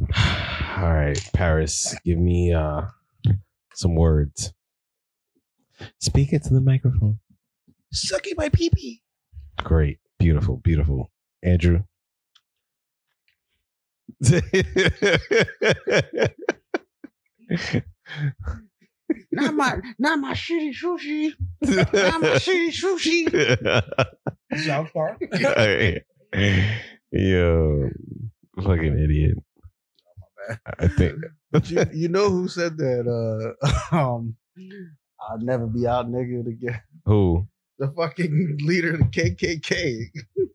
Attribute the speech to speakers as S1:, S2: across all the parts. S1: All right, Paris, give me uh some words. Speak it to the microphone.
S2: Sucking my pee pee.
S1: Great. Beautiful, beautiful. Andrew.
S2: Not my, not my shitty sushi. Not my shitty sushi. South Park.
S1: Yo, fucking idiot. I think
S2: you, you know who said that? Uh, um, I'll never be out niggered again.
S1: who
S2: The fucking leader of the KKK.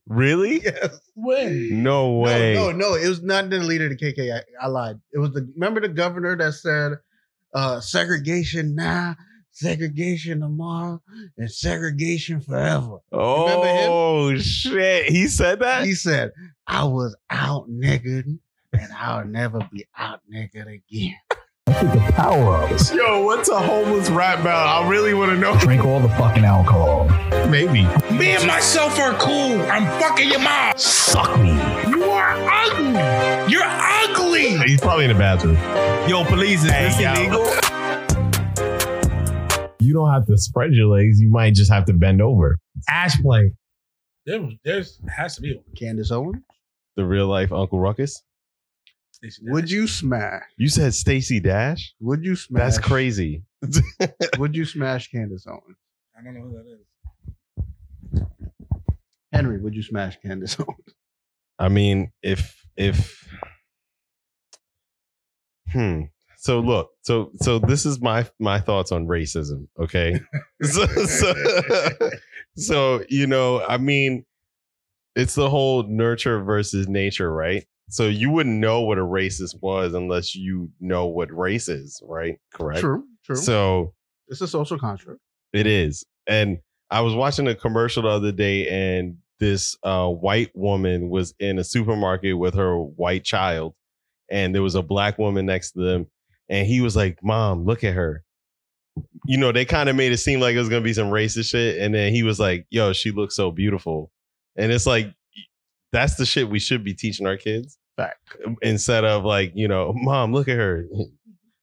S1: really?
S2: Yes.
S3: When?
S1: No way.
S2: No, no, no, it was not the leader of the KKK. I, I lied. It was the remember the governor that said uh, segregation now, segregation tomorrow, and segregation forever.
S1: Oh shit! He said that.
S2: He said, "I was out niggered." And I'll never be out niggered again.
S4: Power ups.
S3: Yo, what's a homeless rap battle? I really want to know.
S4: Drink all the fucking alcohol.
S3: Maybe.
S5: Me and myself are cool. I'm fucking your mom.
S4: Suck me.
S5: You are ugly. You're ugly.
S3: He's probably in the bathroom.
S5: Yo, please, is
S3: Hey, yo. You don't have to spread your legs. You might just have to bend over. Ash play.
S5: There, there's has to be one.
S2: Candace Owens,
S1: The real life Uncle Ruckus.
S2: would you smash?
S1: You said Stacy Dash.
S2: Would you smash?
S1: That's crazy.
S2: Would you smash Candace Owens?
S5: I don't know who that is.
S2: Henry, would you smash Candace Owens?
S1: I mean, if if hmm. So look, so so this is my my thoughts on racism. Okay, so, so so you know, I mean, it's the whole nurture versus nature, right? So you wouldn't know what a racist was unless you know what race is, right? Correct.
S2: True, true.
S1: So
S2: it's a social contract.
S1: it is. And I was watching a commercial the other day, and this uh, white woman was in a supermarket with her white child, and there was a black woman next to them, and he was like, "Mom, look at her." You know, they kind of made it seem like it was gonna be some racist shit, and then he was like, "Yo, she looks so beautiful," and it's like, that's the shit we should be teaching our kids um,
S2: Fact.
S1: instead of like, you know, "Mom, look at her."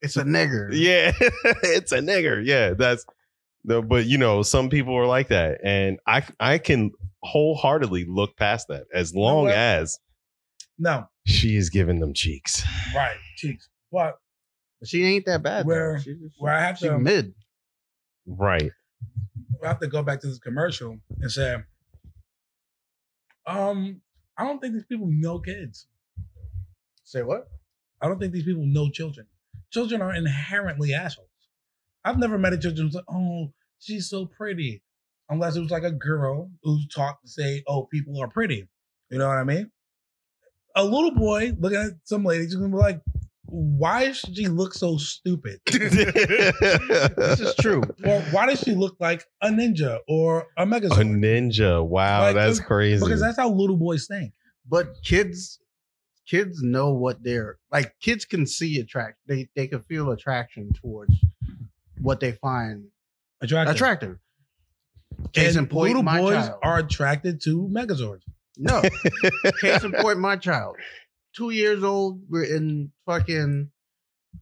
S2: It's a nigger.
S1: Yeah, it's a nigger. Yeah, that's no, but you know, some people are like that, and I I can wholeheartedly look past that as long
S5: what?
S1: as
S5: No,
S1: she is giving them cheeks.
S5: right, cheeks. But
S2: She ain't that bad. though.
S5: Where-
S2: She's just-
S5: where I have
S2: she
S5: to, um,
S2: mid.
S1: Right.
S5: I have to go back to this commercial and say, um, I don't think these people know kids.
S2: Say what?
S5: I don't think these people know children. Children are inherently assholes. I've never met a children who's like, oh, she's so pretty. Unless it was like a girl who's taught to say, oh, people are pretty. You know what I mean? A little boy looking at some lady, he's gonna be like, why does she look so stupid?
S2: This is true.
S5: or why does she look like a ninja or a
S1: a
S5: megazord?
S1: ninja. Wow,
S5: Like,
S1: that's crazy.
S5: because that's how little boys think.
S2: but kids, kids know what they're like. Kids can see attract. They they can feel attraction towards what they find
S5: Attractive.
S2: attractive. Case in
S5: And
S2: point,
S5: little
S2: my
S5: boys
S2: child.
S5: are attracted to megazords.
S2: No. Case in point, my child, two years old. We're in fucking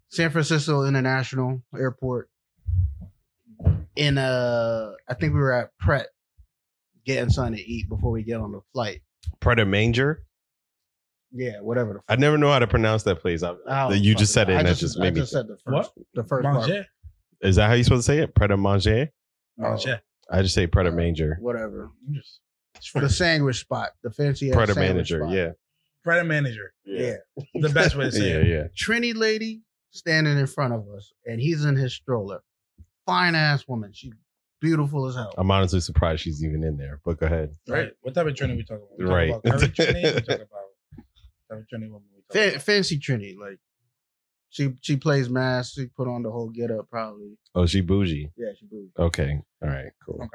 S2: San Francisco International Airport. In uh, I think we were at Pret getting something to eat before we get on the flight.
S1: Predator manger.
S2: Yeah, whatever. The
S1: I never know how to pronounce that place. I-
S2: I don't
S1: you just
S2: fucking
S1: said it,
S2: know.
S1: and
S2: Oh, I
S1: that just
S2: I
S1: made me.
S2: just said the first,
S5: What?
S2: the first part.
S5: Manger.
S1: Is that how you supposed to say it? Predator manger.
S5: Manger.
S1: I just say predator manger.
S2: Oh, Whatever.
S5: It's
S2: The sandwich spot, the fancy ass
S1: Predator
S2: sandwich
S1: manager.
S2: spot.
S1: Yeah.
S5: Credit manager.
S2: yeah.
S5: The best way to say
S1: Yeah.
S5: it.
S1: Yeah.
S2: Trini lady standing in front of us, and he's in his stroller. Fine ass woman. She's beautiful as hell.
S1: I'm honestly surprised she's even in there. But go ahead.
S5: Right. What type of training we talking about? We talking
S1: Right.
S5: about curry training. We talking about type of training woman we talking
S2: Fa-
S5: about?
S2: fancy Trini, like she she plays mask. She put on the whole get up, probably.
S1: Oh, she bougie.
S2: Yeah, she do.
S1: Okay. All right. Cool.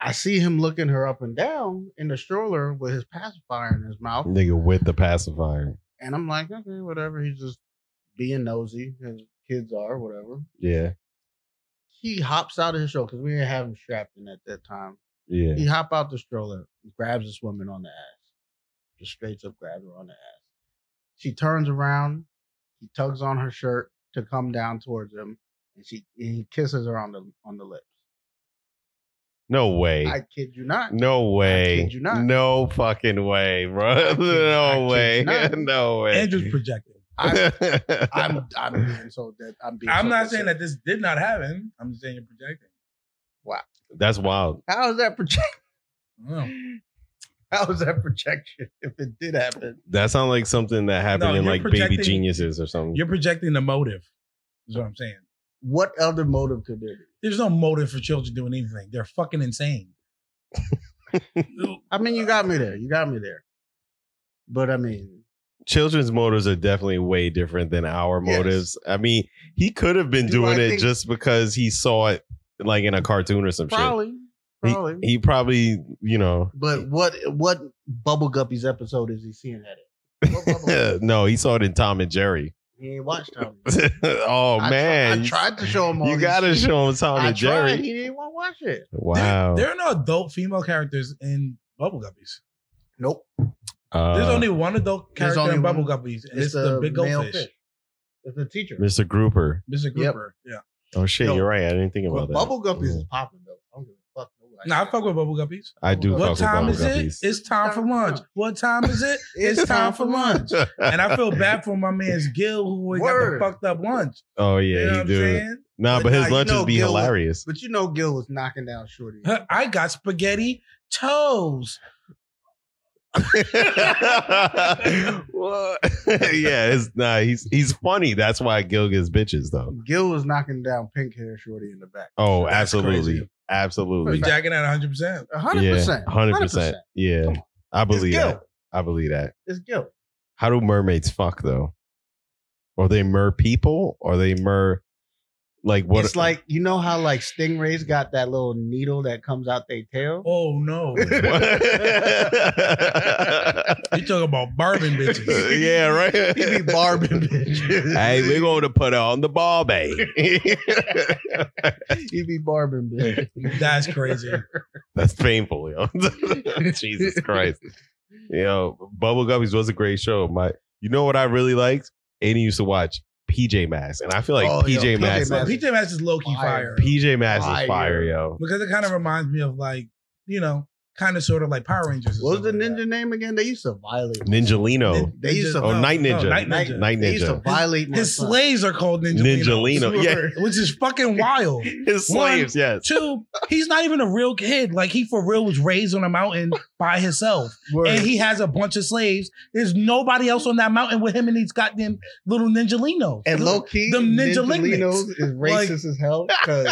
S2: I see him looking her up and down in the stroller with his pacifier in his mouth,
S1: Nigga with the pacifier.
S2: and I'm like, okay, whatever. He's just being nosy. His kids are whatever.
S1: Yeah.
S2: he hops out of his stroller because we didn't have him strapped in at that time.
S1: Yeah.
S2: He hop out the stroller, grabs this woman on the ass, just straight up grabs her on the ass. She turns around. He tugs on her shirt to come down towards him, and she and he kisses her on the on the lips.
S1: No way.
S2: I kid you not.
S1: no way.
S2: kid you not.
S1: No fucking way,
S2: I
S1: bro.
S2: kid- I
S1: no
S2: kid
S1: way.
S2: you not.
S1: no way.
S5: Andrew's projecting.
S2: I, I'm I'm being so dead. I'm being.
S5: I'm
S2: so
S5: not saying
S2: dead.
S5: that this did not happen. I'm just saying you're projecting.
S1: That's wild.
S2: How is that projection?
S5: I don't know.
S2: How is that projection? If it did happen,
S1: That sounds like something that happened
S5: No,
S1: in
S5: you're
S1: like Baby
S5: projecting-
S1: Geniuses or something.
S5: You're projecting the motive. Is what I'm saying.
S2: what other motive could there be?
S5: There's no motive for children doing anything. They're fucking insane.
S2: I mean, you got me there. You got me there. But I mean,
S1: Children's motives are definitely way different than our
S2: Yes.
S1: motives. I mean, he could have been
S2: Do
S1: doing
S2: I
S1: it
S2: think-
S1: just because he saw it like in a cartoon or some
S2: probably,
S1: shit. He-
S2: probably.
S1: He, probably, you know.
S2: but what what Bubble Guppies episode is he seeing that? In? What Bubble Guppies?
S1: no, he saw it in Tom and Jerry.
S2: he ain't watched Tom.
S1: oh
S2: I tr-
S1: man.
S2: I tried to show him. All
S1: you
S2: this
S1: gotta
S2: shit.
S1: show him Tom
S2: I
S1: and
S2: tried.
S1: Jerry.
S2: He didn't want to watch it.
S1: Wow.
S5: There, there are no adult female characters in Bubble Guppies.
S2: Nope.
S1: Uh,
S5: There's only one adult
S2: there's
S5: character in
S2: only
S5: Bubble
S2: one.
S5: Guppies, and it's, the, big goldfish,
S2: It's the teacher.
S1: Mr. Grouper.
S5: Mr.
S2: Yep.
S5: Grouper. Yeah.
S1: Oh shit,
S2: Yo,
S1: you're right. I didn't think about
S2: But
S1: that. Mm-hmm.
S2: Bubble Guppies
S1: Yeah.
S2: is popping though. I don't give a fuck. nobody
S5: Now I
S2: says.
S5: fuck with Bubble Guppies.
S1: I do.
S5: What
S1: fuck with
S5: time
S1: Bubble
S5: is
S1: Guppies.
S5: it? It's time for lunch. What time is it? It's time for lunch. And I feel bad for my man's Gil who got the
S2: Word.
S5: fucked up lunch.
S1: Oh
S5: You know
S1: yeah,
S5: what
S1: he
S5: I'm
S1: do.
S5: saying?
S1: Nah,
S2: But
S1: but
S2: nah,
S1: his
S2: you
S1: lunches
S2: know
S1: be
S2: Gil-
S1: hilarious.
S2: But you know, Gil was knocking down Shorty.
S5: Huh, I got spaghetti toes.
S1: What? yeah, it's nah. He's he's funny. That's why Gil gets bitches though.
S2: Gil was knocking down pink hair Shorty in the back.
S1: Oh,
S5: That's
S1: absolutely,
S5: crazy.
S1: absolutely.
S5: We jacking at 100. percent
S2: A hundred percent.
S1: Yeah, hundred percent. Yeah,
S2: Come on.
S1: I
S2: It's
S1: believe
S2: Gil.
S1: that. I believe that.
S2: It's Gil.
S1: How do mermaids fuck though? Are they mer people? Are they mer like what?
S2: It's like you know how like stingrays got that little needle that comes out their tail.
S5: Oh no,
S1: yeah,
S5: you talking about bourbon bitches?
S1: right.
S2: He be barbing bitches.
S1: Hey, we're going to put on the barbie.
S2: He be barbing bitches.
S5: That's crazy.
S1: That's painful, yo. Jesus Christ. Yo, Bubble Guppies was a great show. My you know what I really liked? Aiden used to watch PJ Masks. And I feel like
S2: Oh, yo,
S1: PJ
S2: PJ
S1: Masks
S5: But
S2: Masks.
S5: PJ Masks is low key
S2: Fire.
S5: fire.
S1: PJ Masks is
S2: Fire.
S1: fire, yo.
S5: because it kind of reminds me of like you know, kind of sort of like Power Rangers. or
S2: What was the
S5: something like
S2: ninja name again? They used to violate.
S5: that.
S1: Ninjalino.
S5: Nin-
S2: They used to-
S5: no,
S1: Oh, Night
S5: no,
S1: Ninja.
S5: Night
S2: Night-
S5: Ninja.
S1: Night
S2: They used to
S1: Ninja.
S2: violate my
S5: His
S2: son.
S5: slaves are called Ninjalino,
S1: Ninjalino. Yeah.
S5: which is fucking wild.
S1: His
S5: One-
S1: slaves, yes.
S5: Two, he's not even a real kid. Like he for real was raised on a mountain by himself.
S2: Word.
S5: and he has a bunch of slaves. There's nobody else on that mountain with him and these goddamn little ninjalino.
S2: And low key,
S5: Them ninja
S2: Ninjalinos is
S5: Like-
S2: racist as hell because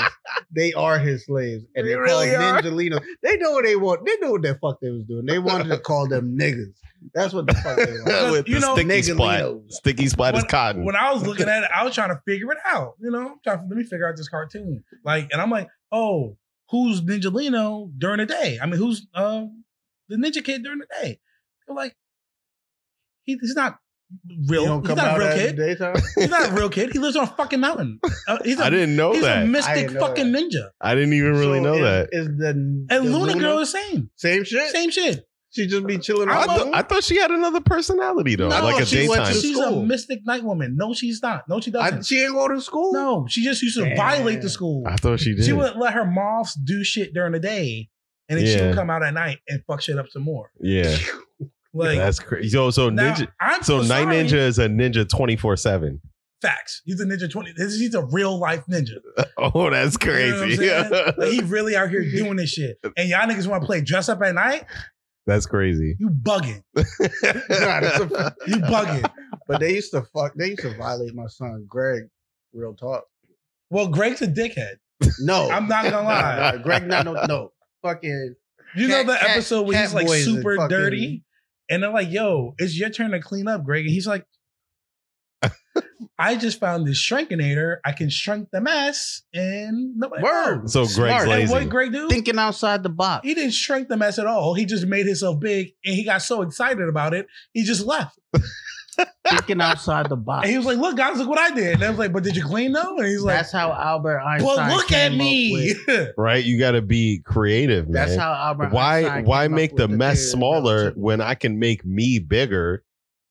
S2: they are his slaves, and
S1: They
S2: they are
S1: really are.
S2: called Ninjalinos. They know what they want. They know what the fuck they was doing. They wanted to call them niggas. That's what the fuck they wanted.
S1: With
S5: you
S1: the
S5: know,
S1: sticky splat.
S2: Ninjalinos.
S1: Sticky splat is cotton.
S5: When I was looking at it, I was trying to figure it out. You know, I'm trying to, let me figure out this cartoon. Like, and I'm like, oh, who's ninjalino during the day? I mean, who's um the ninja kid during the day? I'm like, he, he's not
S2: You
S5: real.
S2: don't
S5: He's
S2: come
S5: not a
S2: out
S5: real
S2: at
S5: kid.
S2: daytime.
S5: He's not a real kid. He lives on a fucking mountain. Uh, he's a,
S1: I didn't know
S5: he's
S1: that.
S5: a
S2: I
S5: mystic
S2: didn't know
S5: fucking ninja.
S1: I didn't even really
S2: So
S1: know
S2: is-
S1: that.
S2: is the and
S5: And Luna, Girl is same.
S2: same shit.
S5: Same shit.
S2: She just be chilling.
S5: I
S1: I,
S2: on
S5: thought-
S2: the moon?
S1: I thought she had another personality though,
S2: No,
S1: like a
S2: she went
S1: daytime.
S2: to
S5: She's
S2: school.
S5: a mystic night woman. No, she's not. No, she doesn't.
S2: I- she ain't go to school.
S5: No, she just used to
S2: Damn.
S5: violate the school.
S1: I thought she did.
S5: She would let her moths do shit during the day, and then she
S1: Yeah.
S5: would come out at night and fuck shit up some more.
S1: yeah,
S5: Like
S1: that's crazy. So, so
S5: now,
S1: ninja.
S5: I'm
S1: So
S5: so
S1: Night
S5: Oh, sorry.
S1: Ninja is a ninja twenty four seven.
S5: Facts. He's a ninja twenty. this- He's a real life ninja.
S1: Oh, that's
S5: You know what I'm
S1: crazy.
S5: saying? Like, he really out here doing this shit. And y'all niggas want to play dress up at night?
S1: that's crazy.
S5: You bugging.
S2: Nah, that's a-
S5: You bugging.
S2: but they used to fuck. They used to violate my son Greg. Real talk.
S5: well, Greg's a dickhead.
S2: No,
S5: I'm not gonna lie.
S2: Nah, Greg, not no, no. Fucking
S5: You
S2: Cat-
S5: know the
S2: cat-
S5: episode where
S2: cat
S5: he's like
S2: boys and
S5: super
S2: fucking-
S5: dirty, and they're like, "Yo, it's your turn to clean up, Greg," and he's like, "I just found this shrinkinator. I can shrink the mess and nobody
S2: Word.
S5: knows."
S1: So Greg's
S2: Smart.
S5: And
S1: lazy.
S5: what Greg do?
S2: thinking outside the box.
S5: he didn't shrink the mess at all. He just made himself big, and he got so excited about it, he just left.
S2: Thinking outside the box.
S5: And he was like, "Look, guys, look what I did." And I was like, "But did you clean though?" And he's like,
S2: "That's how Albert Einstein."
S5: "Well, look
S2: came
S5: at
S2: up
S5: me."
S2: with-
S1: right? You got to be creative, man.
S2: That's how Albert.
S1: why
S2: Einstein
S1: why
S2: came up
S1: make
S2: with
S1: the mess
S2: theory of
S1: smaller
S2: relativity.
S1: when I can make me bigger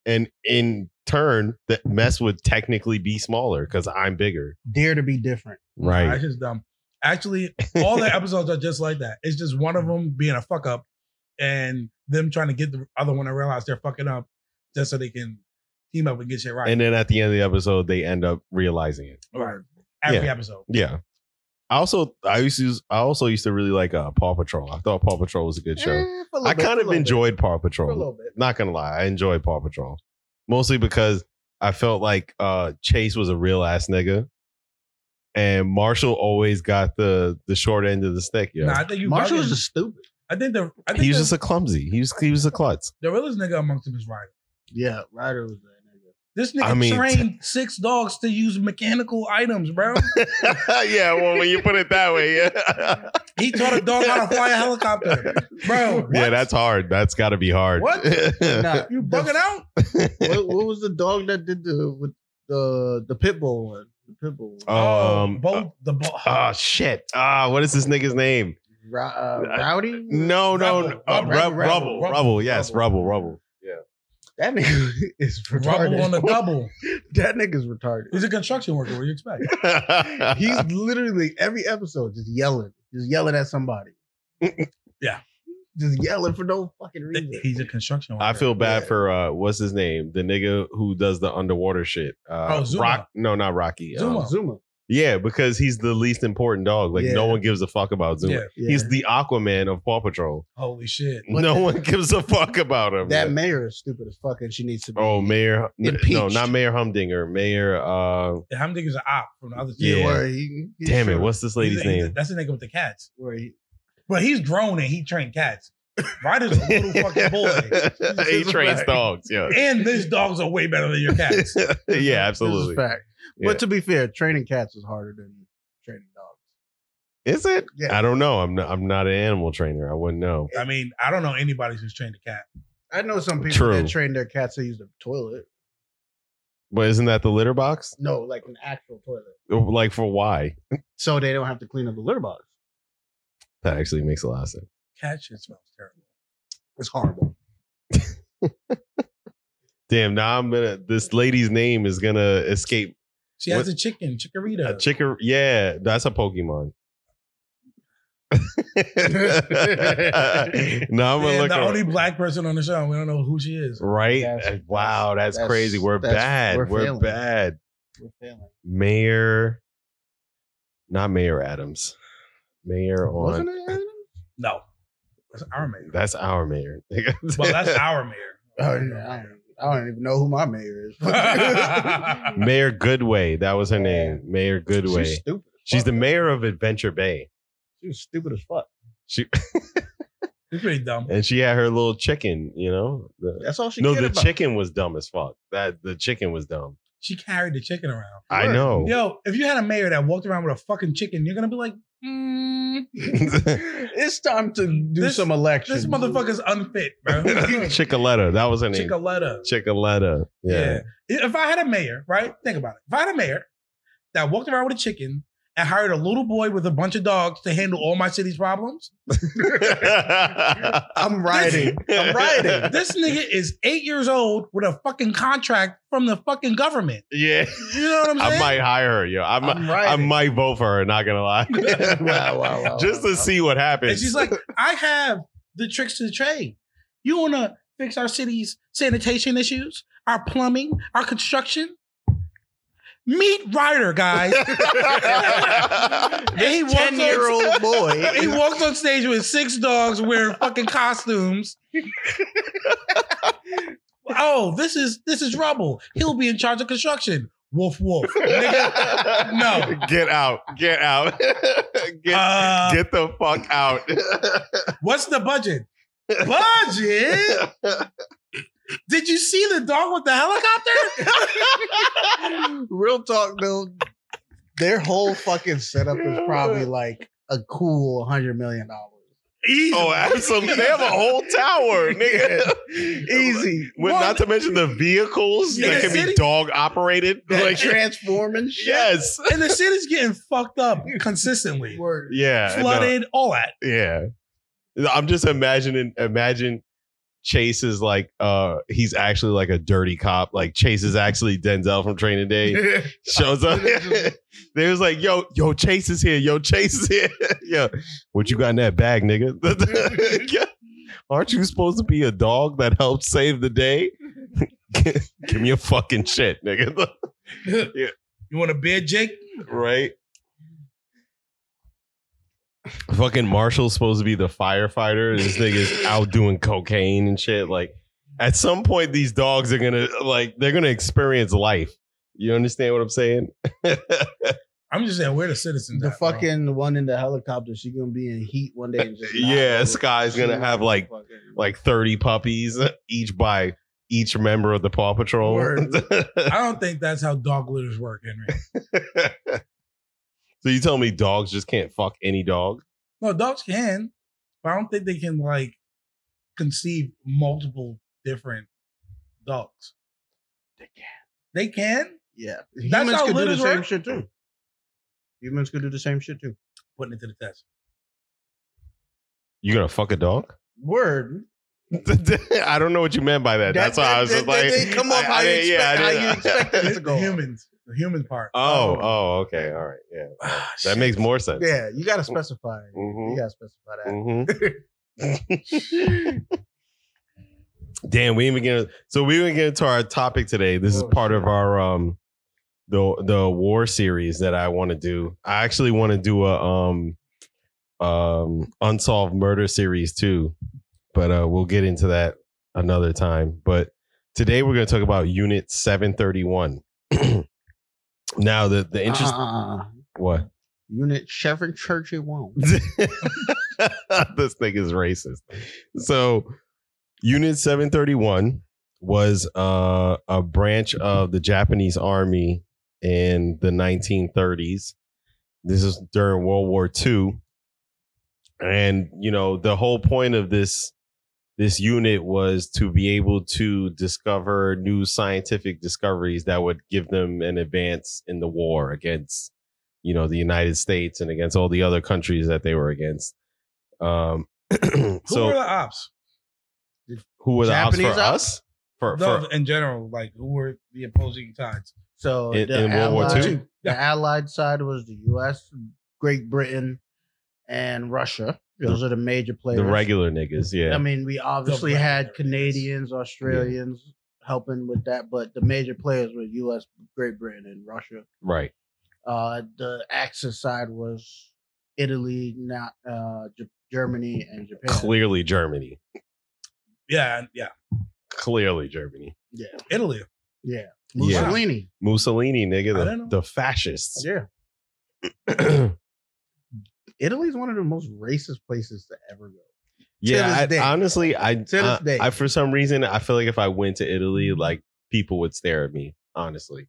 S1: and in turn, the mess would technically be smaller because I'm bigger.
S2: Dare to be different.
S5: Nah, That's just dumb. Actually, all the episodes are just like that. It's just one of
S1: Mm.
S5: them being a fuck up and them trying to get the other one to realize they're fucking up just so they can team up and get shit right.
S1: And then at the end of the episode, they end up realizing it.
S5: right. Every
S1: Yeah.
S5: episode.
S1: Yeah. I also I used to I also used to really like uh, Paw Patrol. I thought Paw Patrol was a good show.
S2: Eh, for a little
S1: I
S2: bit,
S1: kind
S2: for a
S1: of
S2: little bit,
S1: enjoyed Paw
S5: For a
S1: Patrol.
S5: little bit.
S1: Not gonna lie, I enjoyed Paw Patrol mostly because I felt like uh, Chase was a real ass nigga, and Marshall always got the the short end of the stick. Yeah,
S5: Nah, I think you
S2: Marshall
S5: bugging.
S2: was just stupid.
S5: I think the I think
S1: he was
S5: the,
S1: just a clumsy. He was he was a klutz.
S5: the realest nigga amongst them is Ryder.
S2: Yeah, Ryder was that nigga.
S5: This nigga
S1: I mean-
S5: trained six dogs to use mechanical items, bro.
S1: yeah, well, when you put it that way, yeah,
S5: He taught a dog how to fly a helicopter. Bro,
S1: yeah,
S5: what?
S1: that's hard. That's got to be hard.
S5: What?
S2: Nah,
S5: you bugging out?
S2: what, what was the dog that did the with the the pit bull one? The pit bull. One.
S1: um,
S5: both the bo-
S1: Oh shit! Ah, what is this nigga's name?
S2: Ra- uh, Rowdy.
S1: No, no, no.
S5: Rubble,
S1: Uh,
S5: Rubble,
S1: Rub-
S5: Rubble,
S1: rubble,
S5: Rubble,
S1: rubble. Yes,
S5: Rubble.
S1: rubble, rubble.
S2: that nigga is retarded.
S5: rubble on the double.
S2: that nigga's retarded.
S5: He's a construction worker. What do you expect?
S2: He's literally every episode just yelling, just yelling at somebody.
S5: Yeah.
S2: just yelling for no fucking reason.
S5: He's a construction worker.
S1: I feel bad
S2: Yeah.
S1: for uh, what's his name? The nigga who does the underwater shit. Uh,
S5: Oh, Zuma.
S1: Rock? No, not Rocky. Um,
S5: Zuma.
S2: Zuma.
S1: yeah, because he's the least important dog. Like no
S2: Yeah.
S1: one gives a fuck about Zuma.
S5: Yeah.
S2: Yeah.
S1: He's the Aquaman of Paw Patrol.
S5: Holy shit.
S2: What
S1: no
S2: the-
S1: one gives a fuck about him.
S2: that mayor is stupid as fuck, and she needs to be.
S1: oh, Mayor. n- No,
S2: Impeached.
S1: not Mayor Humdinger. Mayor. Uh,
S5: Yeah, How many niggas are op from the other
S1: Yeah.
S5: team?
S2: Where he, he
S1: damn it,
S2: should've-
S1: what's this
S5: He's-
S1: lady's
S5: he's-
S1: name?
S5: That's the nigga with the cats.
S2: where he-
S5: But he's grown and he trained cats. Ryder's a little fucking boy.
S1: he
S5: He's a
S1: trains
S5: fact.
S1: dogs. Yeah,
S5: And these dogs are way better than your cats.
S1: yeah,
S2: this is
S1: absolutely.
S2: fact.
S1: Yeah.
S2: But to be fair, training cats is harder than training dogs.
S1: Is it?
S2: Yeah.
S1: I don't know. I'm not, I'm not an animal trainer. I wouldn't know.
S5: I mean, I don't know anybody who's trained a cat.
S2: I know some people
S1: True.
S2: that train their cats to use the toilet.
S1: But isn't that the litter box?
S2: No, like an actual toilet,
S1: Like for why?
S2: so they don't have to clean up the litter box.
S1: That actually makes a lot of sense.
S5: Cat shit smells terrible.
S2: It's horrible.
S1: Damn, now I'm gonna. This lady's name is gonna escape.
S5: She has
S1: What-
S5: a chicken, Chikorita.
S1: Chicker. Yeah, that's a Pokemon. now I'm gonna
S5: and
S1: look.
S5: the
S1: her-
S5: only black person on the show. We don't know who she is.
S1: right?
S2: That's-
S1: wow, that's,
S2: that's-
S1: crazy. We're
S2: that's-
S1: bad. We're,
S2: we're failing.
S1: bad.
S2: We're failing.
S1: Mayor, not Mayor Adams. Mayor on.
S2: Wasn't it? Adam?
S5: No. That's our mayor.
S1: That's our mayor.
S5: Well, that's our mayor.
S2: Oh, yeah, I, don't, I don't even know who my mayor is.
S1: Mayor Goodway. That was her name. Mayor Goodway.
S2: She's stupid. as
S1: She's
S2: fuck.
S1: the mayor of Adventure Bay.
S2: She was stupid as fuck.
S1: She
S5: It's pretty dumb.
S1: and she had her little chicken, you know. The-
S2: That's all she.
S1: no,
S2: cared
S1: the
S2: about.
S1: chicken was dumb as fuck. That the chicken was dumb.
S5: She carried the chicken around.
S1: I know.
S5: Yo, if you had a mayor that walked around with a fucking chicken, you're gonna be like, mm,
S2: It's time to do
S5: This-
S2: some elections.
S5: this motherfucker's unfit, bro.
S1: Chicoletta. That was her name.
S5: Chicoletta.
S1: Chicoletta. Yeah.
S5: If I had a mayor, right? Think about it. If I had a mayor that walked around with a chicken and hired a little boy with a bunch of dogs to handle all my city's problems,
S2: I'm riding. I'm riding.
S5: this nigga is eight years old with a fucking contract from the fucking government.
S1: yeah.
S5: You know what I'm saying?
S1: I might hire her, yo. I'm,
S2: I'm
S1: I
S2: riding.
S1: might vote for her, not gonna lie.
S2: Wow, wow, wow,
S1: Just
S2: wow,
S1: to
S2: wow.
S1: see what happens.
S5: And she's like, I have the tricks to the trade. You want to fix our city's sanitation issues, our plumbing, our construction? Meet Ryder, guys. And he walks on-
S2: Ten-year-old boy.
S5: He walks on stage with six dogs wearing fucking costumes. oh, this is this is rubble. He'll be in charge of construction. Wolf, wolf. Nigga, No.
S1: Get out. Get out. get,
S5: uh,
S1: get the fuck out.
S5: what's the budget? Budget? Did you see the dog with the helicopter?
S2: Real talk though, their whole fucking setup is probably like a cool hundred million dollars.
S5: Easy.
S1: oh, absolutely. They have a whole tower, nigga.
S2: Easy.
S1: With, not to mention the vehicles
S5: Yeah.
S1: that can
S5: City-
S1: be dog operated.
S2: That
S1: Like,
S2: transforming shit.
S1: yes.
S5: and the city's getting fucked up consistently.
S2: Word.
S1: Yeah. no,
S5: Flooded, all that.
S1: yeah. I'm just imagining, imagine Chase is like uh he's actually like a dirty cop. Like Chase is actually Denzel from Training Day. Shows up. they was like, yo, yo, Chase is here. Yo, Chase is here. yeah. What you got in that bag, nigga? Yeah. Aren't you supposed to be a dog that helped save the day? Give me a fucking shit, nigga.
S5: You want a beer, Jake?
S1: right? Fucking Marshall's supposed to be the firefighter. and This nigga's out doing cocaine and shit. Like, at some point, these dogs are gonna like they're gonna experience life. You understand what I'm saying?
S5: I'm just saying, where the citizens?
S2: The
S5: at, bro?
S2: fucking one in the helicopter, she gonna be in heat one day. And just not
S1: Yeah,
S2: know.
S1: Sky's gonna
S2: She
S1: have, like-
S2: fucking-
S1: Like 30 puppies, each by each member of the Paw Patrol.
S5: Word. I don't think that's how dog litters work, Henry.
S1: so you tell me dogs just can't fuck any dog?
S5: No, dogs can, but I don't think they can like conceive multiple different dogs.
S2: They
S5: can. They can.
S2: yeah,
S5: That's
S2: humans
S5: how
S2: could do the
S5: litters
S2: same
S5: work.
S2: shit too. Humans could do the same shit too.
S5: Putting it to the test.
S1: You gonna fuck a dog?
S2: Word.
S1: I don't know what you meant by that. That's why I was just like,
S2: they come
S1: I-
S2: off
S1: I
S2: how, you
S1: didn't-
S2: expect,
S1: yeah, I
S2: how
S1: didn't-
S2: you expected it to go.
S5: Humans, the human part.
S1: Oh, oh, okay, all right, yeah.
S5: Ah,
S1: That
S5: shit.
S1: makes more sense.
S2: Yeah, you gotta specify. You
S1: Mhm,
S2: gotta specify that.
S1: mhm. Damn, we even get so we even get into our topic today. This is
S2: Oh,
S1: part of
S2: shit.
S1: our um the the war series that I want to do. I actually want to do a um um unsolved murder series too, but uh we'll get into that another time. But today we're going to talk about Unit Seven Thirty One. Now the the interest
S2: Uh, uh, uh, uh.
S1: what
S2: Unit Chevron Church it won't.
S1: this thing is racist. So, Unit 731 was uh, a branch of the Japanese army in the 1930s. This is during World War II. And, you know, the whole point of this this unit was to be able to discover new scientific discoveries that would give them an advance in the war against you know the United States and against all the other countries that they were against. Um,
S5: Who were the
S1: so
S5: ops?
S1: who were the ops for
S2: Japanese ops?
S1: us? For,
S5: No,
S1: for
S5: in general, like who were the opposing sides?
S2: So
S1: In-
S2: the
S1: in World War
S2: Allied-
S1: Two?
S2: the Allied side was the U.S., Great Britain, and Russia. Those are the major players.
S1: the regular niggas, yeah,
S2: I mean, we obviously
S5: regular
S2: had
S5: players.
S2: Canadians, Australians helping with that, but the major players were U.S., Great Britain, and Russia.
S1: right,
S2: Uh, the Axis side was Italy, not uh, J- Germany and Japan.
S1: clearly Germany,
S5: Yeah, yeah.
S1: clearly Germany,
S2: Yeah,
S5: Italy.
S2: yeah.
S1: yeah,
S5: Wow.
S2: Mussolini.
S1: Mussolini, nigga,
S5: I don't know.
S1: the, the fascists.
S2: Yeah. Italy's one of the most racist places to ever go.
S1: Yeah,
S2: this
S1: I,
S2: day.
S1: honestly, I,
S2: this
S1: I-
S2: day.
S1: I for some reason I feel like if I went to Italy, like people would stare at me. Honestly,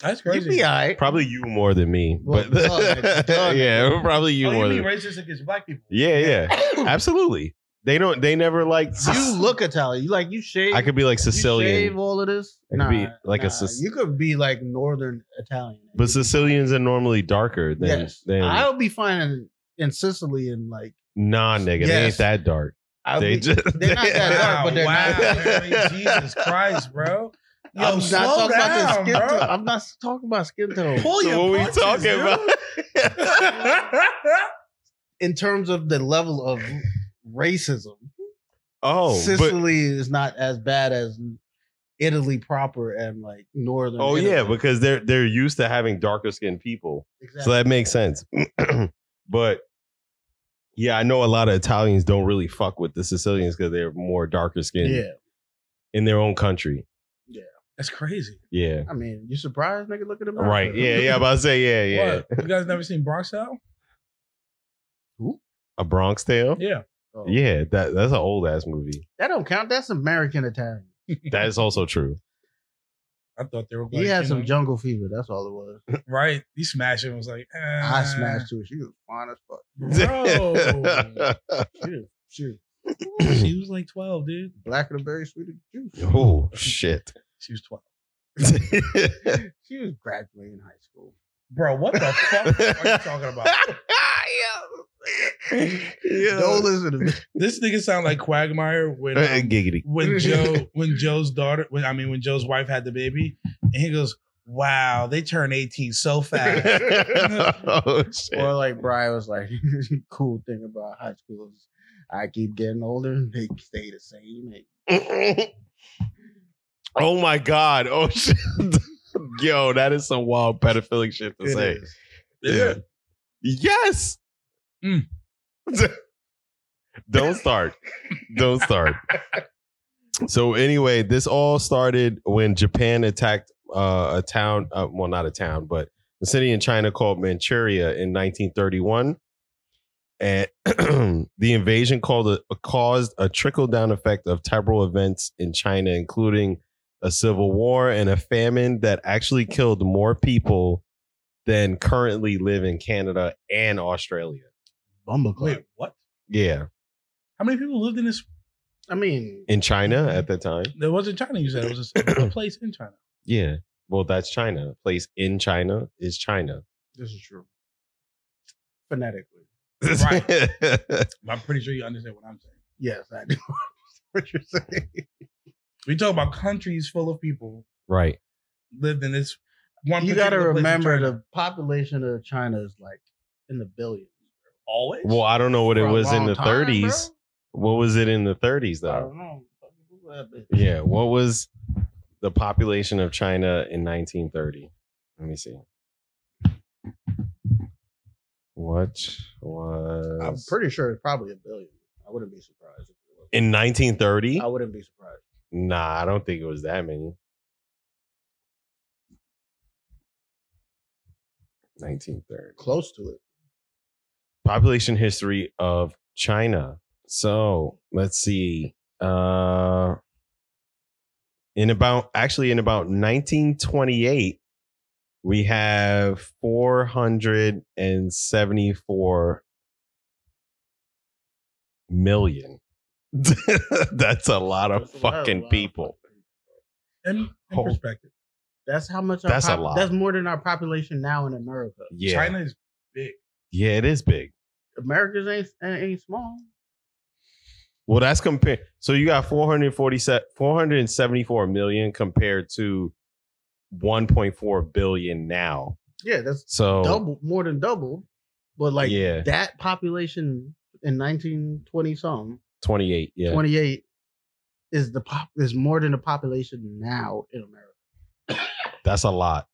S5: That's crazy.
S2: You'd be all right.
S1: probably you more than me,
S2: Well, oh,
S1: but
S2: duh, duh.
S1: yeah, probably you
S5: oh,
S1: more
S5: you mean
S1: than
S5: racist against black people?
S1: yeah, yeah. Absolutely. They don't. They never like.
S2: You look Italian. You like you shave.
S1: I could be like
S2: you
S1: Sicilian,
S2: shave all of this.
S1: I could
S2: Nah,
S1: be like a
S2: nah,
S1: Sic-
S2: You could be like Northern Italian.
S1: but Sicilians are normally darker than
S2: yes,
S1: than
S2: I'll be finding in Sicily and like
S1: nah nigga. They ain't
S2: Yes.
S1: that dark.
S2: I'll
S1: they
S2: be,
S1: just
S2: they're not that dark.
S5: Wow,
S2: but they're
S5: wow,
S1: not-
S5: Henry, Jesus Christ, bro. Yo,
S1: Oh,
S2: I'm
S5: slow
S2: not talking
S5: down,
S2: about this skin
S5: bro.
S2: tone. I'm not talking about skin tone
S5: Pull
S1: So
S5: your
S1: what we
S5: punches,
S1: talking
S5: dude.
S1: about?
S2: in terms of the level of racism.
S1: oh, but,
S2: Sicily is not as bad as Italy proper and like northern.
S1: oh
S2: Italy.
S1: yeah, because they're they're used to having darker skinned people,
S2: exactly.
S1: so that makes sense. but yeah, I know a lot of Italians don't really fuck with the Sicilians because they're more darker skinned
S2: yeah.
S1: in their own country.
S5: That's crazy.
S1: Yeah,
S2: I mean, you surprised, nigga? Look at him.
S1: right. Yeah, yeah. I'm About to say yeah, yeah.
S5: What? You guys never seen Bronx Tale?
S1: A Bronx Tale. Yeah,
S5: Yeah.
S2: Oh.
S1: that that's an old ass movie.
S2: That don't count. That's American Italian.
S1: That is also true.
S5: I thought they were
S2: He
S5: like,
S2: had
S5: you
S2: some
S5: know,
S2: jungle fever. That's all it was.
S5: Right. He smashed it and was like, eh,
S2: I smashed too. She was fine as fuck.
S5: Bro.
S2: She was, she was
S5: she was like 12, dude.
S2: blacker than berry, sweeter than juice.
S1: oh shit.
S5: She was 12.
S2: She was graduating high school.
S5: Bro, what the fuck are you talking about?
S1: Yeah.
S2: Don't listen to me.
S5: This nigga sound like Quagmire when
S1: Uh,
S5: um,
S1: Giggity.
S5: when Joe when Joe's daughter when I mean when Joe's wife had the baby and he goes, "Wow, they turn 18 so fast."
S1: oh, shit.
S2: Or like Brian was like, cool thing about high school is I keep getting older and they stay the same. Like,
S1: oh my god. Oh shit. Yo, that is some wild pedophilic shit to
S2: it
S1: say.
S2: is.
S1: Yeah. Yes.
S5: Mm.
S1: Don't start. Don't start. So anyway, this all started when Japan attacked uh, a town. Uh, well, not a town, but a city in China called Manchuria in 1931. And the invasion called a, caused a trickle down effect of several events in China, including a civil war and a famine that actually killed more people than currently live in Canada and Australia.
S2: Bumble Club.
S5: Wait, what?
S1: Yeah,
S5: How many people lived in this?
S2: I mean,
S1: in China
S2: Mm-hmm.
S1: at that time.
S5: There wasn't China. You said it was a, a place in China.
S1: Yeah, well, that's China. A place in China is China.
S2: this is true. Phonetically.
S5: Right. I'm pretty sure you understand what I'm saying.
S2: Yes, I do. what you're saying.
S5: We talk about countries full of people
S1: right.
S5: lived in this one.
S2: you got to
S5: particular place in
S2: remember
S5: China.
S2: the population of China is like in the billions.
S5: always.
S1: Well, I don't know what it
S2: For a
S1: was in
S2: long
S1: the
S2: time,
S1: 30s. What was it in the 30s
S2: bro. I
S1: though?
S2: don't know. Google that bitch.
S1: Yeah. What was the population of China in 1930? Let me see. What was
S2: I'm pretty sure it's probably a billion. I wouldn't be surprised. If it was.
S1: in 1930?
S2: I wouldn't be surprised.
S1: Nah, I don't think it was that many. 1930.
S2: Close to it.
S1: population history of China. So let's see. Uh, in about actually in about 1928, we have 474 million. That's a lot of
S2: That's a lot of-
S1: fucking
S2: lot of
S1: people.
S2: fucking-
S5: in, in
S1: Oh.
S5: perspective,
S2: That's how much.
S1: That's a
S2: our pop-
S1: lot.
S2: That's more than our population now in America.
S1: Yeah,
S5: China is big.
S1: yeah, it is big.
S2: Americans ain't ain't small.
S1: Well, that's compared. So you got 447 474 million compared to 1.4 billion now.
S2: Yeah, that's
S1: So
S2: double, more than double. But like
S1: Oh. Yeah.
S2: that population in 1920 something,
S1: 28. Yeah.
S2: 28 is the pop is more than the population now in America.
S1: That's a lot.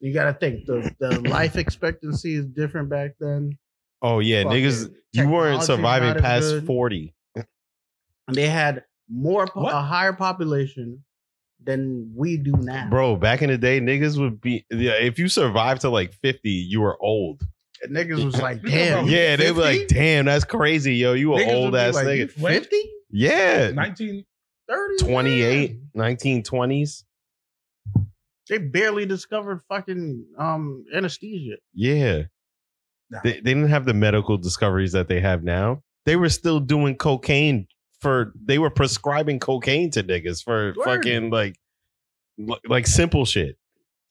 S2: You got to think the the life expectancy is different back then.
S1: Oh, yeah.
S2: Fucking
S1: Niggas, you weren't
S2: technology's
S1: surviving
S2: not as
S1: past
S2: good.
S1: 40.
S2: And they had more po-
S5: What?
S2: a higher population than we do now.
S1: Bro, back in the day, niggas would be, yeah, if you survived to like 50, you were old.
S2: And niggas was like,
S5: Nigga,
S2: "Damn,
S5: bro,
S1: Yeah. They were like,
S2: 50?
S1: damn, that's crazy. Yo, you an
S5: Niggas would
S1: old
S5: be
S1: ass
S5: like,
S1: nigga.
S5: you-
S2: 50,
S1: Yeah.
S5: 19.
S2: 30,
S1: 28,
S2: Damn.
S1: 1920s.
S2: They barely discovered fucking um anesthesia.
S1: Yeah.
S5: Nah.
S1: they, they didn't have the medical discoveries that they have now. They were still doing cocaine for they were prescribing cocaine to niggas for
S2: Word.
S1: fucking like li- like simple shit.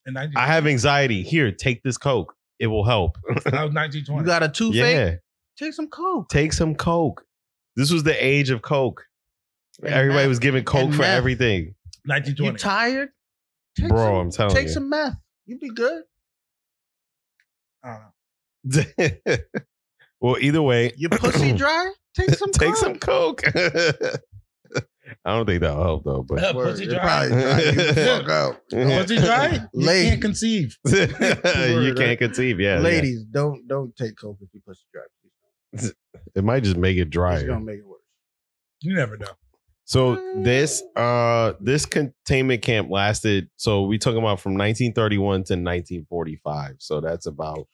S5: in 19,
S1: I have anxiety. Here, take this coke. It will help.
S5: That was 1920.
S2: You got a toothache?
S1: Yeah.
S2: Take some coke.
S1: Take some coke. This was the age of coke.
S2: And
S1: Everybody
S2: meth.
S1: was giving coke
S2: And
S1: for
S2: meth.
S1: everything.
S2: You
S5: 1920.
S2: tired? Take
S1: Bro,
S2: some-
S1: I'm telling
S2: Take
S1: you.
S2: some meth. You be good.
S5: I don't know.
S1: well, either way,
S2: Your pussy dry? Take some
S1: take
S2: coke.
S1: some coke. I don't think that'll help though, but
S5: Uh,
S2: Word,
S5: pussy
S2: it
S5: dry.
S2: probably dried you the fuck out.
S5: Pussy dry? You
S2: Lady.
S5: can't conceive.
S1: you
S2: Word,
S1: can't
S2: right?
S1: conceive, yeah. yeah.
S2: Ladies, don't don't take coke if you pussy dry.
S1: It might just make it
S2: It's
S1: drier.
S2: gonna Ah. make it worse.
S5: You never know.
S1: So this uh this containment camp lasted. So we talking about from 1931 to 1945. So that's about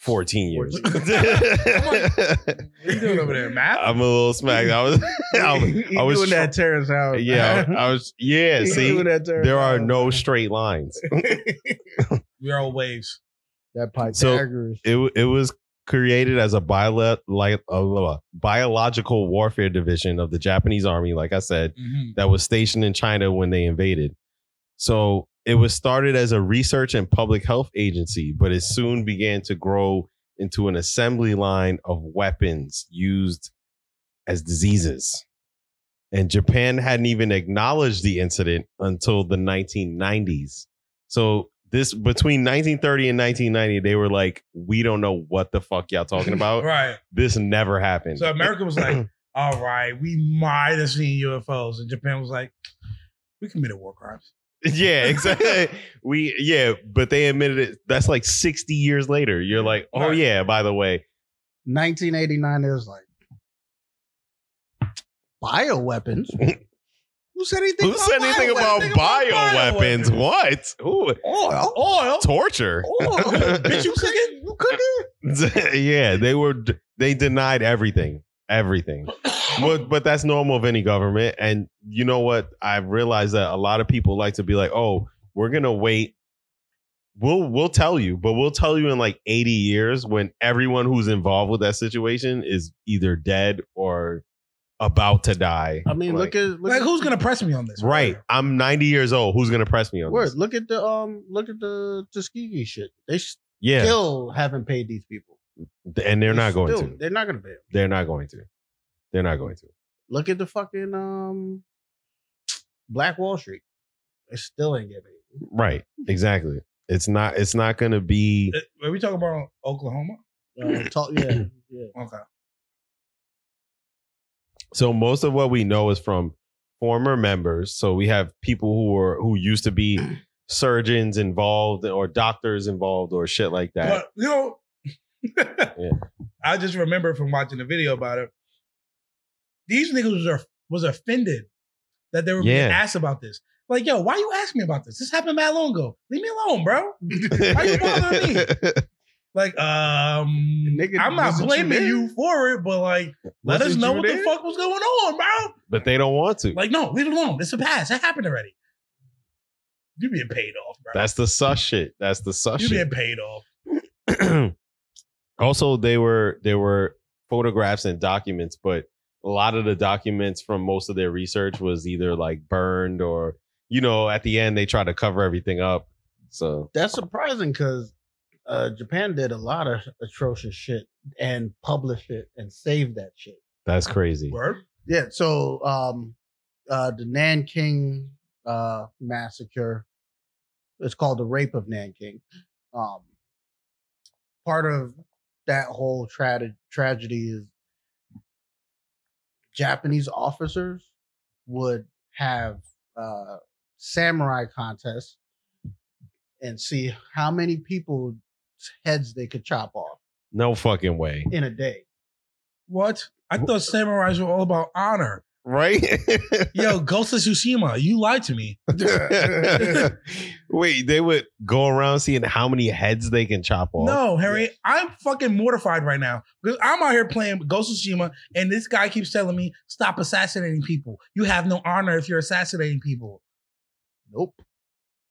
S1: 14 years.
S5: What you doing over there, Matt?
S1: I'm a little smacked. I was, I was,
S2: He
S1: I was
S2: doing that Terrence Howard.
S1: yeah, I was, yeah.
S2: He
S1: See,
S2: doing that Terrence
S1: there are
S2: Howard.
S1: no straight lines.
S5: we are all waves.
S2: that
S1: So-
S2: Pythagoras.
S1: it w- it was created as a bio- like, uh, biological warfare division of the Japanese army, like I said,
S5: Mhm.
S1: that was stationed in China when they invaded. So it was started as a research and public health agency, but it soon began to grow into an assembly line of weapons used as diseases. And Japan hadn't even acknowledged the incident until the 1990s. So this between 1930 and 1990, they were like, "We don't know what the fuck y'all talking about.
S5: Right.
S1: This never happened."
S5: So America was like, all right, we might have seen UFOs. And Japan was like, we committed war crimes.
S1: Yeah, exactly. we yeah, but they admitted it. That's like sixty years later. You're like, oh
S5: Right.
S1: yeah. By the way,
S2: 1989, it was like bioweapons. Who said anything?
S1: who said anything about
S5: bioweapons?
S1: bioweapons? What? Ooh,
S2: oil?
S5: Oil?
S1: torture.
S2: Oil?
S5: Bitch, you cooking?
S2: oh, you cooking?
S1: yeah, they were. They denied everything. Everything. but but that's normal of any government. And you know what? I've realized that a lot of people like to be like, oh, we're gonna wait. We'll we'll tell you, but we'll tell you in like 80 years when everyone who's involved with that situation is either dead or about to die.
S2: I mean,
S1: Like,
S2: look at look
S5: Like,
S2: at,
S5: who's going to press me on this?
S1: right. I'm 90 years old. Who's gonna press me on
S2: word.
S1: this?
S2: Look at the um. Look at the Tuskegee shit. They
S1: Yeah,
S2: still haven't paid these people.
S1: and they're not going
S2: Still,
S1: to.
S2: They're not going to pay. 'em.
S1: They're not going to. They're not going to.
S2: Look at the fucking um. Black Wall Street. They still ain't getting paid.
S1: Right. Exactly. It's not. It's not gonna be.
S5: Uh, Are we talking about Oklahoma?
S2: Uh, talk, yeah, yeah.
S5: Okay.
S1: So most of what we know is from former members. So we have people who were who used to be surgeons involved or doctors involved or shit like that.
S5: But, you know, I just remember from watching the video about it. These niggas was, are- was offended that they were
S1: Yeah.
S5: being asked about this. Like, yo, why you asking me about this? This happened that long ago. Leave me alone, bro. Why you bothering me? Like, um,
S2: Nigga,
S5: I'm not
S2: wasn't you
S5: blaming
S2: there?
S5: you, for it, but like, let us
S1: Wasn't
S5: know
S1: you
S5: what the
S1: there?
S5: fuck was going on, bro.
S1: But they don't want to.
S5: Like, no, leave it alone. It's a past. That happened already. You being paid off, bro.
S1: That's the sus shit. That's the sus
S5: you
S1: shit.
S5: being paid off.
S1: also, they were there were photographs and documents, but a lot of the documents from most of their research was either like burned or you know at the end they try to cover everything up. So
S2: That's surprising because uh, Japan did a lot of atrocious shit and published it and saved that shit.
S1: that's crazy.
S5: Word.
S2: Yeah. So um, uh, the Nanking uh, massacre. It's called the Rape of Nanking. Um, part of that whole tra- tragedy is Japanese officers would have uh, samurai contests and see how many people's heads they could chop off
S1: No fucking way.
S2: in a day.
S5: What? I thought samurais were all about honor.
S1: Right?
S5: Yo, Ghost of Tsushima, you lied to me.
S1: Wait, they would go around seeing how many heads they can chop off.
S5: No, Harry, I'm fucking mortified right now because I'm out here playing Ghost of Tsushima, and this guy keeps telling me stop assassinating people. You have no honor if you're assassinating people.
S2: Nope.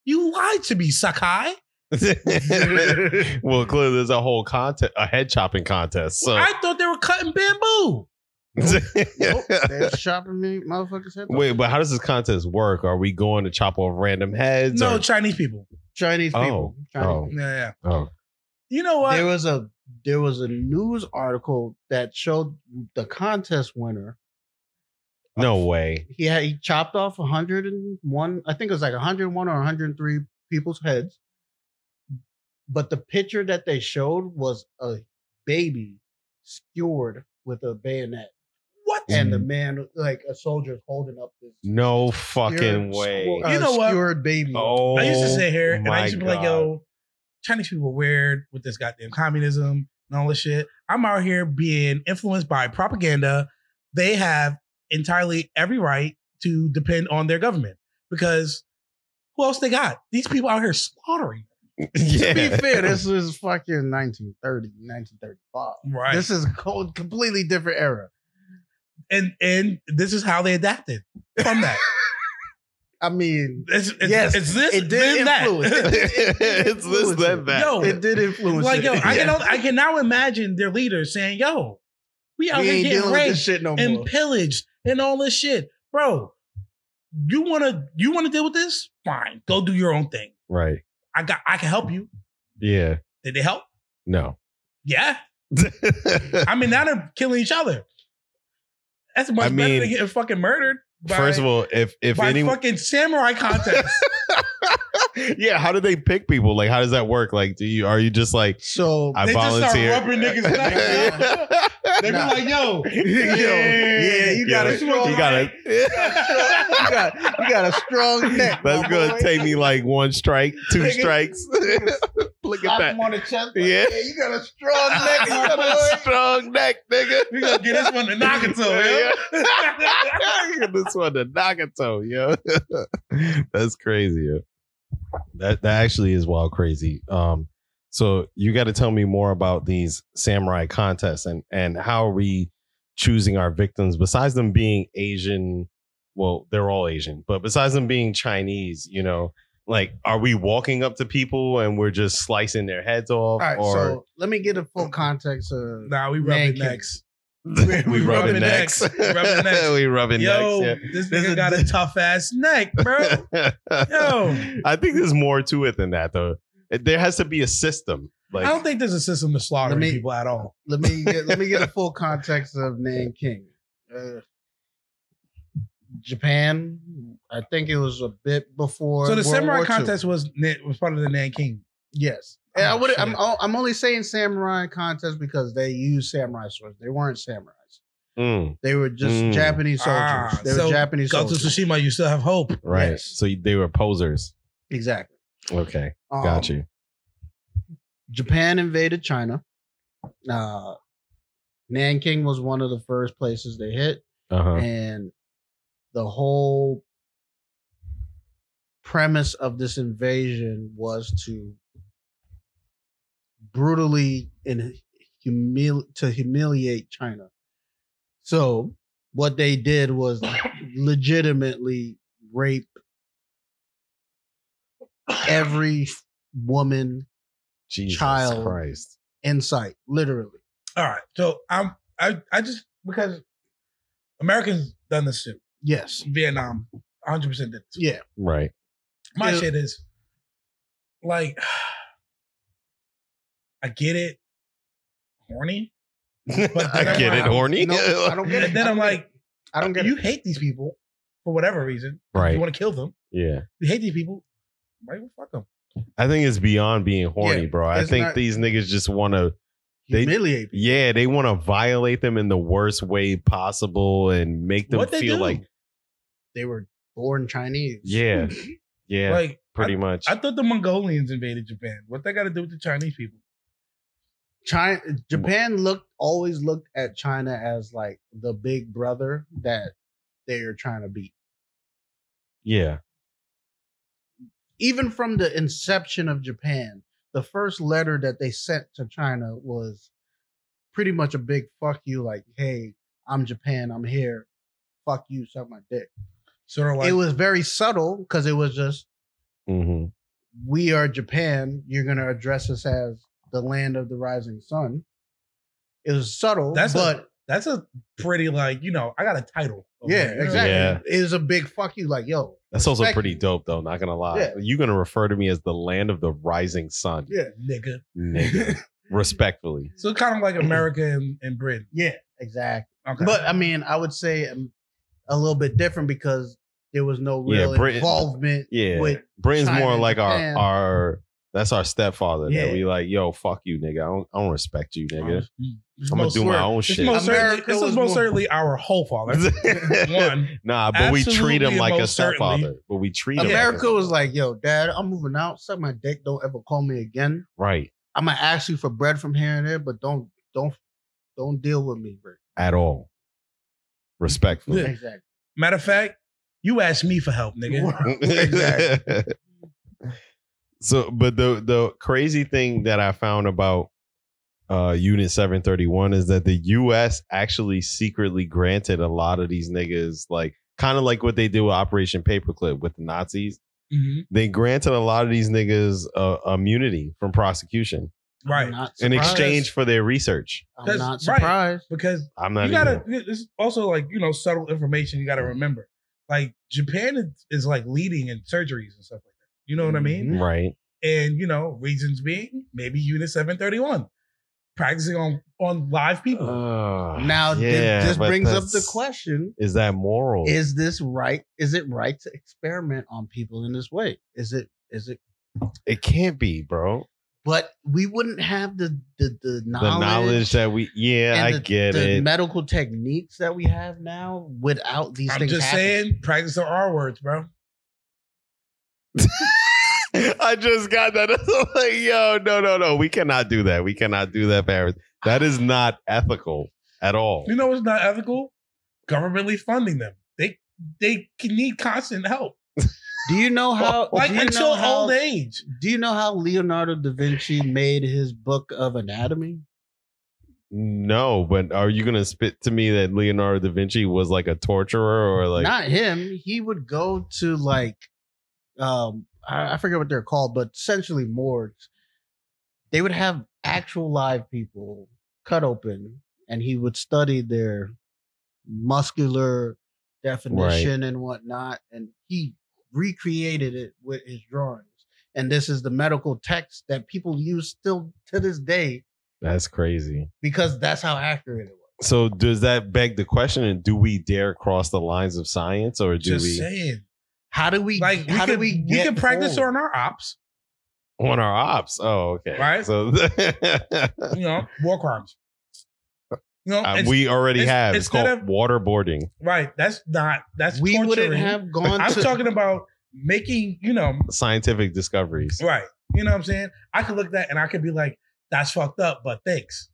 S5: You lied to me, Sakai.
S1: well, clearly there's a whole contest, a head chopping contest. So
S5: I thought they were cutting bamboo.
S2: Nope. They're chopping me motherfuckers heads off.
S1: Wait, but how does this contest work? Are we going to chop off random heads?
S5: no,
S1: or-
S5: Chinese people.
S2: Chinese
S1: Oh.
S2: people. Chinese
S1: Oh.
S5: Yeah, yeah.
S1: Oh.
S5: You know what?
S2: There was a there was a news article that showed the contest winner.
S1: no way.
S2: He had he chopped off 101, I think it was like 101 or 103 people's heads. But the picture that they showed was a baby skewered with a bayonet.
S5: what?
S2: And
S1: Mm.
S2: the man, like a soldier, holding up this
S1: No fucking
S2: skewered-
S1: way.
S2: uh,
S5: You know what?
S2: skewered baby.
S1: Oh,
S5: I used to sit here and
S2: Oh
S1: my
S5: I used to be like,
S1: God.
S5: yo, Chinese people are weird with this goddamn communism and all this shit. I'm out here being influenced by propaganda. They have entirely every right to depend on their government because who else they got? These people out here slaughtering.
S1: yeah.
S2: To be fair, this is fucking 1930, 1935.
S5: Right.
S2: This is a co- completely different era.
S5: and and this is how they adapted from that.
S2: I mean,
S5: It's, it's,
S2: Yes,
S5: it's this.
S2: it
S5: then
S2: did influence.
S5: That.
S1: it's this, that, that.
S5: Yo,
S2: it did influence.
S5: like
S2: it.
S5: yo, I
S1: Yeah.
S5: can I can now imagine their leaders saying, "Yo, we out
S2: we
S5: here
S2: ain't
S5: getting
S2: dealing with this
S5: raped
S2: shit no more.
S5: and pillaged and all this shit, bro. You wanna you wanna deal with this? Fine, go do your own thing.
S1: Right.
S5: I got I can help you.
S1: Yeah.
S5: Did they help?
S1: No.
S5: Yeah. I mean, now they're killing each other. That's much
S1: I
S5: better
S1: mean,
S5: than getting fucking murdered. By,
S1: First of all, if if
S5: by
S1: anyone,
S5: fucking samurai contest.
S1: yeah, how do they pick people? Like, how does that work? Like, do you are you just like
S2: so
S1: I
S5: They just start
S1: volunteer?
S5: rubbing niggas' necks. they
S2: Nah.
S5: be like, yo,
S2: Yo, yeah, you got
S1: Yo,
S2: a strong
S1: You got
S2: you got you got a strong neck.
S1: That's
S2: my
S1: gonna
S2: boy.
S1: take me like one strike, two
S2: Nigga.
S1: strikes. Look at
S2: Slap
S1: that.
S2: him on the chest. like,
S1: Yeah.
S2: yeah, you got a strong neck,
S1: You
S2: my
S1: got a
S2: boy.
S1: strong neck, nigga.
S5: we gonna get this one to Nagato, yo.
S1: Yeah. You got this one to Nagato, yo. That's crazy, yo. That that actually is wild crazy. Um, so you got to tell me more about these samurai contests and and how are we choosing our victims besides them being Asian. Well, they're all Asian, but besides them being Chinese, you know, like are we walking up to people and we're just slicing their heads
S2: All
S1: off,
S2: right,
S1: or
S2: so let me get a full context of
S5: Nah, we
S2: Man
S5: rubbing
S2: kill.
S5: necks.
S1: we rubbing necks,
S5: We rubbing necks.
S1: we rubbing
S5: Yo,
S1: necks,
S5: this
S1: There's
S5: nigga
S1: a-
S5: got a tough ass neck, bro.
S1: yeah.
S5: Yo.
S1: I think there's more to it than that, though. There has to be a system. Like,
S5: I don't think there's a system to slaughtering
S2: Let me-
S5: people at all.
S2: let me get let me get a full context of Nan King. Uh, Japan, I think it was a bit before.
S5: So the
S2: World
S5: samurai
S2: War II.
S5: contest was na- was part of the Nanking.
S2: yes.
S5: Oh,
S2: And I would. I'm
S5: shit.
S2: o- I'm only saying samurai contest because they used samurai swords. They weren't samurais.
S1: Mm,
S2: They were just
S1: Mm.
S2: Japanese soldiers.
S5: Ah,
S2: they were
S5: so
S2: Japanese
S5: Go to
S2: soldiers.
S5: Tsushima, you still have hope.
S1: right.
S2: Yes.
S1: So they were posers.
S2: Exactly.
S1: Okay,
S2: Um,
S1: got you.
S2: Japan invaded China. Uh, Nanking was one of the first places they hit,
S1: Uh huh.
S2: and the whole premise of this invasion was to brutally and humil- to humiliate China. So what they did was legitimately rape every woman
S1: Jesus
S2: child.
S1: Christ.
S2: in sight, literally.
S5: All right. So I'm I I just because Americans done this too.
S2: Yes.
S5: Vietnam, 100 percent did. This.
S2: Yeah.
S1: Right.
S5: My
S2: Yeah.
S5: shit is like I get it, horny. But
S1: I
S5: then
S1: get
S5: I'm
S1: it,
S5: like-
S1: horny.
S2: No, I don't get it.
S5: And then I'm like,
S2: I don't get
S5: you
S2: it.
S5: hate these people for whatever reason.
S1: right.
S5: You want to kill them.
S1: Yeah.
S5: You hate these people. Right? Well, fuck them.
S1: I think it's beyond being horny,
S2: Yeah,
S1: bro. I
S2: it's
S1: think
S2: not-
S1: these niggas just want to. They-
S2: Humiliate. people.
S1: Yeah, they want to violate them in the worst way possible and make them
S5: What they
S1: feel
S5: do?
S1: like,
S2: They were born Chinese.
S1: yeah, yeah,
S5: like
S1: pretty much.
S5: I, I thought the Mongolians invaded Japan. What they got to do with the Chinese people?
S2: China, Japan looked always looked at China as like the big brother that they are trying to beat.
S1: yeah,
S2: Even from the inception of Japan, the first letter that they sent to China was pretty much a big fuck you, like, hey, I'm Japan, I'm here. Fuck you, suck my dick.
S5: Sort of like
S2: it was very subtle because it was just
S1: hmm
S2: we are Japan. You're going to address us as the land of the rising sun. It was subtle,
S5: That's a-
S2: but
S5: that's a pretty like you know I got a title. over
S2: yeah,
S5: here, you know?
S2: exactly.
S1: Yeah.
S2: It was a big fuck you, like yo,
S1: That's also
S2: Respect-
S1: pretty dope, though. Not gonna lie,
S2: Yeah.
S1: you're gonna refer to me as the land of the rising sun,
S2: yeah,
S5: Nigga.
S1: nigga. Respectfully,
S5: So kind of like America and, and Britain.
S2: yeah, exactly.
S5: Okay.
S2: But I mean, I would say um, a little bit different because there was no real
S1: Yeah, Britain-
S2: involvement.
S1: yeah.
S2: with
S1: Britain's
S2: China
S1: more
S2: and
S1: like our
S2: Japan.
S1: our. That's our stepfather.
S2: Yeah.
S1: That we like, yo, fuck you, nigga. I don't, I don't respect you, nigga.
S5: It's
S1: I'm gonna
S5: Mm, most
S1: do my
S5: cer-
S1: own
S5: it's
S1: shit.
S5: most certainly-
S2: America
S5: this
S2: was
S5: is most
S2: more-
S5: certainly our whole father. One.
S1: nah, but we treat him
S5: Absolutely,
S1: like a
S5: most
S1: stepfather.
S5: certainly.
S1: But we treat him
S2: America
S1: like a-
S2: was like, yo, dad, I'm moving out. Suck my dick. Don't ever call me again.
S1: right
S2: I'm gonna ask you for bread from here and there, but don't, don't, don't deal with me, bro.
S1: at all. Respectfully,
S5: Yeah.
S2: Exactly.
S5: Matter of fact, you asked me for help, nigga.
S2: Exactly.
S1: so, but the the crazy thing that I found about uh, Unit Seven Thirty One is that the U.S. actually secretly granted a lot of these niggas like kind of like what they did with Operation Paperclip with the Nazis.
S5: Mhm.
S1: They granted a lot of these niggas uh, immunity from prosecution
S5: Right.
S2: not
S1: in
S2: surprised.
S1: exchange for their research.
S2: I'm
S5: That's
S2: not
S5: right.
S2: surprised.
S5: Because
S1: I'm not.
S5: you gotta it's also like you know subtle information you gotta remember like japan is, is like leading in surgeries and stuff like that you know what i mean
S1: even- right.
S5: and you know reasons being maybe unit 731 practicing on on live people
S2: Uh, Now,
S1: Ah, yeah,
S2: th- this
S1: but
S2: brings up the
S1: that's-
S2: question:
S1: Is that moral?
S2: Is this right? Is it right to experiment on people in this way? Is it? Is it?
S1: it can't be, bro.
S2: But we wouldn't have the the, the knowledge,
S1: the knowledge that we, yeah,
S2: and
S1: I
S2: the,
S1: get
S2: the
S1: it.
S2: medical techniques that we have now without these
S5: i'm
S2: things.
S5: just
S2: happening.
S5: saying practice the r words bro
S1: I just got that. I'm like, yo, no, no, no. We cannot do that. We cannot do that, Paris. That
S2: Ah.
S1: is not ethical at all.
S5: you know what's not ethical governmentally funding them they they can need constant help
S2: Do you know how?
S5: like
S2: do you
S5: until
S2: know how-
S5: old age
S2: Do you know how Leonardo da Vinci made his book of anatomy?
S1: No, but are you gonna spit to me that Leonardo da Vinci was like a torturer or like
S2: Not him. He would go to like, um, I, I forget what they're called, but essentially morgues. They would have actual live people cut open, and he would study their muscular definition and whatnot, and he recreated it with his drawings. And this is the medical text that people use still to this day
S1: that's crazy?
S2: because that's how accurate it was.
S1: So does that beg the question? And do we dare cross the lines of science, or do
S5: just
S1: we
S5: saying
S2: How do we?
S5: like we
S2: how
S5: could,
S2: do we?
S5: we,
S2: get
S5: can practice
S2: forward?
S5: on our ops
S1: on our ops? Oh, okay.
S5: Right.
S1: So
S5: you know, war crimes. You know,
S1: Uh,
S5: it's-
S1: we already
S5: it's-
S1: have. It's,
S5: instead
S1: called waterboarding.
S5: right. That's not that's
S2: we
S5: torturing.
S2: wouldn't have gone.
S5: I'm
S2: to,
S5: talking about making, you know,
S1: Scientific discoveries.
S5: right. You know what I'm saying? I could look at that and I could be like, that's fucked up, but thanks.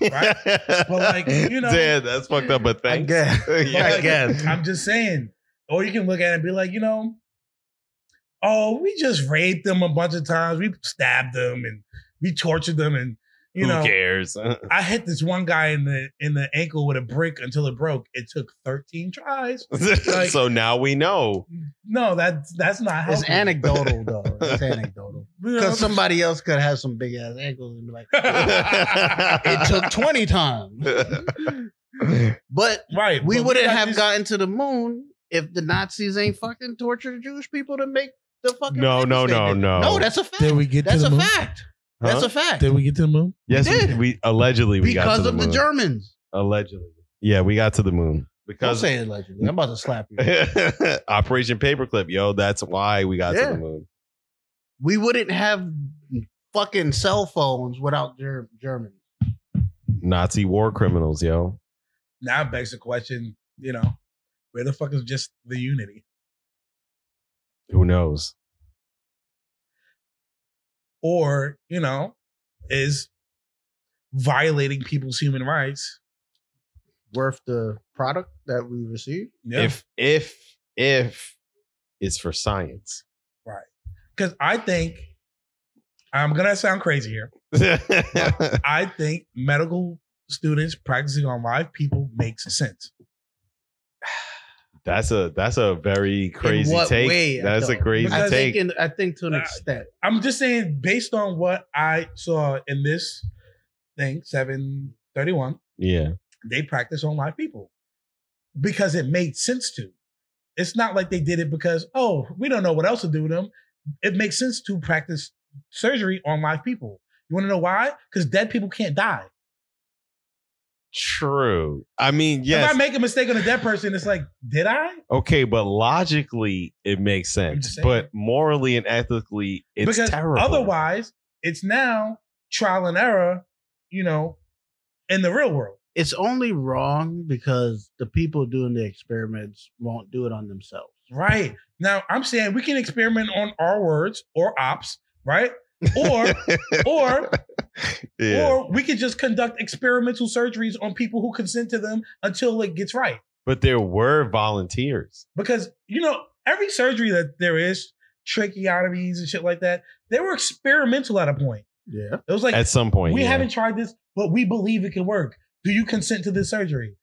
S5: Right? But, like, you know-
S1: yeah, that's fucked up. But thanks.
S2: guess.
S1: Yeah.
S2: I
S6: Mm-hmm.
S2: guess.
S5: I'm just saying. Or you can look at it and be like, you know, oh, we just raped them a bunch of times. We stabbed them and we tortured them and you
S1: Who
S5: know,
S1: cares?
S5: I hit this one guy in the in the ankle with a brick until it broke. It took 13 tries. Like-
S1: so now we know.
S5: No, that's that's not how
S2: It's anecdotal though. It's anecdotal because somebody else could have some big ass ankles and be like, "It took twenty times." But
S5: right.
S2: we
S5: but
S2: wouldn't
S5: got
S2: have
S5: this-
S2: gotten to the moon if the Nazis ain't fucking torture the Jewish people to make the fucking.
S1: No,
S2: rapist
S1: no,
S2: they
S1: no,
S2: did.
S1: no.
S2: No, that's a fact.
S6: Did we get
S2: that's
S6: to the
S2: a
S6: moon?
S2: fact. That's a fact.
S6: Did we get to the moon?
S1: yes, we,
S2: did.
S1: we allegedly we got
S2: because
S1: to the
S2: of
S1: moon.
S2: the Germans.
S1: allegedly. Yeah, we got to the moon
S2: Don't
S1: because
S2: say it allegedly. I'm about to slap you.
S1: Operation Paperclip, yo. That's why we got to
S2: Yeah.
S1: the moon.
S2: we wouldn't have fucking cell phones without Ger- Germany.
S1: Nazi war criminals, yo.
S5: now it begs the question, you know, where the fuck is just the unity?
S1: Who knows?
S5: Or, you know, is violating people's human rights.
S2: Worth the product that we receive.
S1: If if if it's for science.
S5: because I think I'm gonna sound crazy here. I think medical students practicing on live people makes sense.
S1: That's a that's a very crazy
S2: what
S1: take.
S2: way,
S1: that's a
S2: though?
S1: crazy
S5: Because
S2: I
S1: take.
S2: think, in, I think to an
S5: Uh,
S2: extent.
S5: I'm just saying, based on what I saw in this thing, 731,
S1: yeah,
S5: they practice on live people because it made sense to. It's not like they did it because, oh, we don't know what else to do to them. It makes sense to practice surgery on live people. You want to know why? Because dead people can't die.
S1: true. I mean,
S5: If I
S1: yes,
S5: make a mistake on a dead person, it's like, did I?
S1: okay, but logically it makes
S5: just
S1: sense,
S5: saying.
S1: but morally and ethically, it's
S5: because
S1: terrible.
S5: otherwise, it's now trial and error, you know, in the real world.
S2: It's only wrong because the people doing the experiments won't do it on themselves.
S5: Right. Now, I'm saying we can experiment on our words or ops, right? Or, or
S1: yeah.
S5: Or we could just conduct experimental surgeries on people who consent to them until it gets right.
S1: but there were volunteers.
S5: Because, you know, every surgery that there is, tracheotomies and shit like that, they were experimental at a point.
S2: Yeah.
S5: It was like,
S1: At some point,
S5: we
S1: yeah.
S5: haven't tried this, but we believe it can work. Do you consent to this surgery?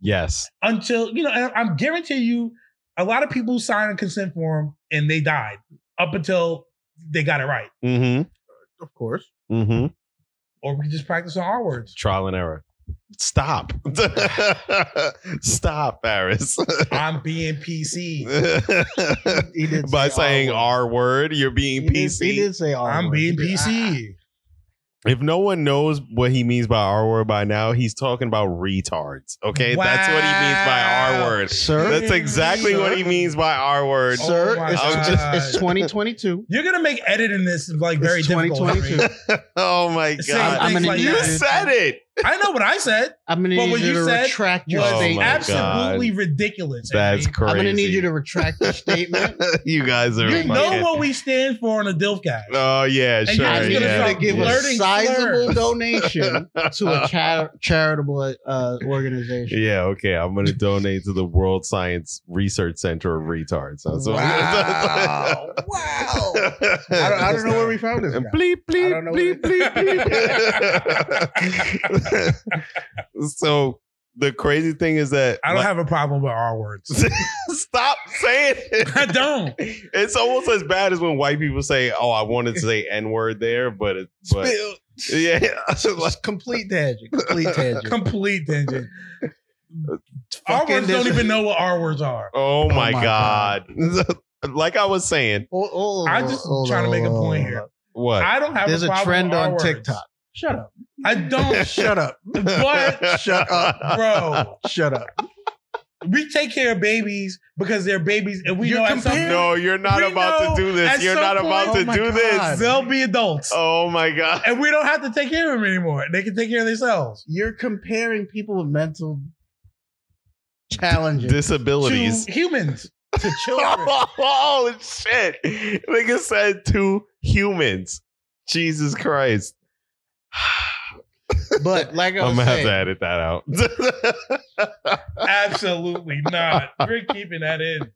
S1: Yes.
S5: until you know and i'm guarantee you a lot of people sign a consent form and they died up until they got it right
S1: Mm-hmm.
S2: Of course.
S1: Mm-hmm.
S5: or we can just practice on our words
S1: Trial and error. Stop. Stop, Paris.
S5: i'm being pc
S2: He did
S1: By
S2: say
S1: saying
S2: R
S1: R word, you're being
S2: He did,
S1: PC.
S2: he did say R
S5: i'm
S2: word.
S5: being
S2: He did- Ah,
S5: pc
S1: If no one knows what he means by R word by now, he's talking about retards. Okay, that's what he means by R
S5: Wow.
S1: word.
S2: Sir.
S1: That's exactly
S2: Sir.
S1: what he means by R word.
S5: Oh
S2: Sir,
S5: my
S2: it's,
S1: God.
S2: it's, it's 2022.
S5: you're gonna make editing this like very
S2: it's
S5: difficult for
S2: 2022.
S5: me.
S1: Oh my
S5: Same
S1: god!
S5: things
S2: I'm gonna
S5: like
S1: you
S2: need
S5: that.
S1: said it.
S5: i know what i said
S2: I'm gonna
S5: But
S2: need
S5: what
S2: you
S5: you
S2: to
S5: said
S2: retract your
S1: was
S5: was
S2: statement.
S5: absolutely ridiculous
S1: Oh That's
S5: Henry.
S1: crazy.
S2: I'm gonna need you to retract your statement.
S1: you guys are.
S5: you know
S1: fucking-
S5: what we stand for on a dilfcast
S1: Oh yeah,
S5: And you
S1: sure.
S5: guys
S2: I need
S5: gonna
S1: yeah.
S2: you
S5: start
S2: to give
S1: yeah.
S2: a
S5: blurting
S2: sizable
S5: slurs.
S2: donation to a cha- charitable uh, organization.
S1: Yeah, okay. I'm gonna donate to the World Science Research Center of retards. That's what
S2: Wow. wow. I don't, I don't know where we found this.
S1: And
S2: guy.
S1: bleep
S2: I
S1: bleep
S2: don't know
S1: bleep
S2: what
S1: bleep bleep. so the crazy thing is that
S5: i don't
S1: like,
S5: have a problem with our words
S1: stop saying
S5: i
S1: it.
S5: don't
S1: It's almost as bad as when white people say, "Oh, I wanted to say n word there," but it, but yeah, like,
S2: Just complete tangent. Complete tangent.
S5: complete tangent our words don't even know what our words are
S1: oh my,
S2: my
S1: god. like I was saying,
S2: Hold- hold
S5: I'm
S2: on,
S5: just
S2: hold
S5: trying to
S2: on,
S5: make a
S2: hold on,
S5: point
S2: hold
S5: here.
S2: on.
S1: what?
S5: I don't have
S2: There's
S5: a,
S2: a
S5: problem
S2: trend
S5: with our
S2: on
S5: words.
S2: TikTok. Shut up.
S5: I don't,
S2: Shut up.
S5: but
S2: Shut up.
S5: bro,
S2: Shut up.
S5: we take care of babies because they're babies, and we
S2: You're
S5: know at some
S2: comparing-
S1: No, you're not
S5: We
S1: about to
S5: know
S1: do this.
S5: at
S1: You're
S5: some
S1: not about to
S2: Oh
S5: point-
S2: my
S1: do
S2: God.
S1: this.
S5: they'll be adults,
S1: Oh my god.
S5: and we don't have to take care of them anymore. They can take care of themselves.
S2: You're comparing people with mental challenges
S1: Disabilities.
S5: To humans,
S2: to children.
S1: oh shit! Nigga said to humans. Jesus Christ!
S2: But like I
S1: I'm
S2: was
S1: gonna have
S2: saying,
S1: to edit that out.
S5: absolutely not. We're keeping that in.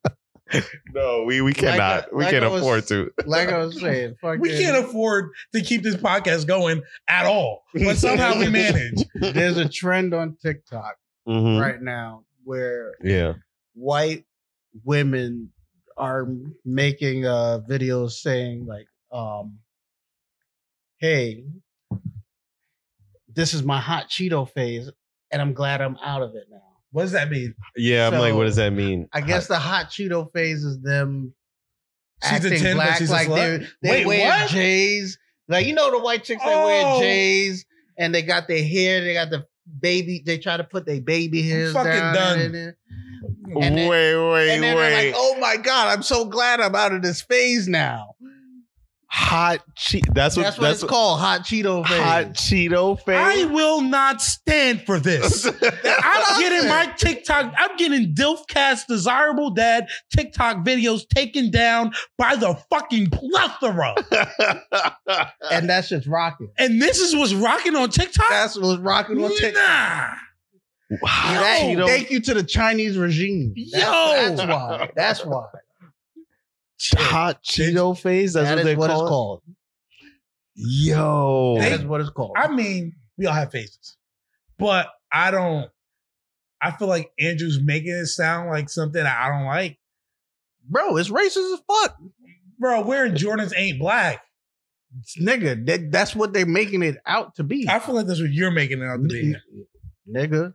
S1: no, we we cannot. we
S2: like
S1: can't
S2: I was-
S1: afford to.
S2: like I was saying, fucking,
S5: We can't afford to keep this podcast going at all, but somehow we manage.
S2: there's a trend on TikTok
S1: Mhm.
S2: right now where
S1: Yeah.
S2: white women are making uh videos saying like um hey this is my hot cheeto phase and i'm glad i'm out of it now
S5: What does that mean?
S1: Yeah. I'm like,
S2: So,
S1: what does that mean?
S2: i guess the hot cheeto phase is them
S5: She's a
S2: acting
S5: 10, but
S2: black
S5: she's a
S2: like
S5: slut?
S2: they're they
S5: Wait,
S2: wear
S5: what?
S2: j's like you know the white chicks they
S5: Oh.
S2: wear j's and they got their hair they got the baby they try to put their baby hairs
S5: fucking
S2: down
S5: done.
S2: and- and-
S1: Wait,
S2: and then-
S1: wait,
S2: and then they're
S1: wait.
S2: like, "Oh my god, I'm so glad I'm out of this phase now."
S1: hot che- That's what.
S2: That's what it's
S1: what-
S2: called, hot Cheeto phase.
S1: Hot Cheeto
S5: I
S1: face.
S5: will not stand for this. I'm getting my TikTok, I'm getting Dilfcast Desirable Dad TikTok videos taken down by the fucking plethora.
S2: and that's just rocking.
S5: and this is what's rocking on TikTok?
S2: That's what's rocking on TikTok.
S5: Nah.
S1: hot
S2: That-
S1: Cheeto.
S2: thank you to the Chinese regime. That's,
S5: Yo.
S2: that's why. That's why.
S1: hot Cheeto face. That's
S2: That
S1: what
S2: is
S1: they
S2: what
S1: call
S2: it's
S1: it?
S2: called.
S1: Yo.
S2: That
S5: They-
S2: is what it's called.
S5: I mean, we all have faces. But I don't, I feel like Andrew's making it sound like something that I don't like.
S2: Bro, it's racist as fuck,
S5: Bro, wearing Jordans ain't black.
S2: nigga. That, that's what they're making it out to be,
S5: I feel like that's what you're making it out to be.
S2: nigga.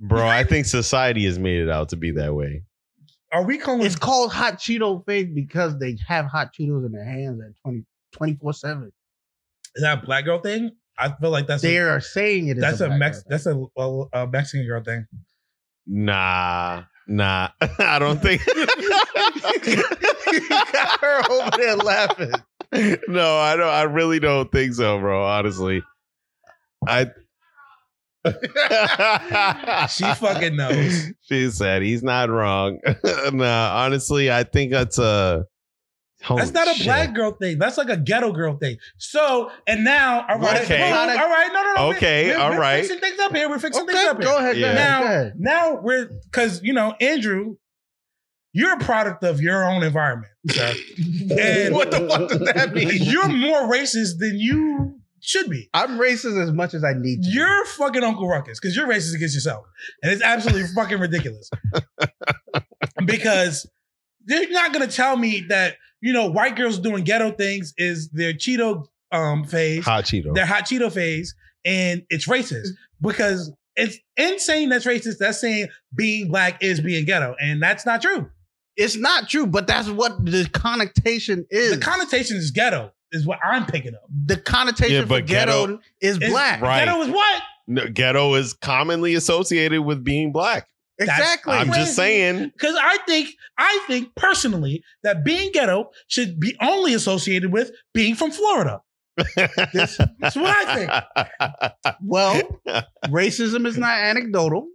S1: Bro, I think society has made it out to be that way.
S5: Are we calling
S2: It's called hot Cheeto phase because they have hot Cheetos in their hands at 20, 24 seven.
S5: is that a black girl thing? I feel like that's
S2: They
S5: a,
S2: are saying it. Is
S5: that's a,
S2: black
S5: Mex,
S2: girl.
S5: that's a, a, a Mexican girl thing.
S1: Nah, nah. I don't think.
S2: got her over there laughing.
S1: no, I don't. I really don't think so, bro. Honestly, I.
S5: She fucking knows.
S1: She said he's not wrong. nah, honestly, I think that's a.
S2: Oh,
S1: Holy
S5: That's not a
S1: shit.
S5: black girl thing. That's like a ghetto girl thing. So, and now, all right,
S1: Okay.
S5: whoa, all right, no, no, no. we-
S1: Okay,
S5: we're,
S1: all
S5: we're
S1: right.
S5: Fixing things up here. We're fixing
S2: Okay,
S5: things up
S2: go
S5: here.
S2: ahead.
S1: Yeah.
S2: Go ahead.
S5: Now-
S2: go ahead.
S5: Now we're because you know, Andrew, you're a product of your own environment. sir. And
S1: What the fuck does that mean?
S5: You're more racist than you Should be.
S2: I'm racist as much as I need to. be.
S5: You're fucking Uncle Ruckus because you're racist against yourself. And it's absolutely fucking ridiculous. because they're not going to tell me that, you know, white girls doing ghetto things is their Cheeto um, phase,
S1: Hot Cheeto.
S5: their hot Cheeto phase, and it's racist because it's insane that's racist. That's saying being black is being ghetto. And that's not true.
S2: It's not true, but that's what the connotation is.
S5: The connotation is ghetto, is what I'm picking up.
S2: the connotation
S1: Yeah,
S2: for
S1: but
S2: ghetto,
S1: ghetto-
S2: is
S5: It's-
S2: black.
S1: Right.
S5: Ghetto is what?
S1: No, ghetto is commonly associated with being black.
S5: That's-
S2: Exactly.
S1: I'm
S5: Crazy.
S1: just saying.
S5: Because I think, I think personally that being ghetto should be only associated with being from Florida.
S1: That's
S5: That's what I think.
S2: well, racism is not anecdotal.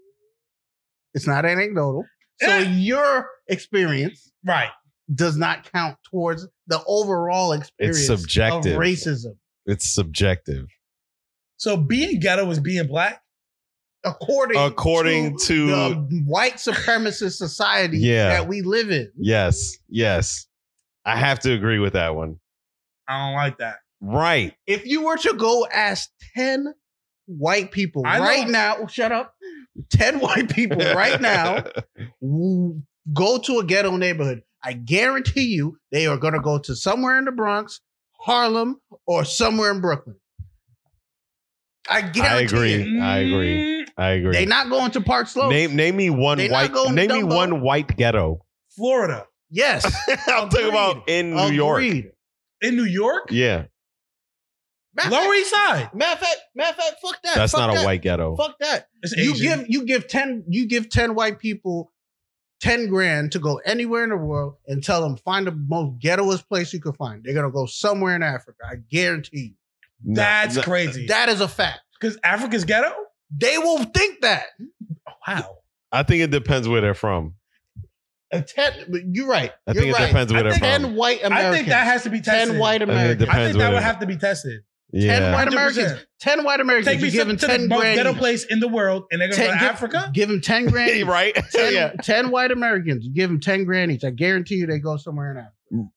S2: It's not anecdotal. So
S5: Eh.
S2: your experience
S5: Right.
S2: does not count towards the overall experience
S1: It's
S2: of
S1: subjective.
S2: racism.
S1: It's subjective.
S5: So being ghetto is being black.
S2: According
S1: According to-
S2: the white supremacist society
S1: Yeah.
S2: that we live in.
S1: Yes. Yes. I have to agree with that one.
S5: I don't like that.
S1: Right.
S2: If you were to go ask 10 white people
S5: I know-
S2: right now, shut up. 10 white people right now w- go to a ghetto neighborhood. I guarantee you they are going to go to somewhere in the Bronx, Harlem, or somewhere in Brooklyn. I guarantee
S1: I agree.
S2: it.
S1: I agree.
S5: Mm,
S1: I agree.
S2: They not going to Park Slope.
S1: name name me one
S2: They not
S1: white
S2: going to
S1: name me
S2: Dumbo.
S1: one white ghetto.
S5: Florida
S2: yes.
S1: I'm talking about in New York.
S2: Agreed.
S5: in New York,
S1: Yeah.
S2: Matter of
S5: Lower
S2: fact-
S5: East Side.
S2: Matter of fact, matter of fact, fuck that.
S1: That's
S2: fuck
S1: not
S2: that.
S1: a white ghetto.
S2: Fuck that.
S5: It's
S2: you
S5: Asian.
S2: give you give 10 you give 10 white people 10 grand to go anywhere in the world and tell them find the most ghettoest place you can find they're gonna go somewhere in africa i guarantee
S1: No,
S5: That's
S1: no.
S5: crazy.
S2: you that is a fact
S5: Because Africa's ghetto. Oh,
S2: they will think that
S5: Wow.
S1: I think it depends where they're from.
S2: a 10 but you're right
S1: I
S2: you're
S1: think it
S2: right.
S1: depends where
S5: I
S1: they're
S5: think-
S1: from.
S2: 10 white
S5: I
S2: americans
S5: think that has to be
S2: 10
S5: tested.
S2: white
S1: I think it
S2: americans
S1: depends
S5: I think
S1: where
S5: that would
S1: they're-
S5: have to be tested.
S2: 10
S1: yeah.
S2: white
S5: 100%.
S2: americans 10 white americans
S5: Take
S2: you
S5: me
S2: give
S5: to,
S2: them
S5: to
S2: 10
S5: the most
S2: grand
S5: ghetto
S2: each.
S5: place in the world, and they're
S2: 10
S5: going to go to
S2: give-
S5: Africa.
S2: give them 10 grand each.
S1: right?
S2: 10,
S1: yeah.
S2: 10 white americans you give them 10 grand each i guarantee you they go somewhere in africa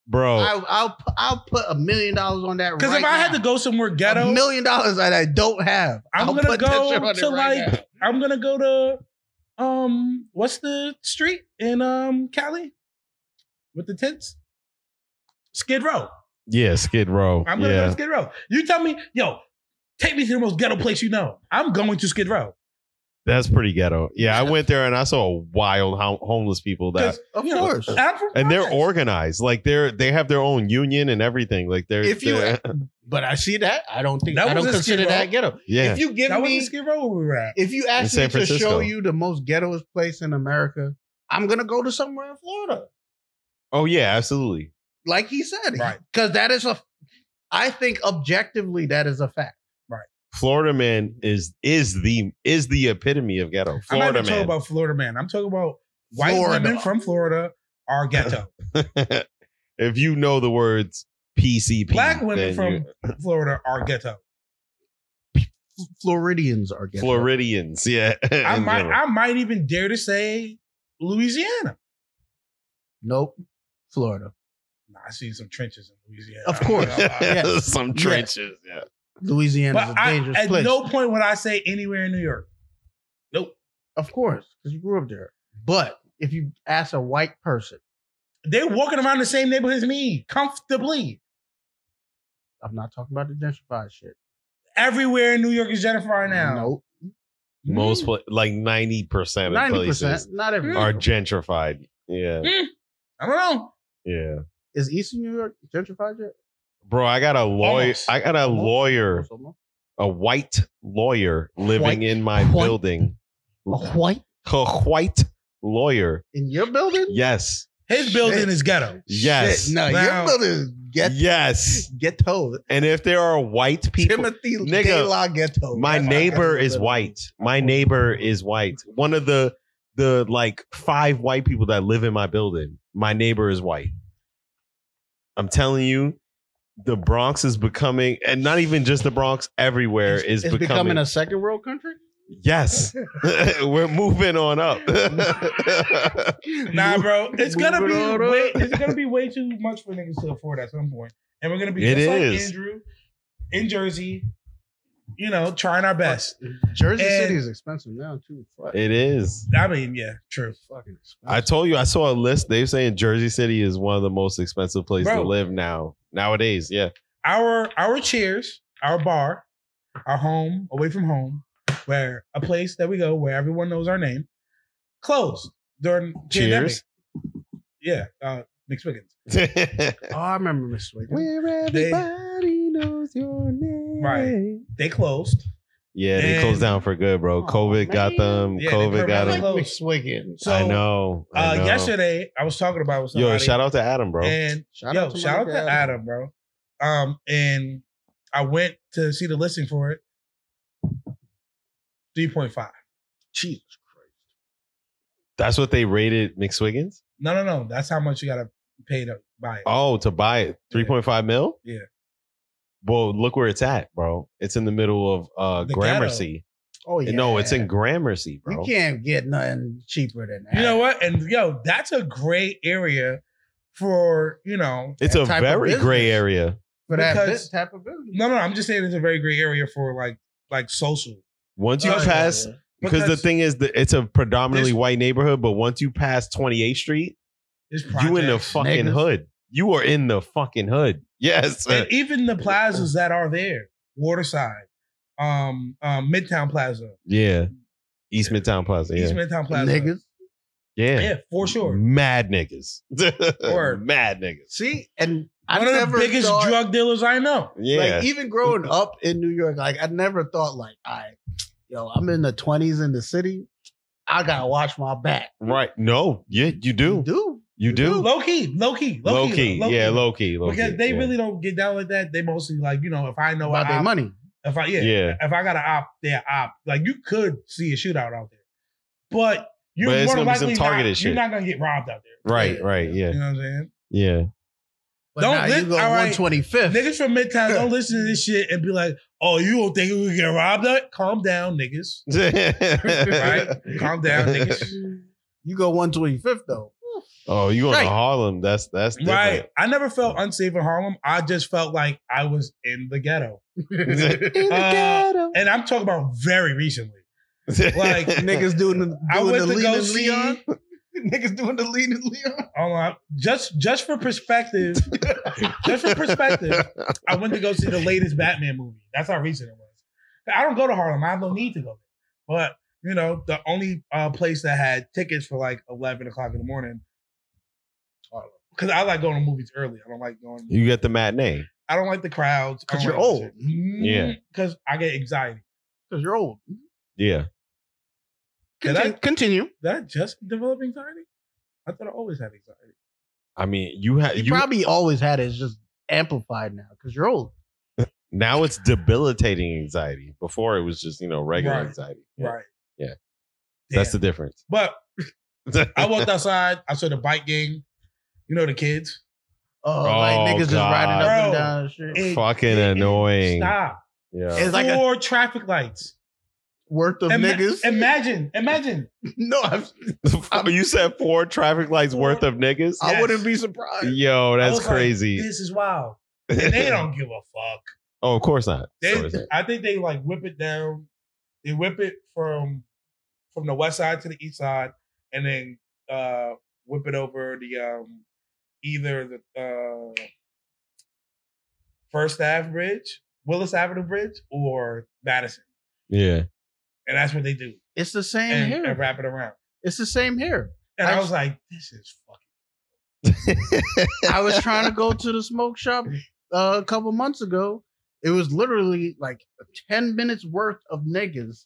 S1: Bro.
S2: I, I'll pu- I'll put a million dollars on that.
S5: Because
S2: right
S5: Oh. if I had
S2: now.
S5: to go somewhere
S2: a
S5: ghetto,
S2: million dollars that I don't have, I'll
S5: I'm gonna
S2: put that
S5: go
S2: shit on it
S5: to, like-
S2: now.
S5: I'm gonna go to um what's the street in um Cali with the tents? Skid Row.
S1: yeah, Skid Row.
S5: I'm gonna go to
S1: yeah.
S5: Skid Row. You tell me, yo, take me to the most ghetto place you know. I'm going to Skid Row.
S1: That's pretty ghetto. Yeah, I went there and I saw wild ho- homeless people that
S5: 'Cause,
S2: of
S5: you know,
S2: course.
S5: I'm from
S1: and they're
S5: Bronx.
S1: organized. Like they're they have their own union and everything. Like they're
S2: If you-
S1: they're-
S2: but I see that. I don't think
S5: That
S2: I don't
S5: was a
S2: consider
S5: Skid Row.
S2: that ghetto.
S1: yeah.
S2: If you give
S5: that was
S2: me,
S5: in Skid Row where we were at.
S2: if you
S1: In
S2: ask
S1: San
S2: me to
S1: Francisco.
S2: show you the most ghettoest place in America, I'm gonna go to somewhere in Florida,
S1: oh yeah, absolutely.
S2: like he said,
S5: Right.
S2: Because that is a, I think objectively that is a fact.
S1: Florida man is is the is the epitome of ghetto.
S5: I'm not
S1: Florida
S5: even talking
S1: man.
S5: about Florida man. I'm talking about white
S2: Florida.
S5: women from Florida are ghetto.
S1: if you know the words PCP,
S5: Black
S1: then
S5: women from Florida are ghetto.
S2: Floridians are
S1: you-
S2: ghetto.
S1: Floridians, yeah.
S5: I
S1: in
S5: might,
S1: general.
S5: I might even dare to say Louisiana.
S2: Nope, Florida,
S5: Nah, I seen some trenches in Louisiana.
S2: Of course. Yeah.
S1: Some
S2: Yeah.
S1: trenches, yeah.
S2: Louisiana is
S5: But
S2: a
S5: I,
S2: dangerous
S5: at
S2: place.
S5: no point would I say anywhere in New York. Nope.
S2: Of course, because you grew up there. But if you ask a white person,
S5: They're walking around the same neighborhood as me comfortably.
S2: I'm not talking about the gentrified shit.
S5: Everywhere in New York is gentrified now. Mm-hmm.
S2: Nope.
S1: Most pla- like ninety percent of
S2: 90%.
S1: places
S2: Not every.
S1: are gentrified. Yeah,
S5: I don't know.
S1: yeah.
S2: Is Eastern New York gentrified yet?
S1: Bro, I got a lawyer.
S5: Almost.
S1: I got a
S2: Almost.
S1: lawyer,
S2: Almost.
S1: a white lawyer living
S2: White-
S1: in my
S2: white-
S1: building.
S2: A white
S1: A white lawyer.
S2: in your building?
S1: Yes.
S5: His
S2: Shit.
S5: building is ghetto.
S1: Yes.
S2: Shit, no,
S5: Wow.
S2: your building is get
S1: Yes.
S2: ghetto.
S1: And if there are white people,
S2: Timothy
S1: Nigga,
S2: De La Ghetto.
S1: my
S2: That's
S1: neighbor
S2: what I-
S1: is white. My neighbor is white. One of the the like five white people that live in my building. My neighbor is white. I'm telling you, the Bronx is becoming, and not even just the Bronx, everywhere
S2: It's,
S1: is
S2: it's becoming,
S1: becoming
S2: a second world country.
S1: Yes. We're moving on up.
S5: Nah, bro. It's gonna be
S2: Moving on up.
S5: way, it's gonna be way too much for niggas to afford at some point. And we're gonna be
S1: It
S5: just
S1: is.
S5: like Andrew in Jersey, you know, trying our best.
S2: Jersey
S5: And-
S2: City is expensive now too. Fuck.
S1: It is.
S5: I mean, yeah, true.
S2: It's fucking expensive.
S1: I told you I saw a list. They're saying Jersey City is one of the most expensive places to
S5: Bro.
S1: live now nowadays. Yeah,
S5: Our our cheers, our bar, our home away from home, where a place that we go where everyone knows our name, closed during
S1: Cheers.
S5: pandemic. Yeah, uh, McSpiggins.
S2: oh, I remember Miss Wake.
S1: where everybody knows your name.
S5: Right. They closed.
S1: Yeah, they closed
S5: And-
S1: down for good, bro.
S2: Aw,
S1: COVID got
S2: man.
S1: them.
S5: Yeah, they
S1: COVID got
S5: permanently
S1: them.
S5: closed.
S2: Swiggin.
S5: So
S1: I know. I
S5: uh,
S1: know.
S5: yesterday I was talking about it with somebody.
S1: Yo, shout out to Adam, bro.
S5: And
S2: Shout
S5: Yo,
S2: out to
S5: shout out
S2: Mike
S5: to Adam. bro. Um, and I went to see the listing for it. Three point five.
S2: Jesus Christ.
S1: That's what they rated McSwiggins.
S5: No, no, no. That's how much you gotta pay to buy it.
S1: Oh, to buy it, three point five mil.
S5: Yeah.
S1: Well, look where it's at, bro. It's in the middle of uh,
S5: The
S1: Gramercy.
S2: Oh yeah.
S1: No, it's in Gramercy, bro.
S2: You can't get nothing cheaper than that.
S5: You know what? And yo, that's a great area for you know.
S1: It's
S2: That
S1: a
S2: type of
S1: very
S2: business.
S1: gray area.
S2: For that
S5: Because-
S2: bit- type of business.
S5: No, no. I'm just saying it's a very great area for like like social.
S1: Once you
S5: Oh, yeah,
S1: pass, because the
S5: Because
S1: thing is, that it's a predominantly
S5: This-
S1: white neighborhood. But once you pass 28th Street,
S5: There's
S1: you in the
S5: projects.
S1: fucking
S2: niggas.
S1: hood. You are in the fucking hood. Yes.
S5: and even the plazas that are there, Waterside, um, um Midtown Plaza,
S1: yeah. East Midtown Plaza. Yeah.
S5: East Midtown Plaza,
S2: Niggas.
S1: yeah. Mm-hmm.
S5: yeah, for sure.
S1: Mad niggas.
S5: Word.
S1: Mad niggas.
S2: See, and
S5: one
S2: I
S5: of the
S2: never
S5: biggest
S2: thought,
S5: drug dealers I know.
S1: Yeah.
S2: Like even growing up in New York, like I never thought like, I, yo, I'm in the 20s in the city. I gotta watch my back.
S1: right. No. Yeah. You
S2: You
S1: do.
S2: do.
S1: You do.
S5: Low key, low key, low,
S1: Low
S5: key,
S1: key.
S5: low key.
S1: Yeah. Low key. Low
S5: because
S1: key.
S5: they
S1: yeah.
S5: really don't get down like that. They mostly like you know if I know
S2: About
S5: I
S2: their
S5: op,
S2: money.
S5: if I yeah,
S1: Yeah.
S5: if I got to op, they op. Like you could see a shootout out there, but you're
S1: But it's
S5: more
S1: gonna be some
S5: likely
S1: targeted
S5: not,
S1: shit.
S5: You're not gonna get robbed out there.
S1: Right. Right.
S5: You
S1: Yeah.
S5: know what I'm saying?
S1: Yeah.
S2: But
S5: Don't
S2: now you
S5: lis-
S2: go
S5: all right.
S2: 125th.
S5: Niggas from Midtown don't listen to this shit and be like, "Oh, you don't think we get robbed?" Out? Calm down, niggas. Right? Calm down, niggas.
S2: You go 125th though.
S1: Oh, you going
S2: Right.
S1: to Harlem? That's that's different.
S5: Right. I never felt unsafe in Harlem. I just felt like I was in the ghetto. Uh, And I'm talking about very recently. Like,
S2: Niggas doing the, doing
S5: I went
S2: the
S5: to
S2: lean
S5: go
S2: and
S5: see.
S2: Leon. Niggas doing the lean and Leon.
S5: Hold on. Just just for perspective, just for perspective, I went to go see the latest Batman movie. That's how recent it was. I don't go to Harlem. I have no need to go. But you know, the only uh, place that had tickets for like eleven o'clock in the morning, because I like going to movies early. I don't like going.
S1: you get the matinee.
S5: I don't like the crowds. I
S2: 'Cause
S5: don't
S2: you're
S5: like
S2: old.
S5: that shit.
S1: Yeah.
S5: because I get anxiety.
S2: Because you're old.
S1: Yeah.
S5: Did I-
S2: Continue. continue.
S5: Did I just develop anxiety? I thought I always had anxiety.
S1: I mean, you have
S2: You,
S1: you
S2: probably always had it. It's just amplified now because you're old.
S1: now it's debilitating anxiety. Before it was just, you know, regular
S5: Right.
S1: anxiety.
S5: Right.
S1: Yeah. That's the difference.
S5: But I walked outside. I saw the bike gang. You know the kids.
S2: Oh,
S1: Oh,
S2: like niggas just riding up and
S5: God.
S2: down and shit.
S5: It-
S1: Fucking
S5: it-
S1: annoying.
S5: Stop.
S1: Yeah.
S2: It's like a
S5: Four traffic lights.
S2: worth of
S5: Ima-
S2: niggas.
S5: Imagine. Imagine.
S2: no, i
S1: Oh, you said four traffic lights worth of niggas?
S5: Yes.
S2: I wouldn't be surprised.
S1: Yo,
S5: I
S1: that's
S5: was like,
S1: crazy.
S5: this is wild. And they don't give a fuck.
S1: oh, of course not.
S5: They,
S1: Of course not.
S5: I think they like whip it down. They whip it from from the west side to the east side, and then uh whip it over the um either the uh First Ave Bridge, Willis Avenue Bridge, or Madison,
S1: Yeah.
S5: and that's what they do,
S2: It's the same
S5: and,
S2: here.
S5: and wrap it around.
S2: It's the same here.
S5: And I,
S2: I-
S5: was like, this is fucking.
S2: I was trying to go to the smoke shop uh, a couple months ago. It was literally like 10 minutes worth of niggas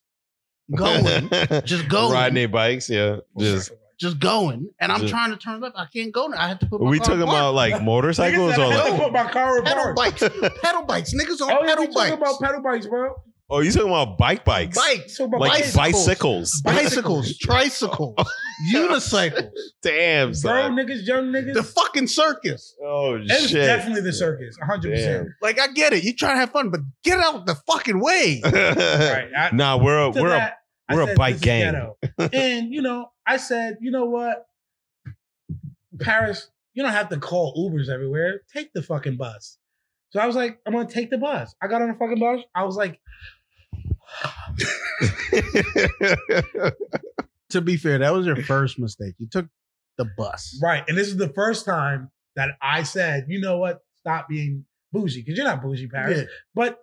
S2: going, just going,
S1: Riding their bikes. Yeah. Just.
S2: just going. And I'm
S1: Just-
S2: trying to turn left. I can't go now. I had to put
S1: Are
S2: my
S1: we
S2: car
S1: talking
S2: in park.
S1: about like motorcycles or
S5: I had to
S1: like
S5: put my car in
S2: pedal
S5: park.
S2: bikes. pedal bikes. Niggas on
S5: Oh, yeah, we
S2: pedal
S5: talking
S2: bikes.
S5: about pedal bikes, bro.
S1: Oh, you talking about bike bikes?
S2: bikes.
S5: So about
S1: Like
S5: bikes.
S1: bicycles.
S2: Bicycles, tricycles, unicycles,
S1: Damn,
S5: Bro,
S1: son.
S5: niggas, young niggas.
S2: the fucking circus.
S1: Oh
S5: It's
S1: shit.
S5: definitely the circus, 100%.
S2: Like I get it, you trying to have fun, but get out the fucking way.
S5: Right. I,
S1: nah, we're a,
S5: to
S1: we're a,
S5: that, I
S1: we're a
S5: said,
S1: bike
S5: this is
S1: gang.
S5: ghetto. and, you know, I said, you know what? Paris, you don't have to call Ubers everywhere. Take the fucking bus. So I was like, I'm going to take the bus. I got on the fucking bus. I was like,
S2: To be fair, that was your first mistake. You took the bus.
S5: Right. And this is the first time that I said, you know what? Stop being bougie because you're not bougie, Paris.
S2: Yeah.
S5: But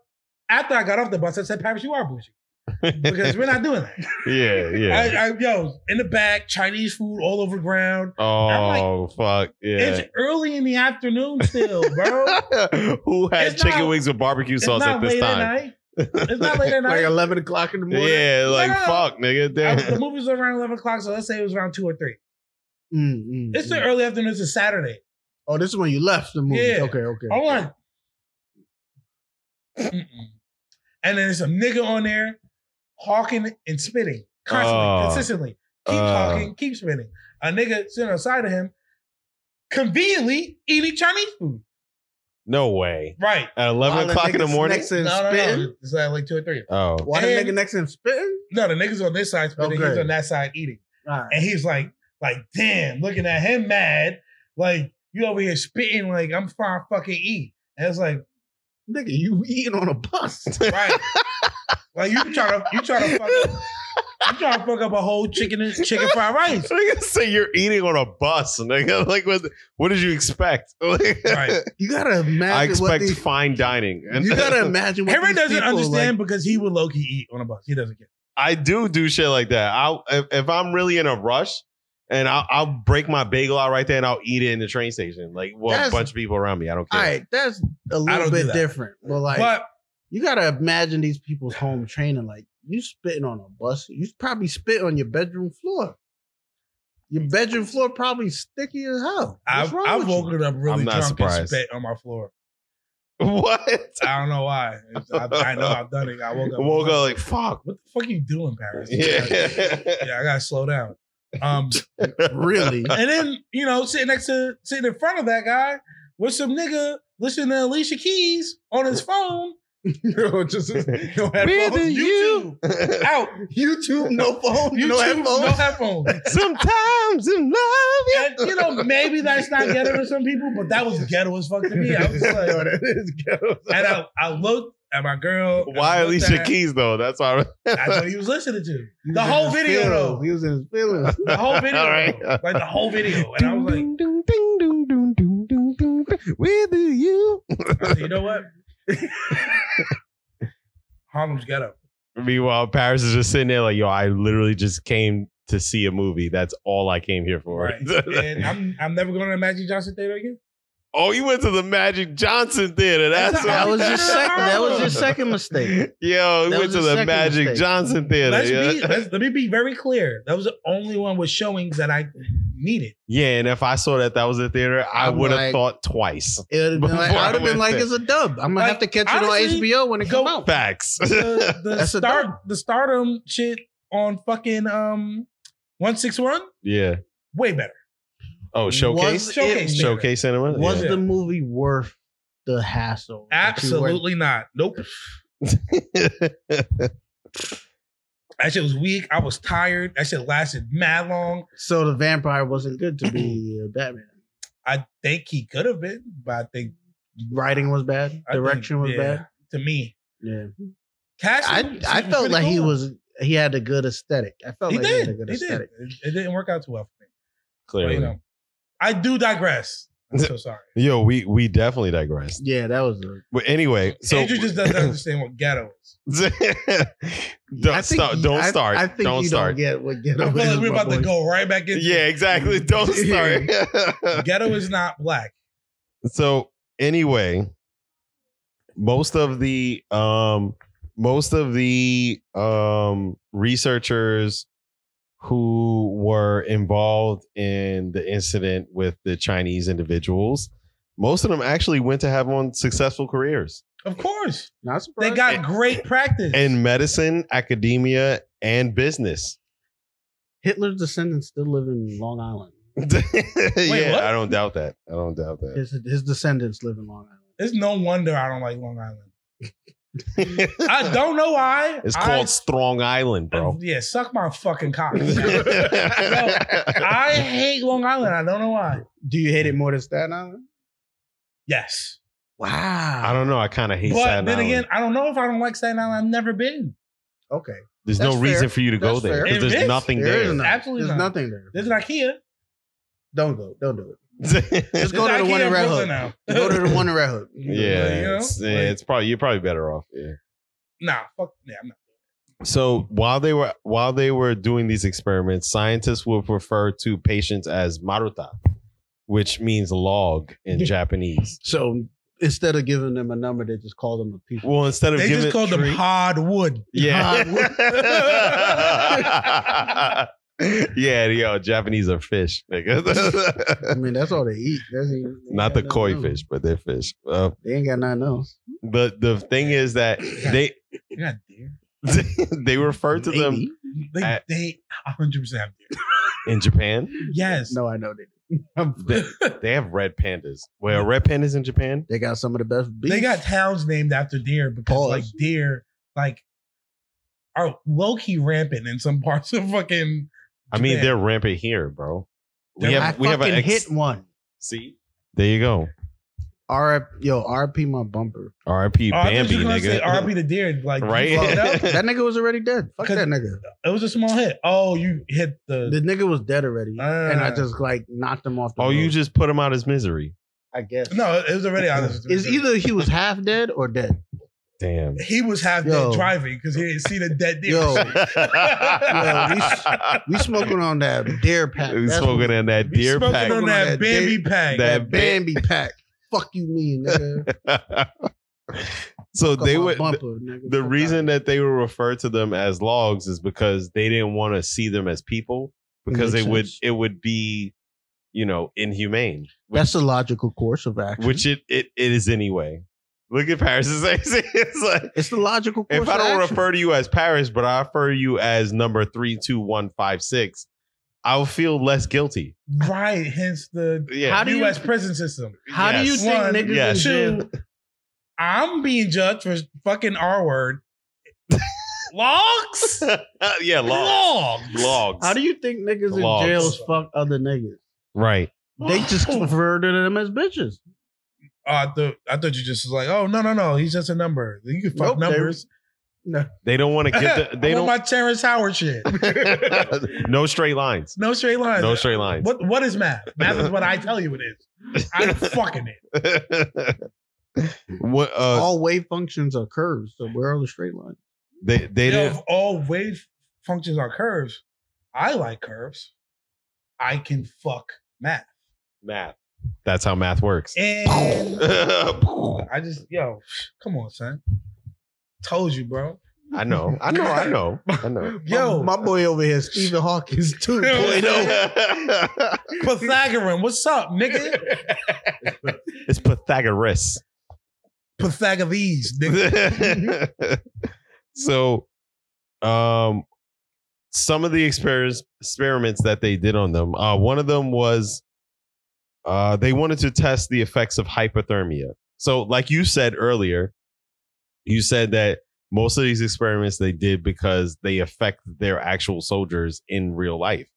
S5: after I got off the bus, I said, Paris, you are bougie because we're not doing that.
S1: yeah, yeah.
S5: I, I, yo, in the back, Chinese food all over the ground.
S1: oh fuck, yeah.
S5: It's early in the afternoon still, bro.
S1: Who had
S5: It's
S1: chicken
S5: not-
S1: wings with barbecue
S5: it's
S1: sauce
S5: not
S1: at this
S5: late
S1: time?
S5: at night. It's not late at
S2: Like
S5: night.
S2: eleven o'clock in the morning.
S1: Yeah, like
S5: No.
S1: fuck, nigga.
S5: I-
S1: Damn.
S5: the movie's around 11 o'clock, so let's say it was around 2 or 3.
S2: Mm, mm,
S5: It's the
S1: Mm-hmm.
S2: mm.
S5: early afternoon. It's a Saturday.
S2: Oh, this is when you left the movie.
S5: Yeah. Oh,
S2: Okay, okay.
S5: I'm like, Mm-mm. and then there's a nigga on there hawking and spitting constantly,
S1: Oh.
S5: consistently. Keep
S1: Oh.
S5: talking, keep spitting. A nigga sitting outside of him, conveniently eating Chinese food.
S1: no way.
S5: Right.
S1: At
S2: While
S1: eleven
S2: the
S1: o'clock in the
S2: niggas
S1: morning.
S2: Next to him
S5: No, no,
S2: spitting.
S5: no. It's like, like two or three.
S1: Oh,
S2: Why the
S5: And-
S2: nigga next to him spitting?
S5: No, the niggas on this side spitting, he's
S2: Okay.
S5: on that side eating.
S2: All right.
S5: And he's like, like, damn, looking at him mad. Like, you over here spitting like I'm fine fucking eat. And it's like,
S2: Nigga, you eating on a bus.
S5: Right. like you try to you try to fuck up you try to fuck up a whole chicken and chicken fried rice.
S1: nigga, say you're eating on a bus, nigga. Like, what? What did you expect? Like,
S5: Right.
S2: You gotta imagine
S1: I
S2: what
S1: expect
S2: these,
S1: fine dining, and
S2: You gotta imagine what
S5: Henry
S2: these
S5: doesn't
S2: people,
S5: understand because he would low key eat on a bus. He doesn't get
S1: I do do shit like that. I if, if I'm really in a rush, and I'll, I'll break my bagel out right there, and I'll eat it in the train station, like with
S2: That's-
S1: a bunch of people around me. I don't
S2: Like,
S1: care.
S2: all right, that's a
S5: don't
S2: little
S5: do
S2: bit
S5: that.
S2: different. But like
S5: But
S2: you gotta imagine these people's home training. Like you spitting on a bus. You probably spit on your bedroom floor. Your bedroom floor probably sticky as hell. What's
S5: I've
S2: wrong
S5: I've
S2: with you?
S5: woken up really
S1: I'm not
S5: drunk and
S1: surprised.
S5: spit on my floor.
S1: What?
S5: I don't know why. It's- I, I know I've done it. I woke up.
S1: Woke up like fuck.
S5: What the fuck you doing, Paris?
S1: Yeah.
S5: yeah, I gotta slow down. Um
S2: Really?
S5: and then, you know, sitting next to sitting in front of that guy with some nigga listening to Alicia Keys on his phone.
S2: Just-
S5: No headphones.
S1: Really?
S5: YouTube.
S1: You?
S5: Out.
S2: YouTube, no phone,
S5: YouTube,
S2: no
S5: No
S2: headphones.
S5: headphones.
S1: Sometimes in love,
S5: And, you know, maybe that's not ghetto to some people, but that was ghetto as fuck to me. I was like,
S2: Yo, that is ghetto.
S5: and I, I looked at my girl. and I
S1: Why
S5: looked
S1: Alicia
S5: at-
S1: Keys though? That's why.
S5: That's what he was listening to.
S2: He
S5: The
S2: was in
S5: whole
S2: his
S5: video,
S2: feelings.
S5: though.
S2: He was in his feelings.
S5: The whole video.
S1: All right.
S5: Like the whole video. And I was like,
S1: with you.
S5: I said, you know what? Harlem's ghetto.
S1: Meanwhile, Paris is just sitting there like, yo, I literally just came to see a movie. That's all I came here for.
S5: Right. and I'm I'm never going to Magic Johnson Theater again.
S1: oh, you went to the Magic Johnson Theater. That's
S5: That's-
S1: what-
S2: That was your second. That was your second mistake.
S1: Yo, we
S2: that
S1: went
S2: was
S1: to
S2: his
S1: the
S2: second
S1: Magic
S2: mistake.
S1: Johnson Theater.
S5: Let's
S1: yeah.
S5: be, let's, let me be very clear. That was the only one with showings that I needed.
S1: yeah, and if I saw that that was the theater, I
S2: I'm
S1: would have
S2: like-
S1: thought twice.
S2: It'd have been like,
S1: Before I
S2: I'd have
S1: went
S2: been like,
S1: there.
S2: it's a dub. I'm gonna
S5: Like,
S2: have to catch
S5: honestly,
S2: it on HBO when it
S5: go
S2: comes out.
S1: Facts.
S5: the, the
S2: That's a
S5: start
S2: dub.
S5: the stardom shit on fucking um one six one
S1: yeah.
S5: way better.
S1: Oh, showcase.
S2: Was
S5: Showcase.
S2: it-
S5: Sure.
S1: showcase cinema.
S2: Was
S1: yeah.
S2: the movie worth the hassle? that you went-
S5: Absolutely not. Nope. That shit was weak. I was tired. That shit lasted mad long.
S2: So the vampire wasn't good to be uh, Batman.
S5: I think he could have been, but I think
S2: Writing was bad.
S5: I
S2: Direction
S5: think,
S2: was
S5: yeah,
S2: bad.
S5: to me.
S2: Yeah,
S5: Cash,
S2: I I felt like he was he had a good aesthetic. I felt
S5: He
S2: like he
S5: did.
S2: had a good
S5: He did.
S2: aesthetic.
S5: It, it didn't work out too well for me. But,
S1: Clearly.
S5: you know, I do digress. I'm so sorry.
S1: Yo, we we definitely digressed.
S2: Yeah, that was. A,
S1: But anyway, so
S5: Andrew just doesn't understand what ghetto is.
S1: don't
S2: I think
S1: start.
S2: you-
S1: Don't
S2: I-
S1: start.
S2: I, think
S1: don't
S2: you
S1: start.
S2: don't get what get
S5: I
S2: over.
S5: feel like we're about to go right back into
S1: yeah, exactly. Don't start.
S5: ghetto is not black.
S1: so anyway, most of the um most of the um researchers who were involved in the incident with the Chinese individuals, most of them actually went to have on successful careers
S5: Of course.
S2: Not
S5: They
S2: surprised.
S5: got great practice.
S1: in medicine, academia, and business.
S2: Hitler's descendants still live in Long Island.
S1: yeah,
S5: what?
S1: I don't doubt that. I don't doubt that.
S2: His his descendants live in Long Island.
S5: it's no wonder I don't like Long Island. I don't know why.
S1: It's
S5: I-
S1: called Strong Island, bro.
S5: Yeah, suck my fucking cock.
S1: I
S5: I hate Long Island. I don't know why.
S2: Do you hate it more than Staten Island?
S5: Yes.
S2: Wow.
S1: don't know. I kind of hate
S5: but
S1: Staten
S5: then
S1: Island.
S5: again, I don't know if I don't like Staten Island. I've never been.
S2: Okay.
S1: There's
S2: That's
S1: no reason
S2: fair.
S1: for you to go
S2: That's
S1: there
S2: fair.
S1: because
S5: It
S1: there's
S5: is.
S1: nothing
S2: There
S1: there.
S2: is no-
S5: Absolutely
S2: There's
S5: not.
S2: nothing there.
S5: There's an IKEA.
S2: Don't go. Don't do it.
S1: yeah,
S2: Just go
S5: There's
S2: to the
S5: IKEA
S2: one in Red
S5: Brooklyn
S2: Hook.
S5: now.
S2: Go to the one in Red Hook.
S1: it's, yeah, it's probably you're probably better off. Yeah.
S5: Nah, fuck. Yeah, I'm not.
S1: So while they were while they were doing these experiments, scientists would refer to patients as maruta, which means log in Japanese.
S2: So instead of giving them a number, they just call them a people.
S1: Well, instead of
S5: They
S1: giving
S5: just called them
S2: treat.
S5: hardwood.
S1: yeah. yeah, yo, Japanese are fish.
S2: I
S1: nigga.
S2: mean, that's all they eat. That's ain't- they ain't
S1: Not the
S2: got
S1: koi
S2: nothing else.
S1: fish, but they're fish. Uh,
S2: They ain't got nothing else.
S1: but the thing is that they
S5: God damn.
S1: they refer to them
S2: Maybe.
S5: They,
S1: At-
S5: they 100% have deer.
S1: in Japan.
S5: Yes.
S2: No, I know they. do.
S1: They, they have red pandas. Well, red pandas in Japan.
S2: They got some of the best beef.
S5: They got towns named after deer because
S2: Pause.
S5: like deer like are low key rampant in some parts of fucking.
S1: I mean,
S5: Japan.
S1: they're rampant here, bro. We
S5: They're-
S1: have
S2: I
S1: we have an
S2: fucking
S1: ex-
S2: hit one.
S1: See, there you go.
S2: RIP, yo, RP my bumper.
S1: R.I.P.
S5: Oh, I thought
S1: Bambi,
S5: you were gonna say
S1: nigga.
S5: RP the deer, like you
S1: Right?
S5: fucked up.
S2: that nigga was already dead. Fuck
S5: Cause-
S2: that nigga.
S5: It was a small hit. Oh, you hit the.
S2: The nigga was dead already, and I just like knocked him off. The
S1: oh, you
S2: road,
S1: just put him out his misery.
S2: I guess.
S5: no, it was already honest.
S2: it's either he was half dead or dead.
S1: Damn.
S5: he was half dead
S2: Yo.
S5: driving because he didn't see the dead deer.
S2: Yo.
S1: we,
S2: We smoking on that deer pack. That's what
S1: smoking in that
S5: We
S1: deer
S5: smoking
S1: pack.
S5: on that
S2: That
S5: Bambi pack.
S1: that
S2: that Bambi pack. Fuck you, mean nigga.
S1: so
S2: Fuck
S1: they
S2: my
S1: would.
S2: bumper, nigga.
S1: the
S2: Fuck
S1: reason
S2: out.
S1: that they would refer to them as logs is because they didn't want to see them as people because
S2: Makes
S1: it would
S2: sense.
S1: it would be, you know, inhumane.
S2: that's the logical course of action.
S1: which it, it it is anyway. Look at Paris. It's like, it's like,
S2: it's the logical course.
S1: if I don't
S2: of action.
S1: refer to you as Paris, but I refer you as number three two one five six, I'll feel less guilty.
S5: right, hence the
S1: Yeah.
S2: How do you-
S5: U.S. prison system.
S2: how do you
S1: Yes.
S2: think
S5: One,
S2: niggas
S1: yes.
S2: in jail?
S5: Two, I'm being judged for fucking R word. Logs?
S1: Uh, yeah, logs.
S5: Logs.
S1: Logs.
S2: How do you think niggas
S1: Logs.
S2: in jails fuck other niggas?
S1: right.
S2: They just refer to them as bitches.
S5: Oh, I thought I thought you just was like, oh no no no, he's just a number. You can fuck
S2: Nope, they-
S5: numbers.
S1: They don't want to get the, they
S5: I want
S1: don't
S5: my Terrence Howard shit.
S1: no straight lines.
S5: no straight lines.
S1: No straight lines.
S5: What what is math? Math is what I tell you it is. I'm fucking it.
S1: what uh
S2: All wave functions are curves, so where are the straight lines?
S1: they they
S5: You know,
S1: didn't
S5: if all wave functions are curves, I like curves. I can fuck math.
S1: math. That's how math works.
S5: And
S1: I
S5: I just yo, come on, son. Told you,
S1: know.
S5: bro.
S1: I know. I know. I know.
S5: Yo,
S2: my, my boy over here, Stephen Hawkins, too.
S5: Boy,
S1: know.
S5: Pythagorean, what's up, nigga?
S1: It's Pythagoras.
S5: Pythagorees, nigga.
S1: so, um, some of the experiments experiments that they did on them. Uh, one of them was, uh, they wanted to test the effects of hypothermia. So, like you said earlier, you said that most of these experiments they did because they affect their actual soldiers in real life.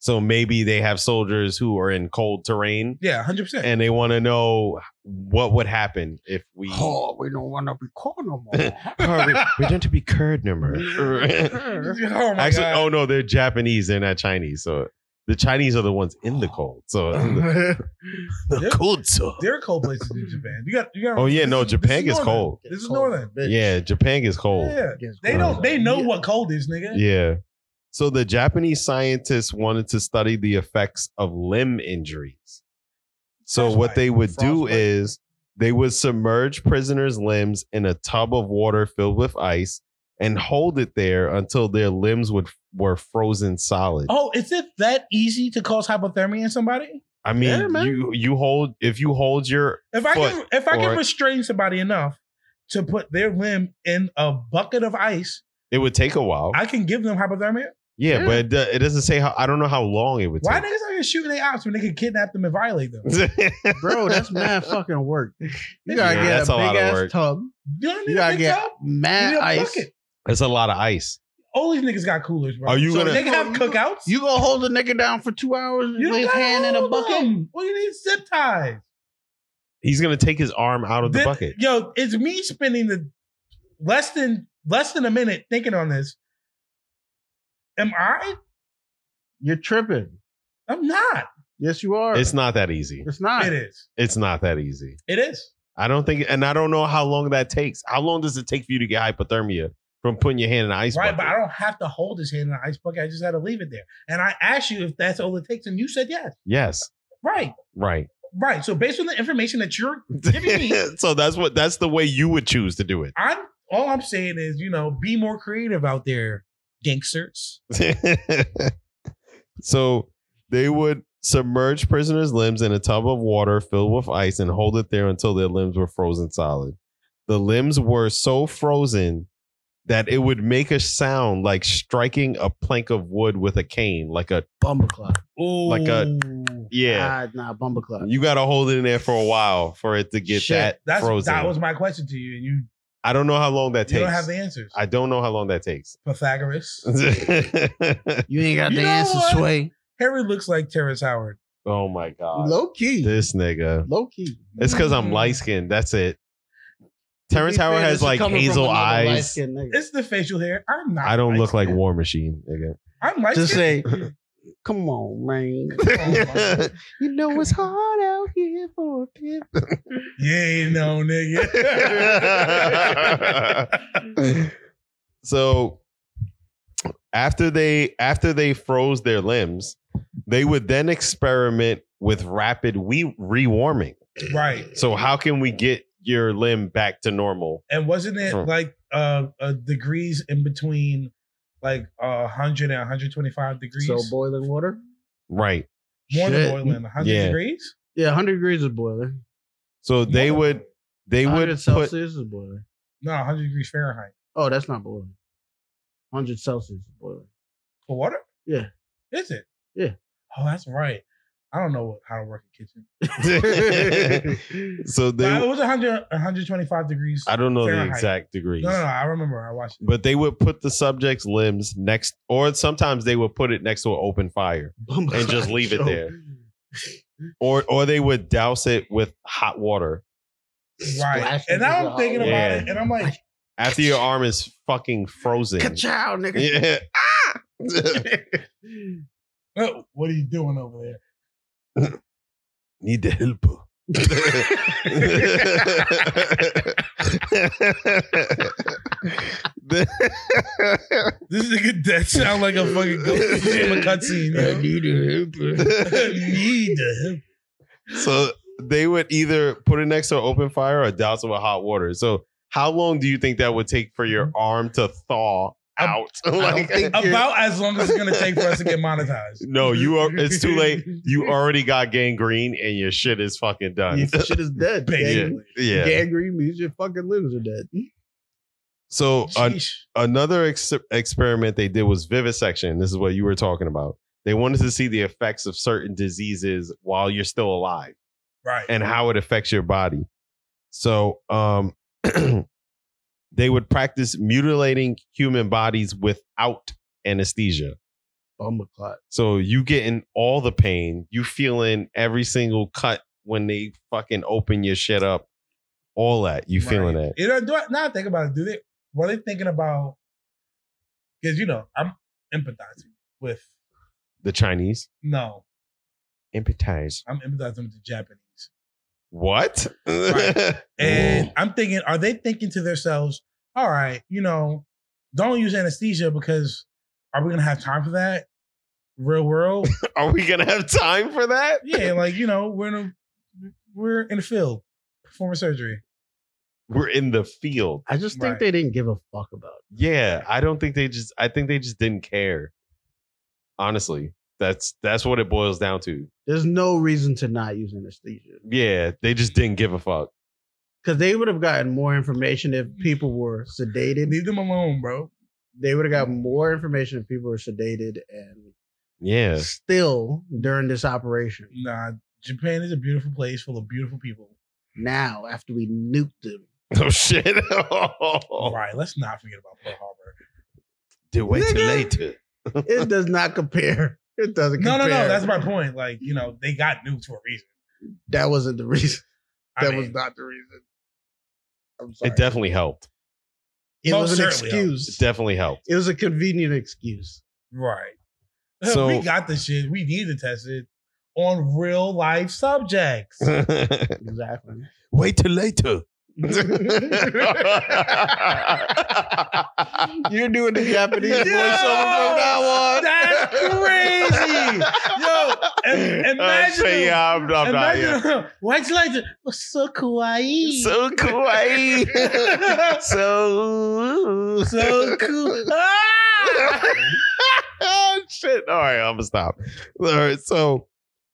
S1: So maybe they have soldiers who are in cold terrain
S5: Yeah, hundred percent.
S1: and they want to know what would happen if we
S2: Oh, we don't want to be called no
S1: Oh, we, we don't to be curd
S2: more.
S1: number.
S5: Oh my
S1: Actually,
S5: god.
S1: oh no, they're Japanese. They're not Chinese. So the Chinese are the ones in the cold. So
S5: Uh-huh. They're-
S1: cold. So
S5: There are cold places in Japan. You got, you got.
S1: oh yeah, no,
S5: this is-
S1: Japan
S5: this
S1: gets
S5: is northern.
S1: cold.
S5: This is northern.
S1: Yeah, Japan gets cold.
S5: Yeah, they don't. They know what cold is, nigga.
S1: Yeah. So the Japanese scientists wanted to study the effects of limb injuries. So what
S5: Frostbite.
S1: they would do
S5: Frostbite.
S1: is they would submerge prisoners' limbs in a tub of water filled with ice and hold it there until their limbs would were frozen solid.
S5: Oh, is it that easy to cause hypothermia in somebody?
S1: I mean,
S2: Yeah, man.
S1: you you hold if you hold your
S5: If I can, if I
S1: or-
S5: can restrain somebody enough to put their limb in a bucket of ice,
S1: it would take a while.
S5: I can give them hypothermia.
S1: yeah,
S2: Yeah.
S1: but it, do- it doesn't say how. I don't know how long it would
S5: Why
S1: take.
S5: niggas out here shooting their ops when they can kidnap them and violate them?
S2: Bro, that's mad fucking work. You gotta
S1: Yeah,
S2: get
S1: that's
S2: a
S1: a lot
S2: big
S1: of
S2: ass
S1: work.
S2: tub.
S5: You don't need
S2: You
S5: a
S2: gotta
S5: big
S2: get
S5: tub. You
S2: mad
S5: need a
S2: ice.
S5: bucket.
S1: That's a lot of ice.
S5: All these niggas got coolers, bro.
S1: Are you
S5: so
S1: gonna-
S5: They can have cookouts.
S2: Oh, You gonna hold the nigga down for two hours and
S5: You don't
S2: lay his
S5: gotta
S2: hand in a
S5: hold
S2: bucket?
S5: them. Well, you need zip ties.
S1: He's gonna take his arm out of the
S5: Then-
S1: bucket.
S5: Yo, it's me spending the less than less than a minute thinking on this. Am I?
S2: You're tripping.
S5: I'm not.
S2: Yes, you are.
S1: It's not that easy.
S2: It's not.
S5: It is.
S1: It's not that easy.
S5: It is.
S1: I don't think, and I don't know how long that takes. How long does it take for you to get hypothermia from putting your hand in the ice?
S5: right,
S1: bucket?
S5: but I don't have to hold his hand in the ice bucket. I just had to leave it there. And I asked you if that's all it takes, and you said yes.
S1: yes,
S5: Right,
S1: right.
S5: right. So based on the information that you're giving me,
S1: so that's what that's the way you would choose to do
S5: I'm all I'm saying is, you know, be more creative out there, gangsters.
S1: it. so they would submerge prisoners' limbs in a tub of water filled with ice and hold it there until their limbs were frozen solid. The limbs were so frozen that it would make a sound like striking a plank of wood with a cane, like a
S2: Bumble clock.
S5: Oh,
S1: Like a- yeah.
S2: Ah, nah, bumble clock.
S1: You got to hold it in there for a while for it to get
S2: Shit,
S1: that
S5: that's
S1: frozen.
S5: that was my question to you, and you,
S1: I don't know how long that
S5: you
S1: takes.
S5: don't have the answers.
S1: I don't know how long that takes.
S5: Pythagoras.
S2: You ain't got
S5: You
S2: the
S5: know
S2: answer,
S5: what?
S2: Sway.
S5: Harry looks like Terrence Howard.
S1: oh my
S5: Uh,
S1: god,
S2: Low key.
S1: this nigga.
S2: Low key.
S1: It's because I'm
S5: Mm.
S1: light skinned. That's it. Terrence
S2: To be
S1: Howard
S2: fair,
S1: has
S2: this is
S1: like
S2: coming from
S1: hazel
S2: another
S1: eyes.
S2: light-skinned nigga.
S5: It's the facial hair. I'm not.
S1: I don't look like
S5: light-skinned.
S1: War Machine, nigga.
S5: I'm like
S2: Just say, come on, man. You know it's hard out here for a pimp.
S5: yeah, you know, Oh, nigga.
S1: so after they after they froze their limbs, they would then experiment with rapid we rewarming.
S5: right.
S1: So how can we get your limb back to normal?
S5: And wasn't it
S1: Hmm.
S5: like uh, uh degrees in between like uh, 100 and 125 degrees?
S2: So boiling water?
S1: Right.
S5: More
S2: Shit.
S5: than boiling, 100
S1: Yeah.
S5: degrees?
S2: Yeah, 100 degrees is boiling.
S1: So they
S5: More
S1: would they would
S2: 100
S1: put
S2: Celsius is boiling.
S5: No, 100 degrees Fahrenheit.
S2: Oh, that's not boiling. 100 Celsius is boiling.
S5: For water?
S2: Yeah.
S5: Is it?
S2: Yeah.
S5: Oh, that's right. I don't know what, how to work a kitchen.
S1: so
S5: But it
S1: they
S5: was 100, 125 degrees.
S1: I don't know the
S5: Fahrenheit.
S1: exact degrees.
S5: no, no, no. I remember. I watched it.
S1: But they would put the subject's limbs next or sometimes they would put it next to an open fire.
S2: Bumble
S1: And just
S2: clock
S1: leave it
S2: show.
S1: there. Or or they would douse it with hot water.
S5: Right.
S2: Splash
S5: And
S2: into
S5: now
S2: the
S5: I'm thinking
S2: hot
S5: about
S1: water.
S5: it and I'm like,
S1: After your arm is fucking frozen.
S2: Ka-chow, nigga.
S1: Yeah.
S5: oh, what are you doing over there?
S1: Need the help.
S5: This nigga that sound like a fucking Ghost of Tsushima cutscene. yo. Need the help.
S1: so they would either put it next to an open fire or douse it with hot water. So how long do you think that would take for your arm to thaw
S5: I'm-
S1: out?
S2: don't
S1: like,
S2: think-
S5: About as long as it's gonna take for us to get monetized.
S1: no, you are. It's too late. You already got gangrene, and your shit is fucking done.
S2: Your shit is dead.
S1: Yeah.
S5: Basically.
S1: yeah.
S2: Gangrene means your fucking limbs are dead.
S1: So an-
S5: Sheesh.
S1: another ex- experiment they did was vivisection. This is what you were talking about. They wanted to see the effects of certain diseases while you're still alive.
S5: Right.
S1: and how it affects your body. So, um, they would practice mutilating human bodies without anesthesia.
S2: Bumble clock.
S1: So you getting all the pain, you feeling every single cut when they fucking open your shit up, all that you feeling
S5: Right.
S1: that.
S5: You know, do I, now I think about it. Do they were they thinking about because you know, I'm empathizing with
S1: The Chinese
S5: no,
S1: empathize.
S5: I'm empathizing with the Japanese.
S1: What?
S5: Right. And I'm thinking, are they thinking to themselves, all right, you know, don't use anesthesia because are we gonna have time for that? Real world?
S1: Are we gonna have time for that?
S5: yeah, like you know, we're in a we're in the field performing surgery.
S1: We're in the field.
S2: I just think
S5: Right.
S2: they didn't give a fuck about it.
S1: Yeah, I don't think they just I think they just didn't care. Honestly, that's that's what it boils down to.
S2: There's no reason to not use anesthesia
S1: Yeah, they just didn't give a fuck.
S2: because they would have gotten more information if people were sedated.
S5: Leave them alone, bro.
S2: They would have got more information if people were sedated and
S1: Yeah.
S2: still during this operation.
S5: Nah, Japan is a beautiful place full of beautiful people.
S2: Now, after we nuked them,
S1: Oh shit. Oh.
S5: All right, let's not forget about Pearl Harbor.
S1: Do wait till
S2: Nigga.
S1: later.
S2: it does not compare. It doesn't
S5: No,
S2: compare.
S5: no, no. That's my point. Like, you know, they got nuked for a reason.
S2: that wasn't the reason.
S5: I
S2: That
S5: mean,
S2: was not the reason. I'm sorry.
S1: It definitely helped.
S2: It
S5: Most
S2: was an
S5: certainly helped.
S2: excuse.
S1: It definitely helped.
S2: It was a convenient excuse.
S5: Right.
S1: So-
S5: we got the shit. We need to test it on real life subjects.
S2: Exactly.
S1: Wait till later.
S2: You're doing the Japanese
S1: Yo,
S2: voiceover from
S5: That's crazy. Yo, im- imagine.
S1: Uh, yeah, I'm, I'm not. Yeah.
S5: imagine what's like the- oh, so kawaii.
S1: So kawaii. so
S5: So cool. Ah!
S1: oh, shit. All right, I'm gonna stop. All right, so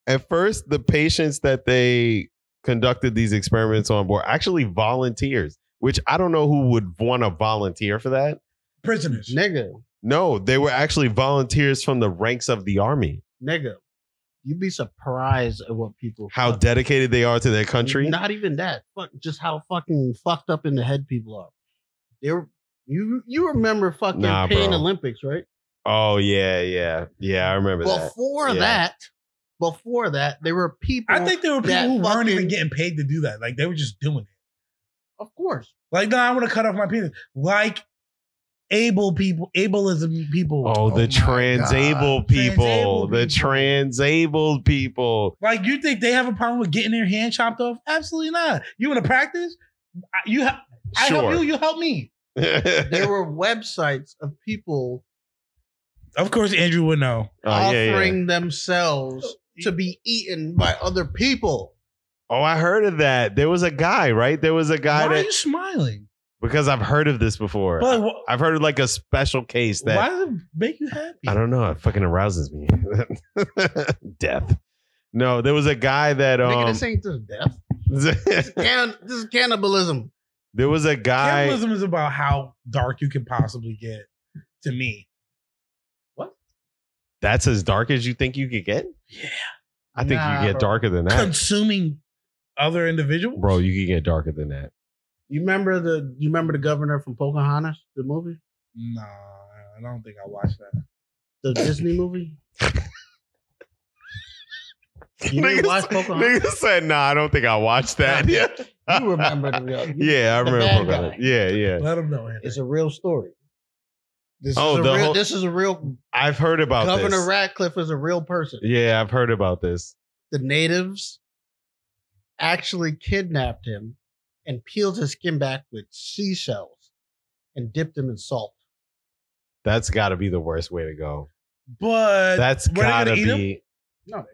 S1: at first, the patients that they conducted these experiments on were actually volunteers, which I don't know who would want to volunteer for that.
S5: Prisoners.
S2: Nigga,
S1: No, they were actually volunteers from the ranks of the army.
S2: nigga, you'd be surprised at what people
S1: How
S2: fuck-
S1: dedicated they are to their country.
S2: Not even that. Fuck, just how fucking fucked up in the head people are. They're you. You remember fucking
S1: Nah,
S2: Pain
S1: bro.
S2: Olympics, right?
S1: Oh yeah, yeah, yeah. I remember that.
S2: Before
S1: Yeah.
S2: that, before that, there were people.
S5: I think there were people
S2: That
S5: who weren't even
S2: fucking-
S5: getting paid to do that. Like they were just doing it.
S2: of course,
S5: Like, no, I want to cut off my penis. Like able people, ableism people.
S1: Oh, the
S2: my
S1: transabled
S5: God.
S1: people,
S5: Transabled
S1: the
S5: people.
S1: transabled people.
S5: Like you think they have a problem with getting their hand chopped off? Absolutely not. You want to practice? I, you ha- I help
S1: Sure.
S5: you.
S1: Oh,
S5: You help me.
S2: there were websites of people
S5: Of course, Andrew would know.
S1: Oh, yeah, yeah.
S2: offering
S5: Oh,
S2: themselves to be eaten by other people.
S1: Oh, I heard of that. There was a guy, right? There was a guy
S5: Why are
S1: that
S5: you smiling?
S1: because I've heard of this before.
S5: But wh-
S1: I've heard of like a special case that
S5: why does it make you happy?
S1: I don't know. It fucking arouses me. Death. No, there was a guy that
S2: Nigga,
S1: um.
S2: this ain't to death. Can- this is cannibalism.
S1: there was a guy.
S5: Cannibalism is about how dark you can possibly get. To me,
S1: That's as dark as you think you could get.
S5: yeah,
S1: I think
S2: Nah,
S1: you get
S2: bro.
S1: darker than that,
S5: consuming other individuals,
S1: bro. You could get darker than that.
S2: You remember the you remember the governor from Pocahontas, the movie,
S5: Nah, I don't think I watched that.
S2: the Disney movie. You
S1: Nigga
S2: didn't watch
S1: said-
S2: Pocahontas.
S1: Nigga said, "Nah, I don't think I watched that." Yeah,
S2: You remember the real?
S1: yeah, I
S2: The
S1: remember
S2: bad
S1: about
S2: guy.
S1: it. Yeah, yeah.
S5: Let them know. Henry.
S2: It's a real story. This
S1: Oh,
S2: is a
S1: the
S2: real.
S1: whole-
S2: this is a real.
S1: I've heard about
S2: Governor
S1: this.
S2: Ratcliffe is a real person.
S1: yeah, I've heard about this.
S2: The natives actually kidnapped him and peeled his skin back with seashells and dipped him in salt.
S1: That's got to be the worst way to go.
S2: Uh,
S5: But
S1: That's
S5: were they gonna
S1: gotta
S5: eat him?
S1: be.
S2: No.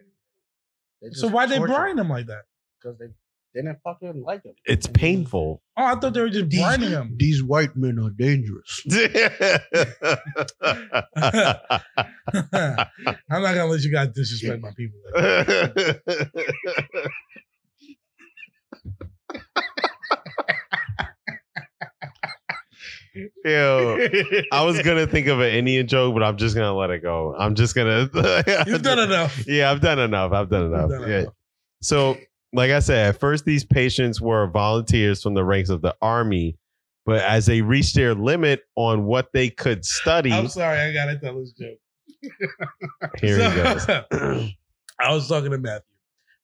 S2: They
S5: so why they brine them like that?
S2: Because they they didn't fucking like him.
S1: It's painful.
S5: Oh, I thought they were just brining them.
S2: These white men are dangerous.
S5: I'm not gonna let you guys disrespect my people. like that.
S1: Ew. I was gonna think of an Indian joke, but I'm just gonna let it go. I'm just gonna.
S5: You've done enough.
S1: Yeah, I've done enough. I've done
S5: You've
S1: enough.
S5: done
S1: yeah.
S5: enough.
S1: So, like I said, at first these patients were volunteers from the ranks of the army, but as they reached their limit on what they could study,
S5: I'm sorry, I gotta tell this joke.
S1: here
S5: So-
S1: he goes.
S5: I was talking to Matthew.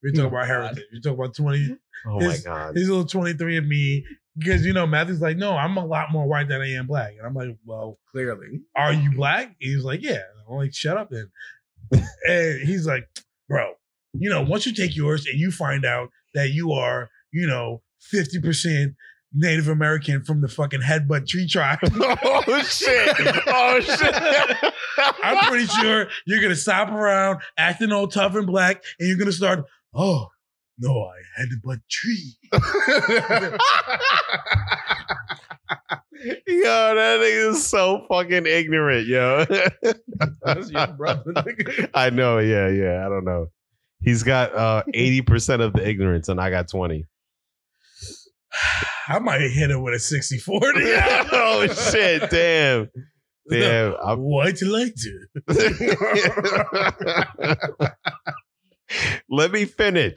S5: We were talking about heritage. We were talking about 20.
S1: Oh my
S5: His-
S1: god.
S5: He's a little 23 of me. Because you know, Matthew's like, no, I'm a lot more white than I am black. And I'm like, well,
S2: Clearly.
S5: are you black? He's like, yeah. I'm like, shut up then. and he's like, bro, you know, once you take yours and you find out that you are, you know, 50% Native American from the fucking headbutt tree tribe,
S1: oh shit. Oh shit.
S5: I'm pretty sure you're gonna stop around acting all tough and black, and you're gonna start, oh no, I had to butt tree.
S1: Yo, that nigga is so fucking ignorant, yo.
S2: That's your brother.
S1: I know, yeah, yeah. I don't know. He's got uh 80% of the ignorance, and I got 20.
S5: I might hit him with a 60 40.
S1: oh shit! Damn, damn. I'm-
S5: What you like to?
S1: Let me finish.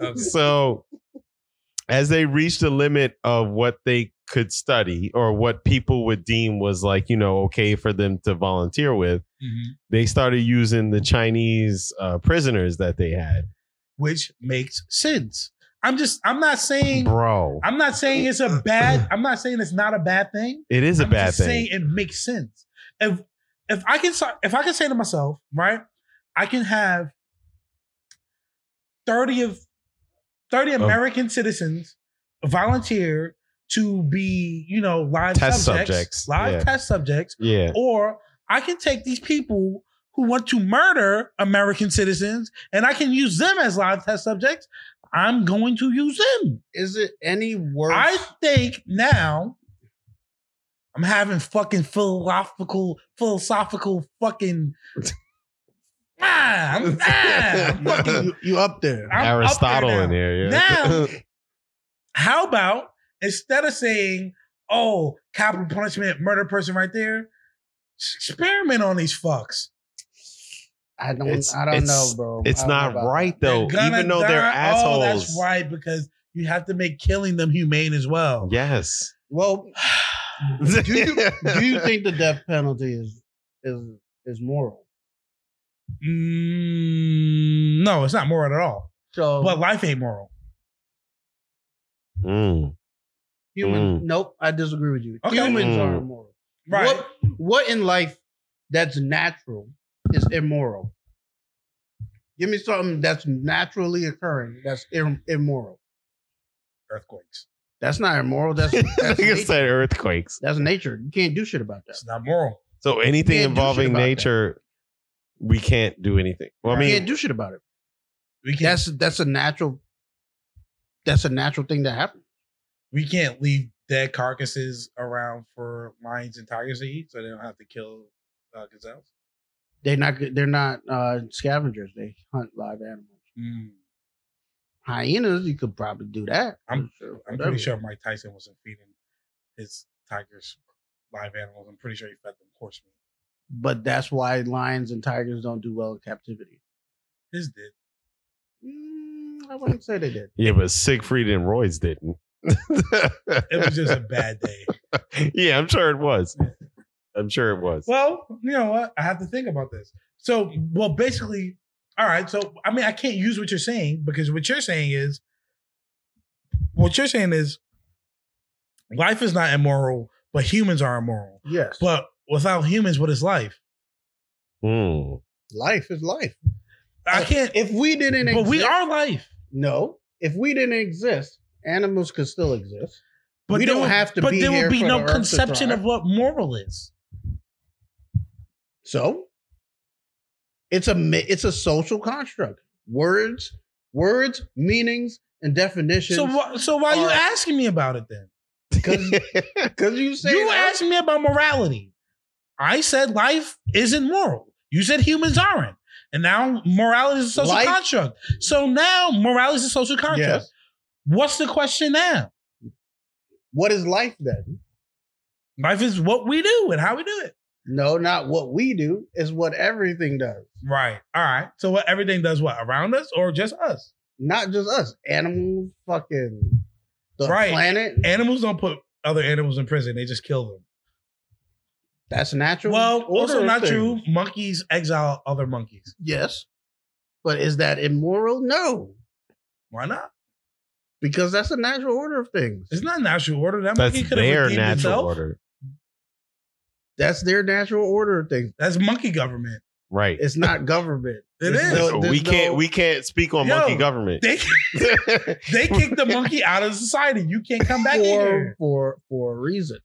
S1: Um, So, as they reached the limit of what they could study or what people would deem was like, you know, okay for them to volunteer with, they started using the Chinese uh, prisoners that they had.
S5: Which makes sense. I'm just I'm not saying
S1: bro.
S5: I'm not saying it's a bad I'm not saying it's not a bad thing.
S1: It is a
S5: I'm
S1: bad
S5: just
S1: thing.
S5: Saying it makes sense. If if I can so- if I can say to myself, right, I can have thirty of
S1: Oh.
S5: thirty American citizens volunteer to be, you know, live
S1: Test
S5: subjects,
S1: subjects,
S5: live
S1: yeah.
S5: test subjects,
S1: yeah,
S5: or I can take these people who want to murder American citizens and I can use them as live test subjects. I'm going to use them.
S2: Is it any worse?
S5: I think now I'm having fucking philosophical, philosophical fucking. ah, I'm, ah, I'm fucking.
S2: you, you up there?
S5: I'm up there
S1: Aristotle in
S5: now.
S1: here. Yeah.
S5: Now, how about instead of saying, "Oh, capital punishment, murder person right there," experiment on these fucks.
S2: I don't.
S1: It's-
S2: I don't
S1: it's-
S2: know, bro. I
S1: it's
S2: don't know
S1: not
S2: about
S1: right
S5: They're
S1: though,
S5: gonna
S1: even though they're
S5: die-
S1: assholes.
S5: Oh, that's right, because you have to make killing them humane as well.
S1: Yes.
S2: that. Well, do you, do you think the death penalty is is is moral?
S5: Mm, no, it's not moral at all.
S2: So
S5: But life ain't moral.
S1: Mm.
S2: humans. Nope, I disagree with you.
S5: Okay.
S2: Humans
S1: Mm.
S2: are immoral.
S5: Right.
S2: What what in life that's natural is immoral? Give me something that's naturally occurring that's Im- immoral.
S5: Earthquakes.
S2: That's not immoral. That's that's,
S1: Nigga
S2: nature.
S1: said earthquakes.
S2: that's nature. You can't do shit about that.
S5: It's not moral.
S1: So anything
S2: Can't do shit
S1: involving
S2: about that.
S1: nature, we can't do anything. Well, I
S2: You
S1: mean,
S2: can't do shit about it.
S5: We can't
S2: That's that's a natural. That's a natural thing to happen.
S5: we can't leave dead carcasses around for lions and tigers to eat, so they don't have to kill uh, gazelles.
S2: They're not. They're not uh, scavengers. They hunt live animals. Hyenas, you could probably do that.
S5: I'm-
S2: sure.
S5: I'm pretty sure Mike Tyson wasn't feeding his tigers live animals. I'm pretty sure he fed them horse meat.
S2: But that's why lions and tigers don't do well in captivity.
S5: His did.
S2: Mm, I wouldn't say they did.
S1: yeah, but Siegfried and Roy's didn't.
S5: It was just a bad day.
S1: yeah, I'm sure it was. I'm sure it was.
S5: Well, you know what? I have to think about this. So,
S2: Mm-hmm.
S5: well, basically, all right. So, I mean, I can't use what you're saying because what you're saying is, what you're saying is, life is not immoral, but humans are immoral.
S2: Yes.
S5: But without humans, what is life?
S1: Mm.
S2: life is life.
S5: I can't.
S2: If we didn't
S5: But we
S2: exist-
S5: are life.
S2: No. If we didn't exist, animals could still exist.
S5: But
S2: We
S5: there
S2: don't
S5: will-
S2: have to
S5: But
S2: be
S5: there
S2: here
S5: will be
S2: for
S5: no
S2: the earth to
S5: conception
S2: thrive.
S5: of what moral is.
S2: So it's a mi- it's a social construct. Words, words, meanings, and definitions.
S5: So, wh- so why are you
S2: are-
S5: asking me about it then?
S2: Because you say
S5: You
S2: that.
S5: asked me about morality. I said life isn't moral. You said humans aren't. And now morality is a social
S2: Life-
S5: construct. So now morality is a social construct.
S2: Yes.
S5: What's the question now?
S2: What is life then?
S5: Life is what we do and how we do it.
S2: No, not what we do. Is what everything does.
S5: Right. All right. So what everything does what? Around us or just us?
S2: Not just us. Animals, fucking the
S5: Right.
S2: planet.
S5: Animals don't put other animals in prison. They just kill them.
S2: That's natural.
S5: Well,
S2: order
S5: also
S2: of
S5: not
S2: things.
S5: true. Monkeys exile other monkeys.
S2: Yes. But is that immoral? No.
S5: Why not?
S2: Because that's the natural order of things.
S5: It's not natural order. That
S1: That's
S5: monkey could have
S1: their
S5: redeemed
S1: natural
S5: itself.
S1: order.
S2: That's their natural order of things.
S5: That's monkey government.
S1: Right.
S2: It's not government.
S5: It
S2: There's
S5: is.
S2: no-
S1: So
S2: there's
S1: we can't
S2: no-
S1: we can't speak on
S5: Yo,
S1: monkey government.
S5: They They kicked the monkey out of society. You can't come back in
S2: for,
S5: here
S2: for for a reason.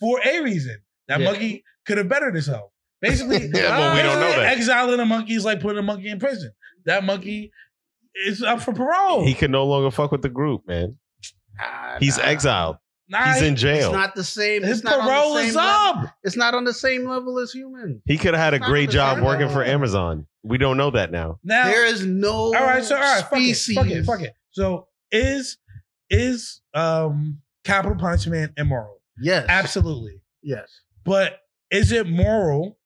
S5: for a reason. That
S2: Yeah.
S5: monkey could have bettered itself. Basically,
S1: Yeah, but we don't know that.
S5: Exiling a monkey is like putting a monkey in prison. That monkey is up for parole.
S1: he can no longer fuck with the group, man.
S2: Ah,
S1: He's
S2: nah.
S1: exiled.
S5: Nah,
S1: He's in
S2: It's
S1: jail.
S2: not the same.
S5: his
S2: it's not on the
S5: parole
S2: same
S5: is
S2: level-
S5: up.
S2: It's not on the same level as human.
S1: He could have had a
S2: It's not
S1: great
S2: the
S1: job
S2: same
S1: working for
S2: level.
S1: Amazon. We don't know that now.
S5: Now,
S2: there is no
S5: all right, so all right, fuck it,
S2: species.
S5: fuck it, fuck it. So is is um capital punishment immoral?
S2: Yes.
S5: Absolutely.
S2: Yes.
S5: But is it moral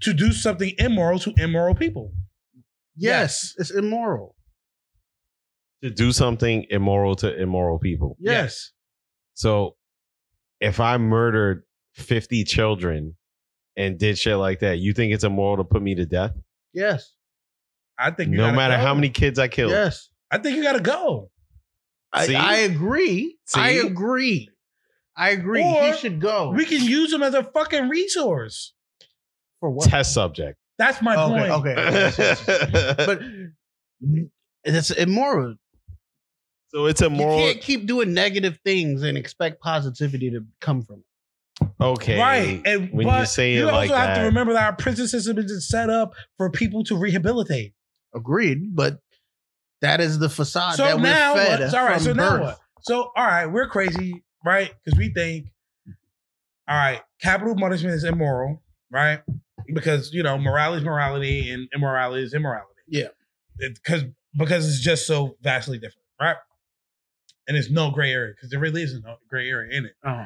S5: to do something immoral to immoral people?
S2: Yes. It's immoral.
S1: To do something immoral to immoral people.
S2: Yes.
S1: So if I murdered 50 children and did shit like that, you think it's immoral to put me to death?
S2: Yes.
S5: I think you
S1: No
S5: gotta
S1: matter
S5: go.
S1: how many kids I killed.
S2: Yes.
S5: I think you gotta go.
S2: I,
S1: See?
S2: I agree.
S1: See?
S2: I agree. I agree.
S5: Or
S2: he should go.
S5: We can use them as a fucking resource.
S2: for what?
S1: Test subject.
S5: That's my
S2: Okay,
S5: point.
S2: okay.
S1: so
S2: but it's immoral.
S1: it's a
S2: You
S1: moral.
S2: can't keep doing negative things and expect positivity to come from it.
S1: Okay.
S5: Right. And
S1: When
S5: but
S1: you say it
S5: you also
S1: like
S5: have
S1: that-
S5: to remember that our prison system is just set up for people to rehabilitate.
S2: Agreed, but that is the facade
S5: so
S2: that
S5: now
S2: we're fed.
S5: what? So, all right,
S2: from
S5: so now
S2: birth.
S5: what? So all right, we're crazy, right? Because we think, all right, capital punishment is immoral, right? Because you know, morality is morality and immorality is immorality.
S2: Yeah.
S5: Because because it's just so vastly different, right? And there's no gray area because there really isn't no gray area in it.
S2: Oh.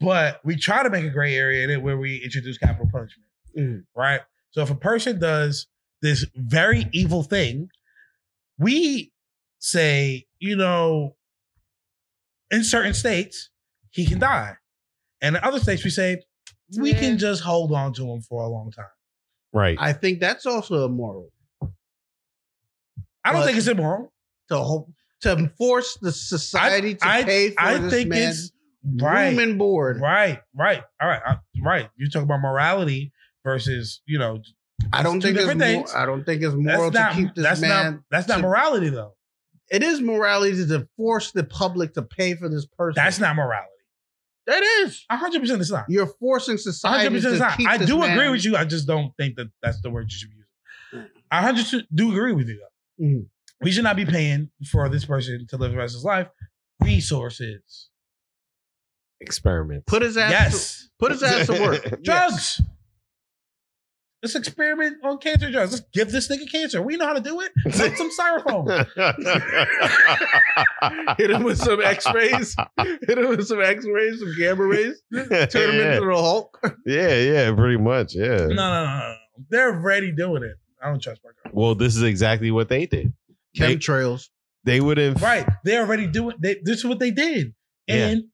S5: But we try to make a gray area in it where we introduce capital punishment,
S2: Mhm.
S5: right? So if a person does this very evil thing, we say, you know, in certain states, he can die. And in other states, we say, we
S2: Yeah.
S5: can just hold on to him for a long time.
S1: Right.
S2: I think that's also immoral
S5: I don't
S2: But-
S5: think it's immoral.
S2: to hope to force the society to
S5: I-
S2: pay for
S5: I
S2: this
S5: think
S2: man's
S5: it's right.
S2: room and board.
S5: Right, right. All right, I- right. You talk about morality versus, you know,
S2: I don't
S5: Two
S2: think it's
S5: different
S2: mor-
S5: things.
S2: I don't think it's moral
S5: that's
S2: to
S5: not
S2: keep this
S5: that's
S2: man.
S5: not that's not
S2: to-
S5: morality though.
S2: it is morality to force the public to pay for this person.
S5: That's not morality.
S2: That is.
S5: A hundred percent, it's not.
S2: You're forcing
S5: A hundred
S2: society
S5: percent,
S2: to
S5: it's not.
S2: keep
S5: I
S2: this
S5: do
S2: man-
S5: agree with you. I just don't think that that's the word you should be
S2: Mm.
S5: using. I hundred percent do agree with you though.
S2: Mhm.
S5: We should not be paying for this person to live the rest of his life. Resources,
S1: Experiment.
S2: Put his ass. To,
S5: yes.
S2: put his ass to work. Yes.
S5: Drugs. Let's experiment on cancer drugs. Let's give this nigga cancer. We know how to do it. Put some styrofoam.
S2: Hit him with some X-rays. Hit him with some X-rays, some gamma rays. Turn him
S1: yeah.
S2: into the Hulk.
S1: yeah, yeah, pretty much. Yeah.
S5: No, no, no, no. no. They're already doing it. I don't trust my girl.
S1: Well, this is exactly what they did. They,
S2: Chemtrails.
S1: they would have
S5: Right. They already doing. They, this is what they did,
S1: Yeah.
S5: and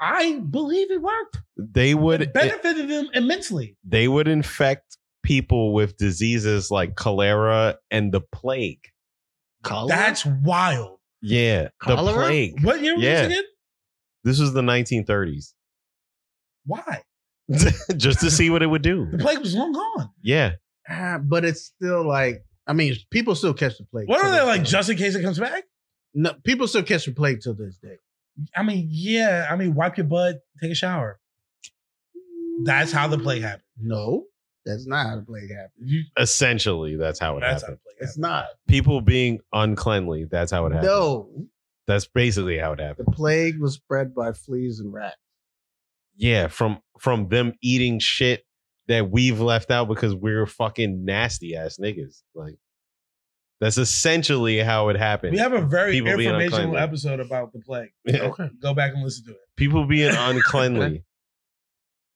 S5: I believe it worked.
S1: they would eh,
S5: it benefited them immensely.
S1: they would infect people with diseases like cholera and the plague.
S2: Cholera.
S5: That's wild.
S1: Yeah, the
S2: Cholera?
S1: plague.
S5: What year was
S1: Yeah.
S5: this again?
S1: This was the 1930s.
S5: Why?
S1: Just to see what it would do.
S5: The plague was long gone.
S1: Yeah.
S2: Ah, but it's still like I mean, people still catch the plague.
S5: What
S2: till
S5: are they
S2: this
S5: like?
S2: day.
S5: Just in case it comes back?
S2: no, people still catch the plague till this day.
S5: I mean, yeah. I mean, wipe your butt, take a shower. That's how the plague happened.
S2: No, that's not how the plague happens.
S5: You,
S1: Essentially, that's how it
S5: that's how
S1: happened.
S5: the plague
S2: It's
S5: happened.
S2: not.
S1: People being uncleanly, that's how it happened.
S2: No,
S1: That's basically how it
S2: the
S1: happened.
S2: plague was spread by fleas and rats.
S1: Yeah, from from them eating shit that we've left out because we're fucking nasty ass niggas. Like that's essentially how it happened.
S5: We have a very
S1: People being
S5: informational
S1: uncleanly.
S5: episode about the plague.
S1: Yeah.
S2: Okay.
S5: Go back and listen to it.
S1: people being uncleanly.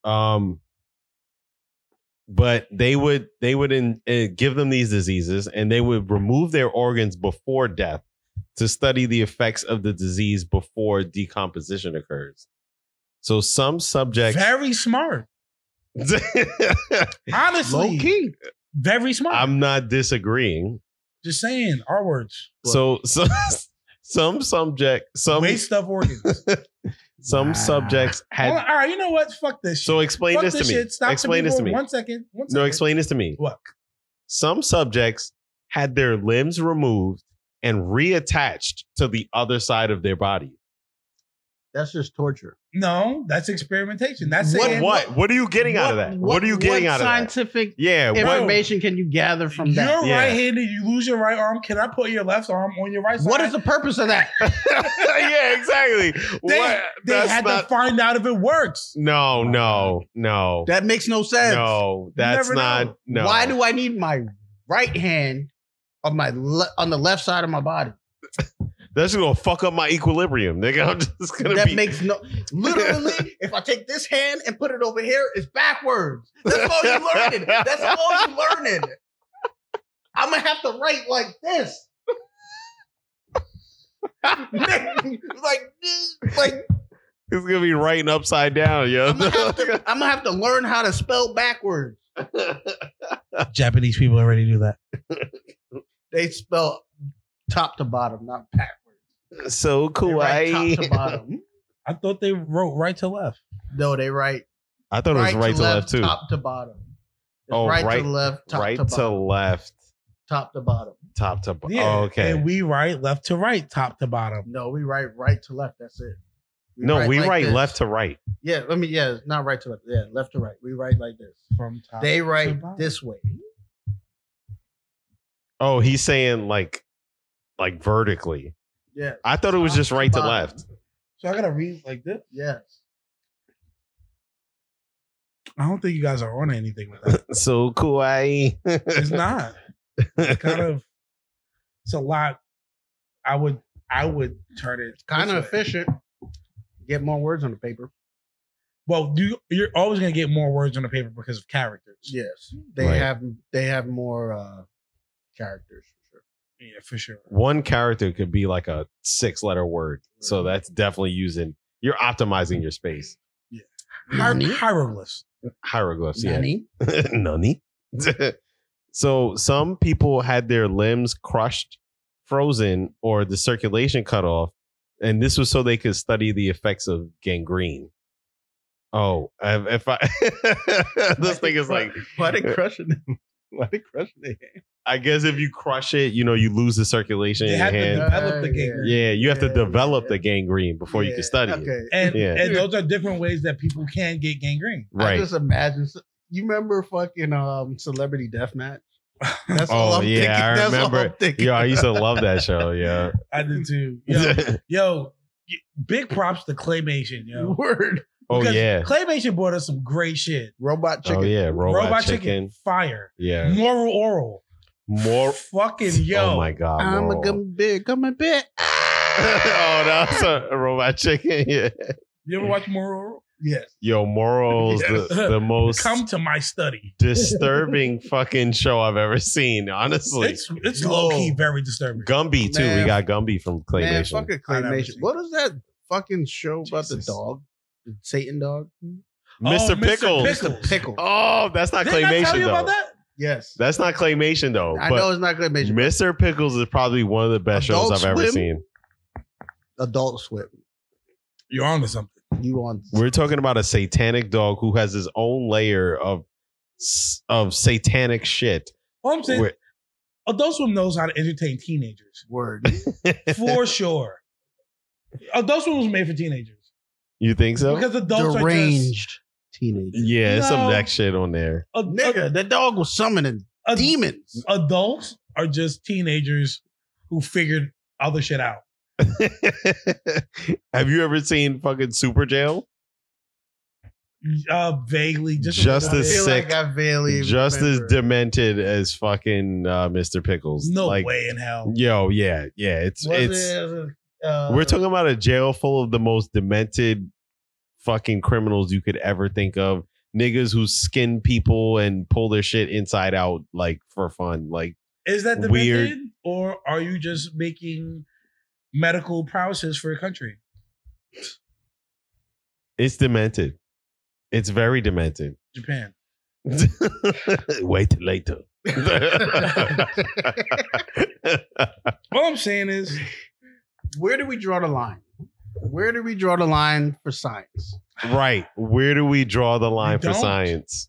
S1: um, but they would they would in, uh, give them these diseases, and they would remove their organs before death to study the effects of the disease before decomposition occurs. So some subjects,
S5: Very smart.
S2: Low
S5: Honestly,
S2: key.
S5: very smart.
S1: I'm not disagreeing.
S5: just saying our words.
S1: So so some subject some
S5: Waste of organs.
S1: some
S2: Nah.
S1: subjects
S5: Hold
S1: had.
S5: on. all right, you know what? Fuck this shit.
S1: So explain
S5: Fuck
S1: this to
S5: this
S1: me.
S5: shit. Stop
S1: explain this to
S5: people.
S1: me.
S5: One second. One second.
S1: No, explain this to me.
S5: What?
S1: Some subjects had their limbs removed and reattached to the other side of their body.
S2: That's just torture.
S5: No, that's experimentation. That's
S1: What?
S5: saying,
S1: What? What are you getting out of that? What, are you getting
S2: what
S1: out of that?
S2: Scientific
S1: Yeah. What?
S2: information can you gather from
S5: You're
S2: that?
S1: Yeah.
S5: right-handed. You lose your right arm. Can I put your left arm on your right side?
S2: What is the purpose of that?
S1: yeah. Exactly.
S5: They,
S1: what?
S5: they
S1: That's
S5: had
S1: not-
S5: to find out if it works.
S1: no. No. No.
S2: That makes no sense.
S1: no. That's
S5: never
S1: not.
S5: know.
S1: No.
S2: Why do I need my right hand on my le- on the left side of my body?
S1: That's gonna fuck up my equilibrium, nigga. I'm just gonna
S2: That
S1: be.
S2: makes no. Literally, if I take this hand and put it over here, it's backwards. That's all you're learning. That's all you're learning. I'm gonna have to write like this. like, this, like
S1: it's gonna be writing upside down, yo.
S2: I'm gonna, have to, I'm gonna have to learn how to spell backwards.
S5: Japanese people already do that.
S2: They spell top to bottom, not backwards.
S6: so
S2: They write
S6: kawaii.
S2: top to bottom.
S5: I thought they wrote right to left.
S2: No, they write
S1: I thought
S2: right,
S1: it was right to left, too.
S2: top to bottom. It's
S1: Oh,
S2: right,
S1: right-
S2: to left, top
S1: right
S2: to
S1: to
S2: bottom,
S1: left,
S2: top to bottom.
S1: top to bottom. Oh, okay.
S5: And we write left to right, top to bottom.
S2: No, we write right to left. That's it.
S1: no, we
S2: like
S1: write
S2: this.
S1: left to right.
S2: Yeah, I mean, yeah, it's not right to left. Yeah, left to right. We write like this.
S5: From top
S2: They
S5: to
S2: write
S5: bottom.
S2: this way.
S1: Oh, he's saying like, like vertically.
S2: Yeah.
S1: I thought it was
S2: top
S1: just right to
S2: bottom.
S1: left.
S5: So I gotta read like this.
S2: Yes.
S5: I don't think you guys are on anything with that.
S6: So kawaii.
S5: It's not. It's kind of it's a lot. I would I would turn it
S2: Kind of
S5: this way.
S2: efficient. Get more words on the paper.
S5: Well, you you're always gonna get more words on the paper because of characters.
S2: Yes. They
S1: Right.
S2: have they have more uh characters for sure.
S5: Yeah, for sure.
S1: One character could be like a six letter word. So that's definitely using, you're optimizing your space.
S5: Hier- hieroglyphs.
S1: Hieroglyphs. Yeah.
S2: Nanny.
S1: Nani? so some people had their limbs crushed, frozen, or the circulation cut off, and this was so they could study the effects of gangrene. Oh, if if I this thing is like,
S2: Why they crushing them? Why they crushing their hand?
S1: I guess if you crush it, you know, you lose the circulation
S5: They
S1: in your
S5: had to
S1: hand.
S5: develop the
S2: Yeah,
S5: game.
S1: yeah, you have to
S2: yeah,
S1: develop
S2: yeah.
S1: the gangrene before you
S2: Yeah,
S1: can study it.
S2: Okay.
S5: And,
S1: Yeah.
S5: and those are different ways that people can get gangrene.
S2: I
S1: Right.
S2: just imagine you remember fucking um celebrity deathmatch? That's
S1: Oh, yeah, I remember.
S2: thinking.
S1: Yo, I used to love that show. Yeah.
S5: I did too. Yo, yo, y- big props to Claymation, yo.
S2: Word.
S1: oh
S5: Because
S1: yeah.
S5: Claymation brought us some great shit.
S2: Robot chicken.
S1: Oh yeah. Robot, chicken.
S5: fire.
S1: Yeah.
S5: Moral oral.
S1: More
S5: Fucking yo.
S1: Oh my god.
S2: I'm a
S1: moral.
S2: gum big, gum a bit.
S1: oh, that's a robot chicken. Yeah.
S5: You ever watch moral oral? Yes.
S1: Yo, morals
S5: Yes.
S1: the, the most
S5: Come to my study.
S1: disturbing fucking show I've ever seen. Honestly,
S5: It's it's
S2: Yo.
S5: low key very disturbing.
S1: Gumby too.
S2: Man.
S1: we got Gumby from
S2: Man,
S1: Claymation.
S2: fucking
S5: I never
S2: claymation.
S5: seen
S2: What is that fucking show about the
S5: Jesus.
S2: dog? The Satan dog?
S1: Mr.
S5: Oh,
S1: Pickles.
S5: Pickles.
S2: Pickle.
S1: oh, that's not
S5: Didn't I
S1: Claymation
S5: tell you
S1: though.
S5: about that?
S2: yes.
S1: That's not Claymation though.
S2: I
S1: but
S2: know it's not claymation.
S1: Mr. Pickles is probably one of the best shows I've
S2: Adult
S1: ever
S2: Swim?
S1: seen.
S2: Adult Swim.
S5: You're on to something.
S2: You on?
S1: We're talking about a satanic dog who has his own layer of of satanic shit.
S5: All I'm saying,
S1: Wait.
S5: Adult Swim knows how to entertain teenagers.
S2: Word.
S5: For sure. Adult Swim was made for teenagers.
S1: You think so?
S5: Because adults are just
S2: Deranged teenager.
S1: Yeah, it's some
S5: No.
S1: next shit on there.
S5: a,
S2: Nigga, that dog was summoning
S5: a-
S2: demons.
S5: adults are just teenagers who figured other shit out.
S1: Have you ever seen fucking Super Jail?
S5: Uh, vaguely, just a
S1: Just
S5: little
S1: as
S5: bit.
S1: sick.
S2: I barely even
S1: Just as
S2: remember.
S1: demented as fucking uh, Mr. Pickles.
S5: No
S1: Like,
S5: way in hell.
S1: Yo, yeah, yeah. It's
S2: Was
S1: it's.
S2: it, uh,
S1: We're talking about a jail full of the most demented fucking criminals you could ever think of. Niggas who skin people and pull their shit inside out like for fun. Like
S5: Is that the
S1: Weird.
S5: method, or are you just making medical prowesses for your country?
S1: it's demented. It's very demented.
S5: Japan.
S1: Wait later.
S5: All I'm saying is,
S2: Where do we draw the line? Where do we draw the line for science?
S1: right. Where do we draw the line
S5: You
S1: for
S5: don't.
S1: science?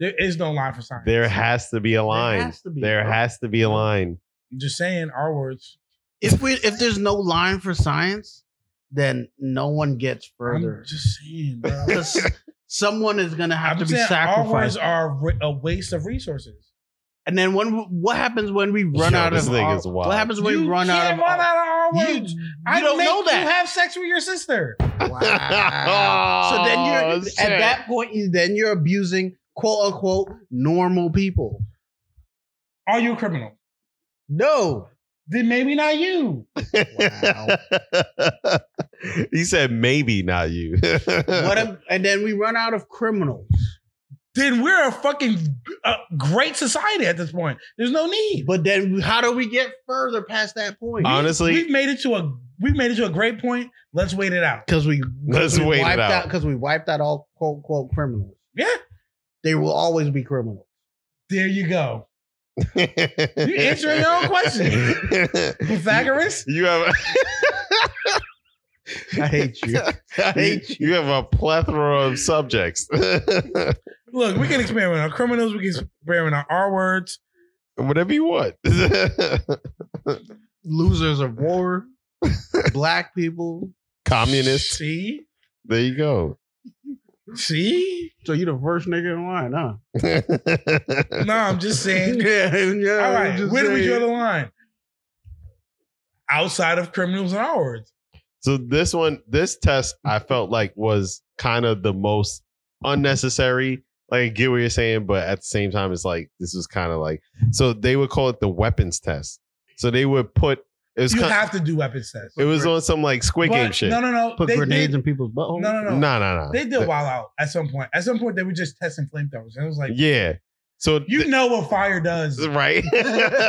S5: there is no line for science.
S1: There has to be a line.
S2: There has to be.
S1: There
S2: bro.
S1: has to be a line.
S5: I'm just saying our words.
S2: if we if there's no line for science, then no one gets
S5: I'm
S2: further.
S5: just saying. Bro.
S2: 'Cause someone is gonna have
S5: I'm
S2: to be
S5: saying Our words
S2: sacrificed.
S5: are re- a waste of resources.
S2: and then when what happens when we run
S1: Yo,
S2: out
S1: this
S2: of
S1: thing
S2: our-
S1: is wild.
S2: what happens when
S5: you
S2: we run
S5: can't
S2: out of
S5: run
S2: our-
S5: out of our
S2: you,
S5: words.
S2: you
S5: I
S2: don't
S5: make
S2: know
S5: You
S2: that.
S5: have sex with your sister.
S2: Wow. so then you're
S1: Oh, shit.
S2: at that point you then you're abusing quote unquote normal people.
S5: Are you a criminal?
S2: No.
S5: Then maybe not you.
S1: he said maybe not you.
S2: What if, and then we run out of criminals.
S5: Then we're a fucking uh, great society at this point. There's no need.
S2: But then how do we get further past that point?
S1: Honestly,
S5: we've made it to a we've made it to a great point. Let's wait it out.
S2: Because we
S1: Let's
S2: we
S1: wait it
S2: wiped
S1: out.
S2: because we wiped out all quote unquote criminals.
S5: Yeah,
S2: They will always be criminals.
S5: there you go.
S1: you
S5: answering your own question. Pythagoras?
S1: You have
S2: I hate you.
S1: I hate you. You have a plethora of subjects.
S5: Look, we can experiment on criminals. We can experiment on R words.
S1: Whatever you want.
S2: Losers of war, black people.
S1: Communist.
S5: See,
S1: There you go.
S5: see.
S2: So you the first nigga in line, huh?
S5: No, I'm just saying.
S2: yeah, yeah.
S5: All
S2: I'm
S5: right,
S2: just
S5: where do we
S2: saying.
S5: draw the line? Outside of criminals and R words.
S1: So this one, this test, I felt like was kind of the most unnecessary. Like I get what you're saying, but at the same time, it's like this was kind of like so they would call it the weapons test. So they would put it was
S5: You
S1: kind,
S5: have to do weapons tests.
S1: it was on some like Squid
S5: But-
S1: Game shit.
S5: No, no, no.
S2: Put
S5: they
S2: grenades
S5: did,
S2: in people's buttholes.
S5: No, no, no.
S1: no, no, no.
S5: They did wild out at some point. At some point, they were just testing flamethrowers. And it was like,
S1: yeah. So
S5: you know what fire does.
S1: th- right.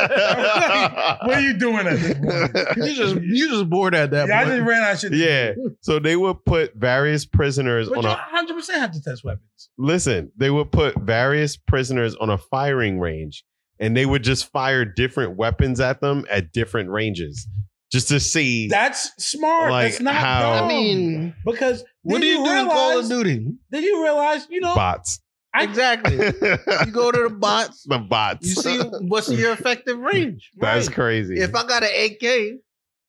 S5: What are you doing at this point?
S2: You just you just bored at that
S5: Yeah, I just
S2: point.
S5: ran out of shit.
S1: yeah. So they would put various prisoners on
S5: But you
S1: a
S5: 100% have to test weapons.
S1: listen, they would put various prisoners on a firing range and they would just fire different weapons at them at different ranges just to see.
S5: That's smart.
S1: Like,
S5: That's not
S1: how-
S5: dumb.
S2: I mean,
S5: because
S2: Oh. what
S5: did
S2: do you, do in Call of
S5: realize?
S2: Duty?
S5: Did you realize? You know,
S1: bots.
S5: I-
S2: exactly. you
S1: the
S2: go to the bots.
S1: bots.
S2: You see what's your effective range.
S1: That's
S2: Right.
S1: crazy.
S2: If I got an AK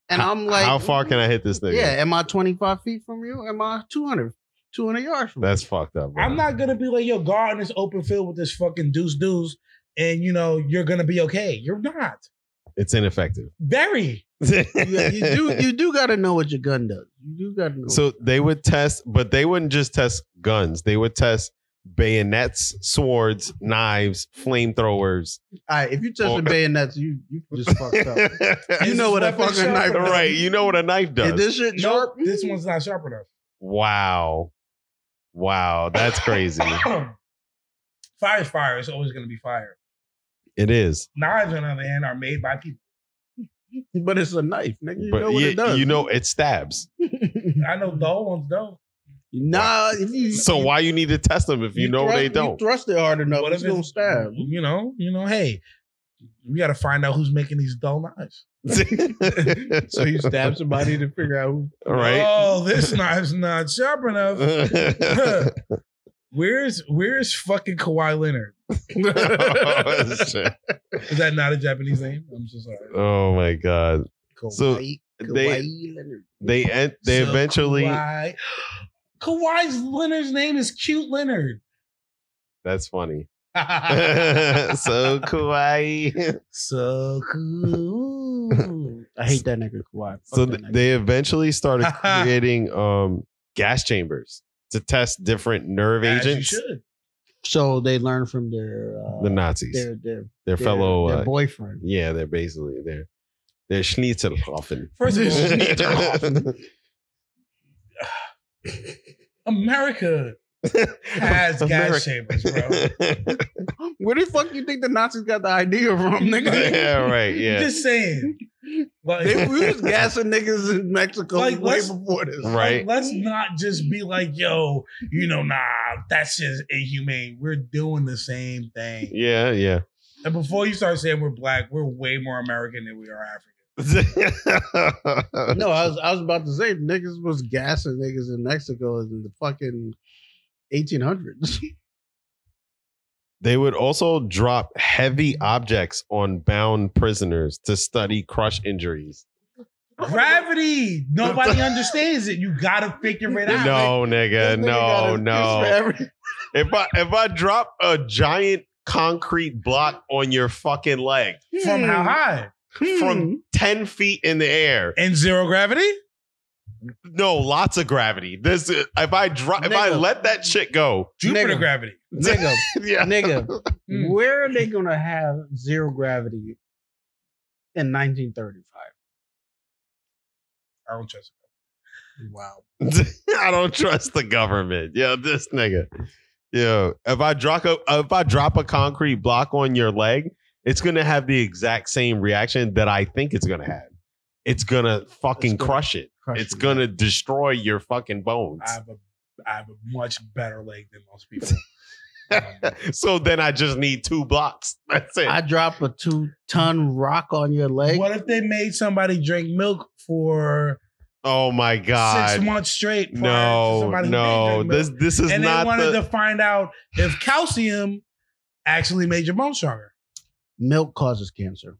S2: and I'm like, "Mm,
S1: How far can I hit this thing?
S2: Yeah, am I 25 feet from you? Am I 200, 200 yards from
S1: That's fucked up. bro.
S5: I'm not gonna be like your garden is open field with this fucking deuce deuce, and you know you're gonna be okay. You're not.
S1: It's ineffective.
S5: Very.
S2: you? you? You do you do got to know what your gun does. You do got to know.
S1: So they would test, but they wouldn't just test guns. They would test bayonets, swords, knives, flamethrowers.
S2: All right, if you touch
S1: Oh.
S2: the bayonets, you you just fucked up. You know what a
S5: Weapon
S2: fucking
S5: shop.
S2: knife does.
S1: right. You know what a knife does.
S2: Is this shit
S5: Nope,
S2: sharp?
S5: this one's not sharp enough.
S1: Wow. Wow. That's crazy.
S5: fire is fire. It's always gonna be fire.
S1: it is.
S5: Knives, on the other hand, are made by people.
S2: But it's a knife, nigga. You
S1: but
S2: know what
S1: yeah,
S2: it does.
S1: you know it stabs.
S5: I know dull ones don't.
S2: nah. If you,
S1: So why you need to test them if you, know
S2: thrust,
S1: they
S2: you
S1: don't?
S2: thrust it hard enough,
S5: What
S2: it's
S5: if
S2: gonna stab.
S5: You know, you know. Hey, we got to find out who's making these dull knives.
S2: So you stab somebody to figure out who.
S1: right?
S5: Oh, this knife's not sharp enough. Where's Where's fucking Kawhi Leonard? Is that not a Japanese name? I'm so sorry.
S1: oh my god. So,
S2: Kawhi-
S1: they-
S2: Kawhi Leonard.
S1: They en- they
S5: So
S1: eventually
S5: Kawhi. Kawhi's Leonard's name is Cute Leonard.
S1: that's funny.
S5: so,
S1: so kawaii.
S2: cool. I hate that nigga Kawhi. Fuck
S1: So
S2: that
S1: th-
S2: nigga.
S1: they eventually started creating um gas chambers to test different nerve
S5: as you
S1: agents.
S5: should.
S2: so they learn from their uh,
S1: The Nazis.
S2: their their,
S1: their
S2: their-
S1: fellow
S2: their
S1: uh,
S2: boyfriend.
S1: yeah they're basically they're they're schnitzelhoffen
S5: First of all,
S1: Schnitzelhoffen.
S5: America has
S1: America.
S5: gas chambers, bro.
S2: Where the fuck you think the Nazis got the idea from, nigga?
S1: yeah right yeah
S5: Just saying. Like,
S2: they we was gassing niggas in Mexico
S5: Like,
S2: way
S5: let's-
S2: before this.
S1: Right.
S5: like, let's not just be like, yo, you know, nah, that's just inhumane. We're doing the same thing.
S1: yeah yeah
S5: And before you start saying we're black, we're way more American than we are African.
S2: No, I was I was about to say niggas was gassing niggas in Mexico in the fucking 1800s.
S1: they would also drop heavy objects on bound prisoners to study crush injuries
S5: Gravity. Nobody understands it. You gotta figure it out.
S1: no nigga
S2: This nigga got
S1: no
S2: an excuse for
S1: no
S2: every-
S1: if i if i drop a giant concrete block on your fucking leg
S5: From how high?
S2: Hmm.
S1: from 10 feet in the air
S5: And zero gravity?
S1: No, lots of gravity. This if I dro- if I
S2: Nigga.
S1: let that shit go.
S5: Jupiter
S2: Nigga.
S5: gravity.
S2: nigga,
S1: Yeah.
S2: nigga,
S5: Mm.
S2: where are they gonna have zero gravity in 1935?
S5: I don't trust
S2: Wow.
S1: I don't trust the government. Yeah, this nigga. Yeah. If I drop a if I drop a concrete block on your leg, it's gonna have the exact same reaction that I think it's gonna have. It's gonna fucking
S2: It's gonna
S1: crush it.
S2: Crush
S1: it's
S2: it.
S1: gonna destroy your fucking bones.
S5: it. I have a I have a much better leg than most people. Um,
S1: so then I just need two blocks. That's it.
S2: I drop a two ton rock on your leg.
S5: what if they made somebody drink milk for
S1: Oh my
S5: six
S1: god.
S5: months straight. prior to
S1: No,
S5: somebody who
S1: no.
S5: made your milk.
S1: This this is
S5: and they
S1: not
S5: wanted
S1: the
S5: to find out if calcium actually made your bone stronger.
S2: Milk causes cancer.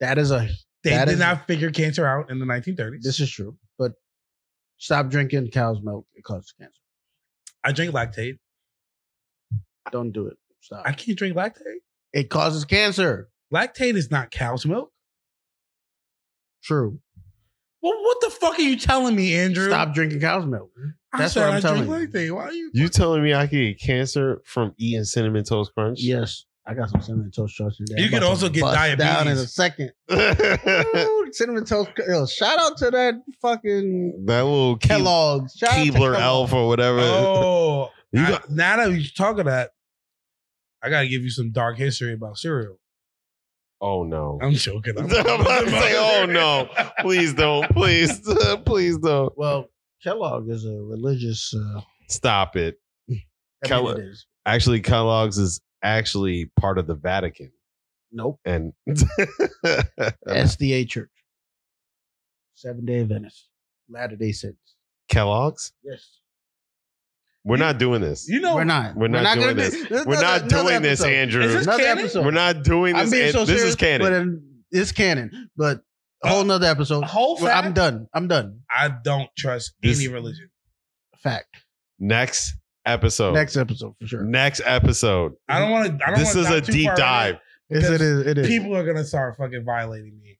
S2: That is a
S5: They
S2: That
S5: did
S2: is-
S5: not figure cancer out in the 1930s.
S2: this is true. But stop drinking cow's milk. It causes cancer.
S5: I drink lactate.
S2: Don't do it. Stop.
S5: I can't drink lactate.
S2: It causes cancer.
S5: Lactate is not cow's milk.
S2: True.
S5: Well, what the fuck are you telling me, Andrew?
S2: Stop drinking cow's milk.
S5: I
S2: That's
S5: said
S2: what I'm
S5: I
S2: telling
S5: drink lactate. Why are you?
S1: You telling me I could get cancer from eating cinnamon toast crunch?
S2: Yes. I got some cinnamon toast crunch today.
S5: You
S2: I'm
S5: can
S2: about to
S5: also get
S2: bust down in
S5: diabetes.
S2: a second.
S1: that
S2: Ooh, cinnamon toast. Yo, shout out to that fucking
S1: little Ke-
S2: Kellogg's. Shout out to
S1: Keebler
S2: Kellogg's.
S1: elf or whatever.
S5: Oh,
S1: You
S5: I-
S1: got-
S5: now that you're talking that, I gotta give you some dark history about cereal.
S1: Oh no.
S5: I'm joking.
S1: I'm about to say, oh, no. Please don't. Please. Please don't.
S2: Well, Kellogg is a religious. Uh,
S1: Stop it.
S2: I mean,
S1: Kellogg.
S2: it is.
S1: Actually, Kellogg's is actually part of the Vatican.
S2: Nope.
S1: And
S2: SDA Church. Seven Day Adventist. Latter Day Saints.
S1: Kellogg's?
S2: Yes.
S1: We're not doing this.
S5: You know,
S2: we're not.
S1: We're not
S2: gonna
S1: doing
S2: do-
S1: We're
S2: another-
S1: not
S2: another
S1: doing this,
S2: episode.
S5: Is
S1: Andrew.
S5: this
S2: Another
S5: canon?
S2: episode.
S1: We're not doing
S2: I'm
S1: this.
S2: being
S1: and
S2: so
S1: this
S2: serious,
S1: is
S2: But
S1: canon.
S2: um, it's canon. But a whole nother episode.
S5: whole
S2: Well,
S5: fact.
S2: I'm done. I'm done.
S5: I don't trust
S1: This-
S5: any religion.
S2: Fact.
S1: Next episode. Next,
S2: Next episode for sure.
S1: episode.
S5: I don't want to. I don't
S1: This
S5: wanna
S1: is a
S5: dive too
S1: deep
S5: far
S1: dive.
S5: in
S2: Yes, it is. It
S5: it.
S2: is.
S5: People are gonna start fucking violating me.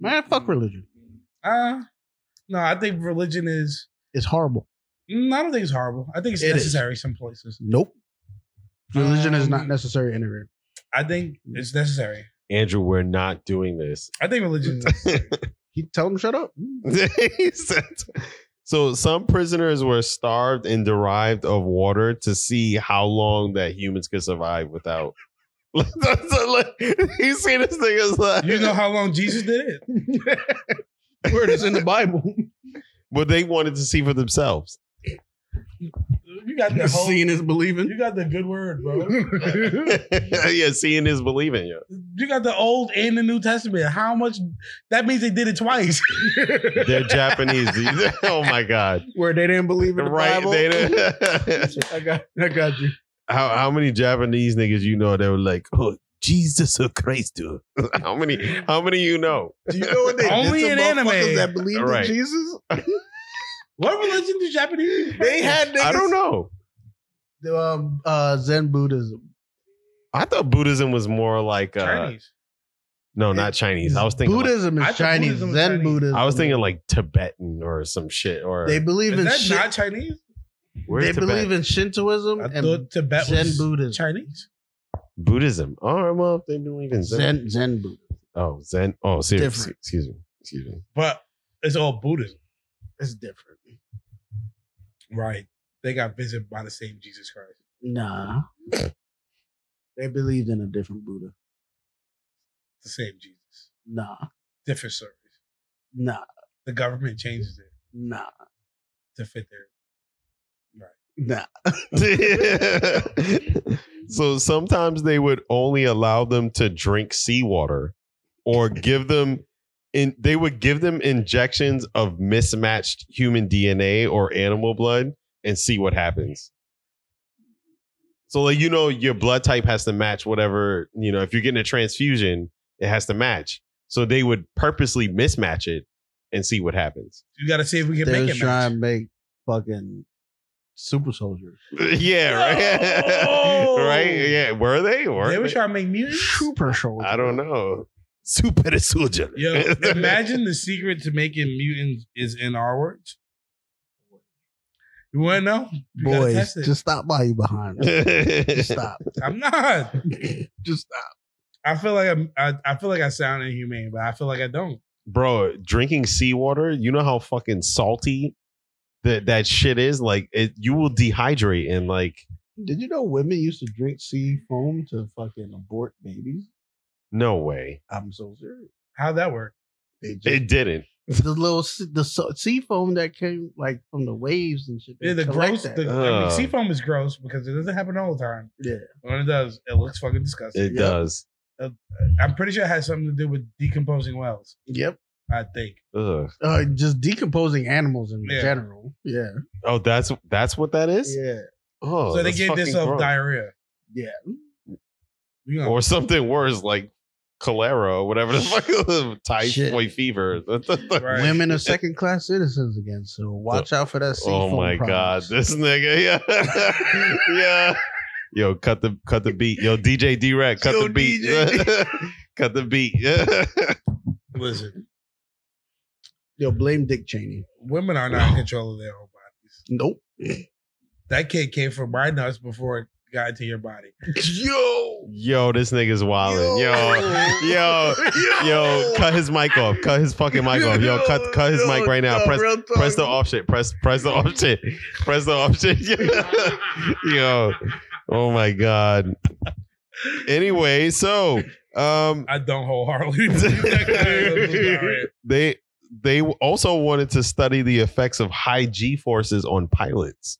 S2: Man, fuck religion.
S5: Uh no, I think religion is.
S2: It's horrible.
S5: mm, I don't think it's horrible. I think it's
S2: It is.
S5: necessary some places.
S2: Nope. Religion is not
S5: Um,
S2: necessary anywhere.
S5: I think it's necessary.
S1: Andrew, we're not doing this.
S5: I think religion is necessary.
S2: He tell him shut up.
S1: He said- so some prisoners were starved and derived of water to see how long that humans could survive without. That's a- like, you see this thing is like,
S5: you know how long Jesus did it?
S2: Word is in the Bible.
S1: but they wanted to see for themselves.
S5: You got the whole.
S2: Seeing is believing.
S5: You got the good word, bro.
S1: yeah, seeing is believing. Yeah.
S5: You got the Old and the New Testament. How much? That means they did it twice.
S1: They're Japanese. oh my god!
S2: Where they didn't believe in the
S1: Right?
S2: Bible.
S1: They didn't-
S2: I got. I got you.
S1: how how many Japanese niggas you know that were like, oh Jesus Christ, dude. how many? How many you know?
S2: Do you know what they
S5: Only
S2: did
S5: in
S2: to
S5: anime.
S2: motherfuckers that believed
S1: Right.
S2: in Jesus?
S5: what religion do Japanese? people
S2: They
S5: practice?
S2: had. Niggas,
S1: I don't know.
S2: know. Um, uh, Zen Buddhism.
S1: I thought Buddhism was more like uh,
S5: Chinese.
S1: no, not Chinese. I was thinking like-
S2: Buddhism
S5: I
S2: is
S5: thought
S2: Chinese.
S5: Buddhism was
S2: Zen
S5: Chinese.
S2: Buddhism.
S1: I was thinking like Tibetan or some shit or
S2: they believe
S5: Is
S2: in.
S5: that
S2: shit.
S5: not Chinese?
S1: Where's
S2: they
S1: Tibet?
S2: believe in Shintoism
S5: I
S2: and
S5: thought Tibet
S2: Zen
S5: was
S2: Buddhism.
S5: Chinese.
S1: Buddhism. All right, well, they believe in Zen.
S2: Zen Zen Buddhism.
S1: Oh, Zen. Oh, seriously.
S2: Different.
S1: Excuse me. Excuse me.
S5: But it's all Buddhism,
S2: It's different.
S5: right? They got visited by the same Jesus Christ.
S2: Nah. they believed in a different Buddha.
S5: The same Jesus.
S2: Nah.
S5: Different service.
S2: Nah.
S5: The government changes it
S2: Nah.
S5: to fit their
S2: Nah.
S1: so sometimes they would only allow them to drink seawater or give them in they would give them injections of mismatched human DNA or animal blood and see what happens. So like you know your blood type has to match whatever, you know, if you're getting a transfusion, it has to match. So they would purposely mismatch it and see what happens.
S5: You got to see if we can
S2: They're
S5: make it.
S2: trying
S5: match.
S2: to make fucking super soldiers.
S1: Yeah, right.
S5: No.
S1: right? Yeah, were they? Were
S5: They were
S1: they?
S5: trying to make mutants.
S2: soldiers.
S1: I don't know. Super soldier.
S5: Yo, imagine the secret to making mutants is in our words. You want to know? You gotta
S2: Boys,
S5: test it.
S2: just stop by you behind. us. Just stop.
S5: I'm not.
S2: just stop.
S5: I feel like I'm, I, I feel like I sound inhumane, but I feel like I don't.
S1: Bro, drinking seawater, you know how fucking salty that that shit is? Like it you will dehydrate and like
S2: Did you know women used to drink sea foam to fucking abort babies?
S1: no way.
S2: I'm so serious.
S5: How'd that work?
S2: They just,
S1: It didn't.
S2: the little se- the so- sea foam that came like from the waves and shit. they
S5: Yeah, the
S2: collect
S5: gross.
S2: that.
S5: The, I mean,
S1: Ugh.
S5: sea foam is gross because it doesn't happen all the time.
S2: yeah.
S5: When it does, it looks fucking disgusting.
S1: It
S2: Yeah.
S1: does.
S5: Uh, I'm pretty sure it has something to do with decomposing wells.
S2: Yep.
S5: I think.
S1: Ugh.
S2: Uh, just decomposing animals in
S5: Yeah.
S2: general. Yeah.
S1: Oh, that's that's what that is.
S2: Yeah.
S1: Oh,
S5: so they
S1: that's
S5: gave
S1: fucking
S5: this of
S1: gross.
S5: diarrhea.
S2: Yeah.
S5: You know,
S1: or something worse like cholera or whatever the fuck typhoid
S2: Shit.
S1: fever.
S5: Right.
S2: Women are second class citizens again, so watch out for that.
S1: oh
S2: seafoam
S1: my god,
S2: products.
S1: this nigga, yeah, yeah. Yo, cut the cut the beat. Yo, DJ D Rack, cut
S5: Yo,
S1: the beat.
S5: DJ.
S1: cut the beat. Yeah.
S5: listen,
S2: Yo, blame Dick Cheney.
S5: women are not in control of their own bodies.
S2: Nope.
S5: That kid came from my nuts before it got into your body.
S2: Yo.
S1: Yo, this nigga's wildin'. Yo. Yo.
S2: Yo.
S1: Yo, cut his mic off. Cut his fucking mic off. Yo, cut cut his mic right now. Press press the off shit. Press press the off shit. Press the off shit. Yo. Oh my god. Anyway, so um
S5: I don't wholeheartedly believe that guy was diarrhea.
S1: they they also wanted to study the effects of high G forces on pilots.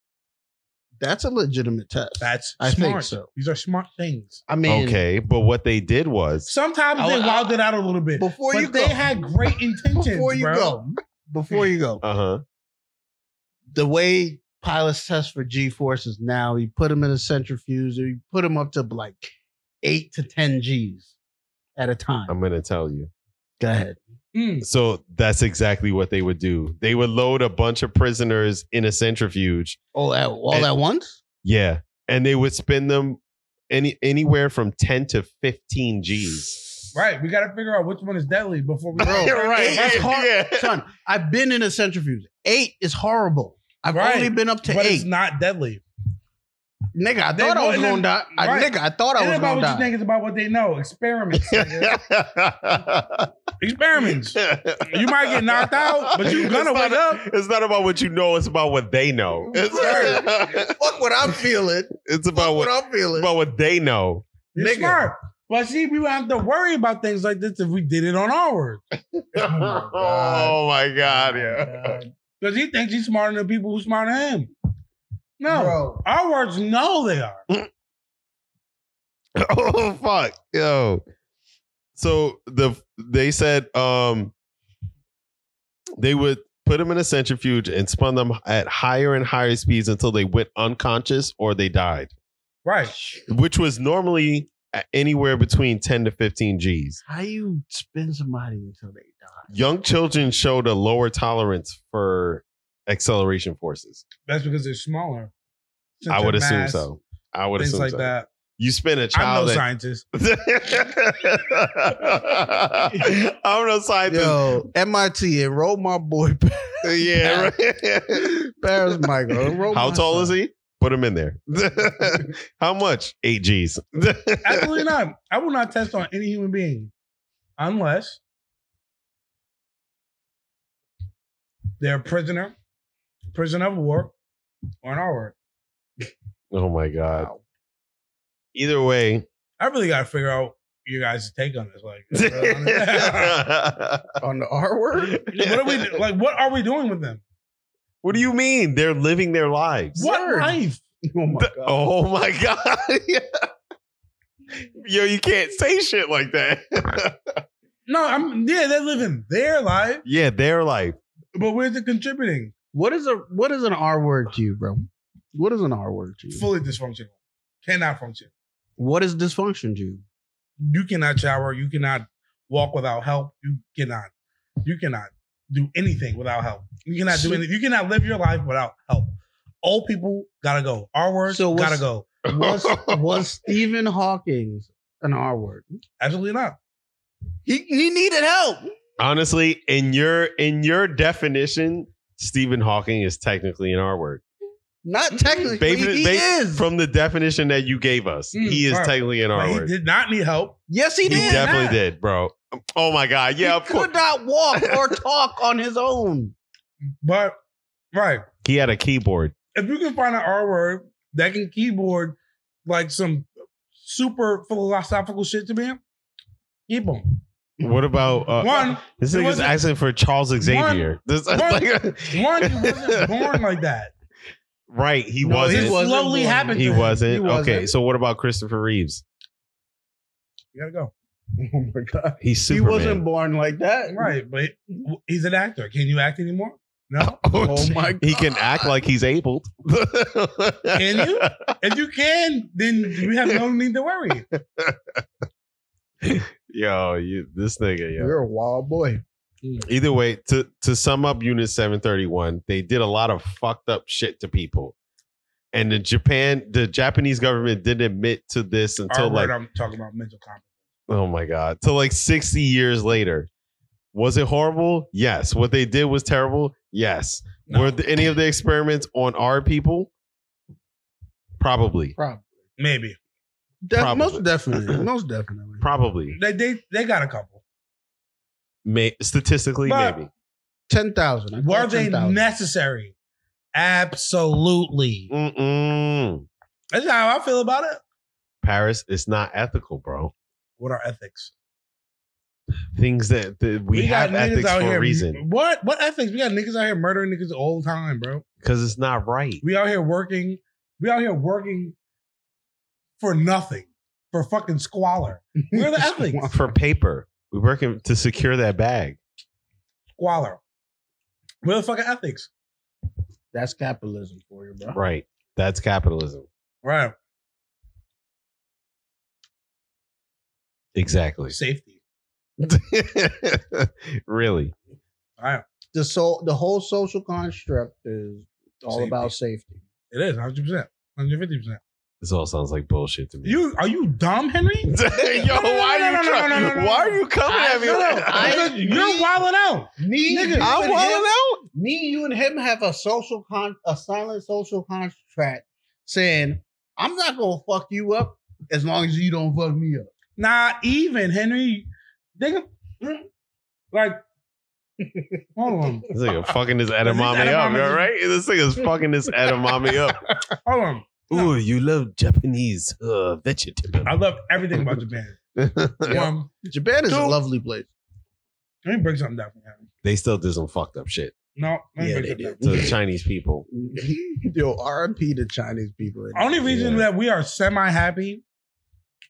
S2: That's a legitimate test.
S5: That's
S2: I
S5: smart.
S2: think so.
S5: These are smart things.
S2: I mean,
S1: okay, but what they did was
S5: Sometimes
S2: I-
S5: they
S2: I-
S5: wilded out a little bit.
S2: Before
S5: but
S2: you
S5: they
S2: go.
S5: had great intentions.
S2: Before you
S5: bro.
S2: go. Before you go,
S1: uh huh.
S2: the way pilots test for G forces now, you put them in a centrifuge, or you put them up to like eight to ten Gs at a time.
S1: I'm gonna tell you.
S2: Go ahead.
S5: Mm.
S1: So that's exactly what they would do. They would load a bunch of prisoners in a centrifuge.
S2: All at all
S1: And-
S2: at once.
S1: Yeah, and they would spin them any anywhere from ten to fifteen G's.
S5: Right. We got to figure out which one is deadly before we
S2: Bro.
S5: go.
S2: Right.
S5: That's Oh, hard.
S1: Yeah.
S2: Son, I've been in a centrifuge. Eight is horrible. I've
S5: Right.
S2: only been up to
S5: But
S2: eight.
S5: it's not deadly.
S2: nigga, I
S5: They
S2: thought I was
S5: wouldn't
S2: gonna
S5: have-
S2: die. I,
S5: Right.
S2: Nigga, I thought I
S5: It
S2: was
S5: ain't about
S2: gonna
S5: what you
S2: die.
S5: think. It's about what they know. Experiments. nigga. Experiments. You might get knocked out, but you gonna
S1: It's not-
S5: wake up.
S1: It's not about what you know; it's about what they know. It's,
S2: Fuck what I'm feeling.
S1: it's about what,
S2: I'm feeling.
S1: about what they know.
S5: You're
S2: Nigga.
S5: smart. But see, we would have to worry about things like this if we did it on ours.
S1: Oh my god! Oh, yeah.
S5: Because he thinks he's smarter than people who smarter than him. No.
S2: Bro.
S5: Our words know they are.
S1: oh fuck, yo. So the they said um they would put them in a centrifuge and spun them at higher and higher speeds until they went unconscious or they died,
S5: Right.
S1: which was normally a- anywhere between ten to fifteen G's.
S2: How you spin somebody until they die?
S1: Young children showed a lower tolerance for acceleration forces.
S5: That's because they're smaller. Since
S1: I would
S5: their
S1: assume
S5: mass,
S1: so. I would
S5: Things
S1: assume
S5: like
S1: so.
S5: that.
S1: You spin a
S5: I'm
S1: child.
S5: no
S1: at-
S5: scientist.
S1: I'm no scientist.
S2: Yo, MIT enroll my boy
S1: Yeah. right.
S2: Paris Michael. Enroll
S1: How
S2: oh my
S1: tall
S2: son.
S1: is he? Put him in there. How much? Eight G's.
S5: Absolutely not. I will not test on any human being unless they're a prisoner, prisoner of war, or an R word.
S1: oh my god. Either way.
S5: I really got to figure out your guys' take on this. Like,
S2: on the R word?
S5: what are we like? What are we doing with them?
S1: What do you mean? They're living their lives.
S5: What
S2: Absurd.
S5: life?
S2: Oh my god.
S1: Oh my god. Yeah. Yo, you can't say shit like that.
S5: No, I'm yeah. They're living their life,
S1: yeah, their life.
S5: but where's it contributing?
S2: What is a what is an R word to you, bro? What is an R word to you?
S5: Fully dysfunctional, cannot function.
S2: what is dysfunction to you?
S5: you cannot shower, you cannot walk without help, you cannot, you cannot do anything without help. You cannot do
S2: So-
S5: anything. You cannot live your life without help. Old people gotta go. Our words
S2: So what's-
S5: gotta go.
S2: Was was Stephen Hawking's an R word?
S5: Absolutely not.
S2: He he needed help.
S1: Honestly, in your in your definition, Stephen Hawking is technically an R word.
S2: Not technically.
S1: Ba-
S2: he
S1: ba-
S2: is.
S1: Mm-hmm. From the definition that you gave us,
S5: Mm,
S1: he is
S5: right.
S1: technically an
S5: Like,
S1: R
S5: he
S1: word.
S5: did not need help.
S2: yes, he,
S1: He,
S2: did.
S1: definitely
S5: not.
S1: did, bro. Oh my god. Yeah,
S2: he
S1: of course.
S2: could not walk or talk on his own.
S5: But right.
S1: He had a keyboard.
S5: If you can find an R word that can keyboard like some super philosophical shit to me, keep them.
S1: What about uh,
S5: one,
S1: this
S5: it
S1: nigga's
S5: wasn't-
S1: asking for Charles Xavier? This-
S5: one-
S1: like-
S5: one, he wasn't born like that.
S1: right, he
S2: No,
S1: wasn't.
S5: It
S2: He wasn't
S5: slowly
S2: born.
S5: happened.
S1: He
S5: to him.
S1: wasn't.
S2: He wasn't.
S1: Okay, so what about Christopher Reeves?
S5: You gotta go.
S2: Oh my god.
S1: He's
S2: He
S1: Superman.
S2: wasn't born like that.
S5: Right, but he's an actor. Can you act anymore? No.
S2: Oh my god.
S1: He can act like he's able.
S5: Can you? if you can, then we have no need to worry.
S1: Yo, you, this nigga, yo.
S2: You're a wild boy.
S1: Either way, to to sum up Unit 731, they did a lot of fucked up shit to people. And the Japan, the Japanese government didn't admit to this until
S5: Our word,
S1: like
S5: I'm talking about mental comp.
S1: oh my god till like 60 years later was it horrible yes what they did was terrible yes
S5: No.
S1: were th- any of the experiments on our people probably
S2: Probably.
S5: Maybe
S2: De-
S1: Probably.
S2: most definitely. Most definitely.
S1: probably
S5: they they they got a couple.
S1: May- statistically
S5: But-
S1: maybe
S2: Ten thousand.
S5: Were they necessary? Absolutely.
S1: Mm-mm.
S5: That's how I feel about it.
S1: paris it's not ethical bro
S5: What are ethics?
S1: things that, that we, have ethics for
S5: here.
S1: a reason
S5: What what ethics? We got niggas out here murdering niggas all the time, bro.
S1: because it's not right
S5: We out here working. We out here working for nothing, for fucking squalor. Where are the ethics?
S1: for paper we're working to secure that bag
S5: Squalor. Where the fucking ethics?
S2: That's capitalism for you, bro.
S1: right that's capitalism
S5: Right.
S1: exactly
S5: Safety.
S1: really
S5: Right.
S2: The so the whole social construct is all
S5: Safety.
S2: about safety.
S5: It is 100 percent 150 percent
S1: This all sounds like bullshit to me.
S5: You are you dumb, Henry?
S1: Yo,
S5: no, no,
S1: why
S5: no,
S1: are you
S5: no, no,
S1: trying?
S5: no, no, no.
S1: Why are you coming
S2: I
S1: at me?
S2: know.
S5: Nigga,
S2: I-
S5: You're wilding out.
S2: Me,
S5: Nigga,
S2: you,
S5: I'm
S2: and
S1: I'm
S2: him-
S1: wilding out.
S2: me, you, and him have a social con, a silent social contract saying, "I'm not gonna fuck you up as long as you don't fuck me up."
S5: Not even Henry. Nigga, mm, like, hold on,
S1: This nigga fucking this edamame up,
S5: edamame
S1: all
S5: just-
S1: right? This nigga's fucking this edamame up.
S5: hold on.
S1: Ooh, you love Japanese uh, vegetable.
S5: I love everything about Japan. One,
S2: Japan is a
S5: Dude.
S2: lovely place.
S5: let me break something down for you.
S1: they still did some fucked up shit
S5: No, let me
S2: Yeah,
S5: break
S2: they
S5: something
S2: do.
S5: down.
S1: to the Chinese people.
S2: Yo, RMP to Chinese people.
S5: Only reason
S1: Yeah.
S5: that we are semi happy,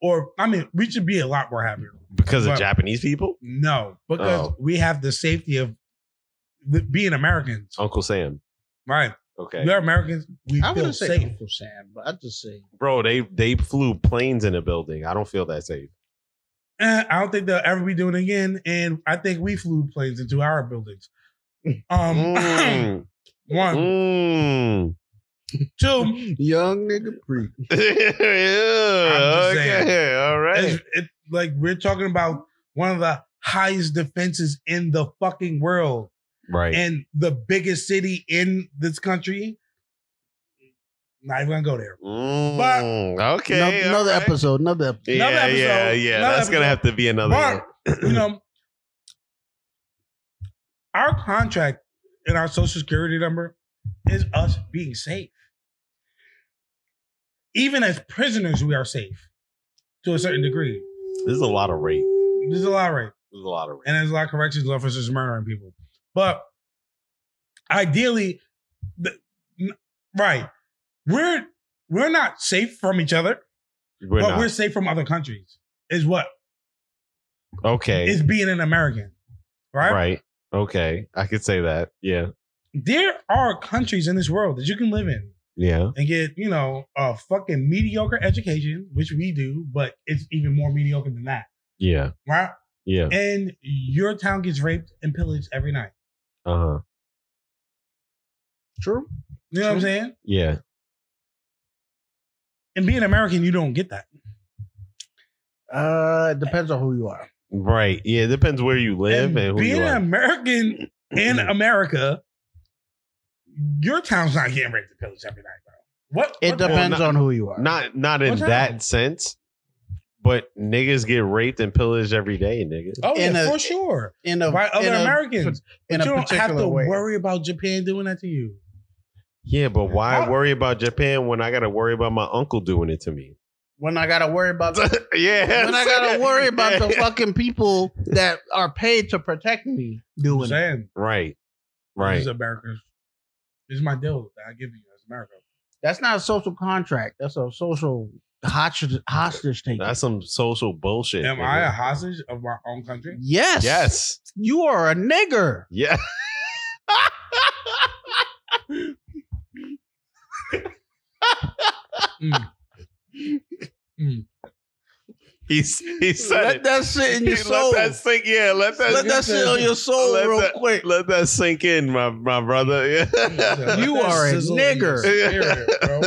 S5: or I mean, we should be a lot more happier.
S1: Because
S5: Well-
S1: of Japanese people?
S5: No, because
S1: Oh.
S5: we have the safety of the, being Americans.
S1: Uncle Sam.
S5: Right,
S1: Oh, Okay.
S5: we are Americans. We
S2: I
S5: feel
S2: wouldn't say
S5: safe.
S2: Uncle Sam, but I just say
S1: Bro, they they flew planes in a building. I don't feel that safe.
S5: Eh, I don't think they'll ever be doing it again. And I think we flew planes into our buildings. Um,
S1: Mm.
S5: one,
S1: Mm.
S5: two.
S2: young nigga preach.
S1: yeah,
S5: just
S1: okay,
S5: saying.
S1: all right.
S5: it's- it- like we're talking about one of the highest defenses in the fucking world
S1: Right.
S5: and the biggest city in this country. Not even gonna go there. But-
S1: Mm, okay.
S2: Ano-
S1: all
S2: another
S1: right.
S2: episode. Another episode.
S1: Yeah,
S5: Another episode,
S1: yeah, yeah.
S5: another
S1: That's gonna
S5: episode.
S1: have to be another. one.
S5: But you know, our contract and our social security number is us being safe. Even as prisoners, we are safe to a certain degree.
S1: This is a lot of rape.
S5: There's a lot of rape,
S1: This is a lot of rape.
S5: and there's a lot of corrections officers murdering people. But ideally, the, n- right, we're we're not safe from each other,
S1: We're
S5: but
S1: not.
S5: we're safe from other countries. Is what
S1: okay.
S5: is being an American,
S1: right.
S5: right?
S1: Okay. I could say that. Yeah.
S5: there are countries in this world that you can live in
S1: Yeah.
S5: and get, you know, a fucking mediocre education, which we do, but it's even more mediocre than that,
S1: Yeah.
S5: right?
S1: Yeah.
S5: And your town gets raped and pillaged every night.
S1: Uh huh.
S2: True.
S5: You know what I'm saying?
S1: Yeah.
S5: And being American, you don't get that.
S2: Uh, it depends on who you are.
S1: Right. Yeah. It depends where you live and, who
S5: being
S1: you
S5: an
S1: are.
S5: American in
S2: Mm-hmm.
S5: America, your town's not getting raped and pillaged every night, bro. What?
S2: It
S5: what the-
S2: depends
S1: not-
S2: on who you are.
S1: not not in
S5: What's
S1: that
S5: happening?
S1: sense, but niggas get raped and pillaged every day, nigga.
S5: Oh,
S2: in
S5: yeah,
S2: a-
S5: for sure.
S2: in a
S5: By other
S2: in a-
S5: Americans.
S2: in
S5: But
S2: a
S5: you don't have
S2: particular
S5: to
S2: way.
S5: worry about Japan doing that to you.
S1: Yeah, but why
S5: How-
S1: worry about Japan when I gotta worry about my uncle doing it to me?
S2: When I gotta worry about the,
S1: yeah.
S2: when I gotta worry about the
S1: Yeah.
S2: fucking people that are paid to protect me doing it.
S5: Saying,
S1: Right.
S5: This
S1: Right.
S5: is America's. This is my deal that I give you as America.
S2: That's not a social contract. That's a social hostage hostage taking.
S1: That's some social bullshit.
S5: Am
S1: nigga.
S5: I a hostage of my own country?
S2: yes,
S1: Yes.
S2: you are a nigger.
S1: Yeah.
S5: Mm. Mm.
S1: He's he said
S2: Let
S1: it.
S2: that shit in your
S1: He
S2: soul.
S1: Let that sink. Yeah, let that.
S2: Let that shit on your soul
S1: Let
S2: real
S1: that-
S2: quick.
S1: let that sink in, my my brother. Yeah.
S2: You
S5: Let mm.
S2: are
S5: that
S2: a
S5: sizzle in your
S2: nigger.
S5: spirit, bro.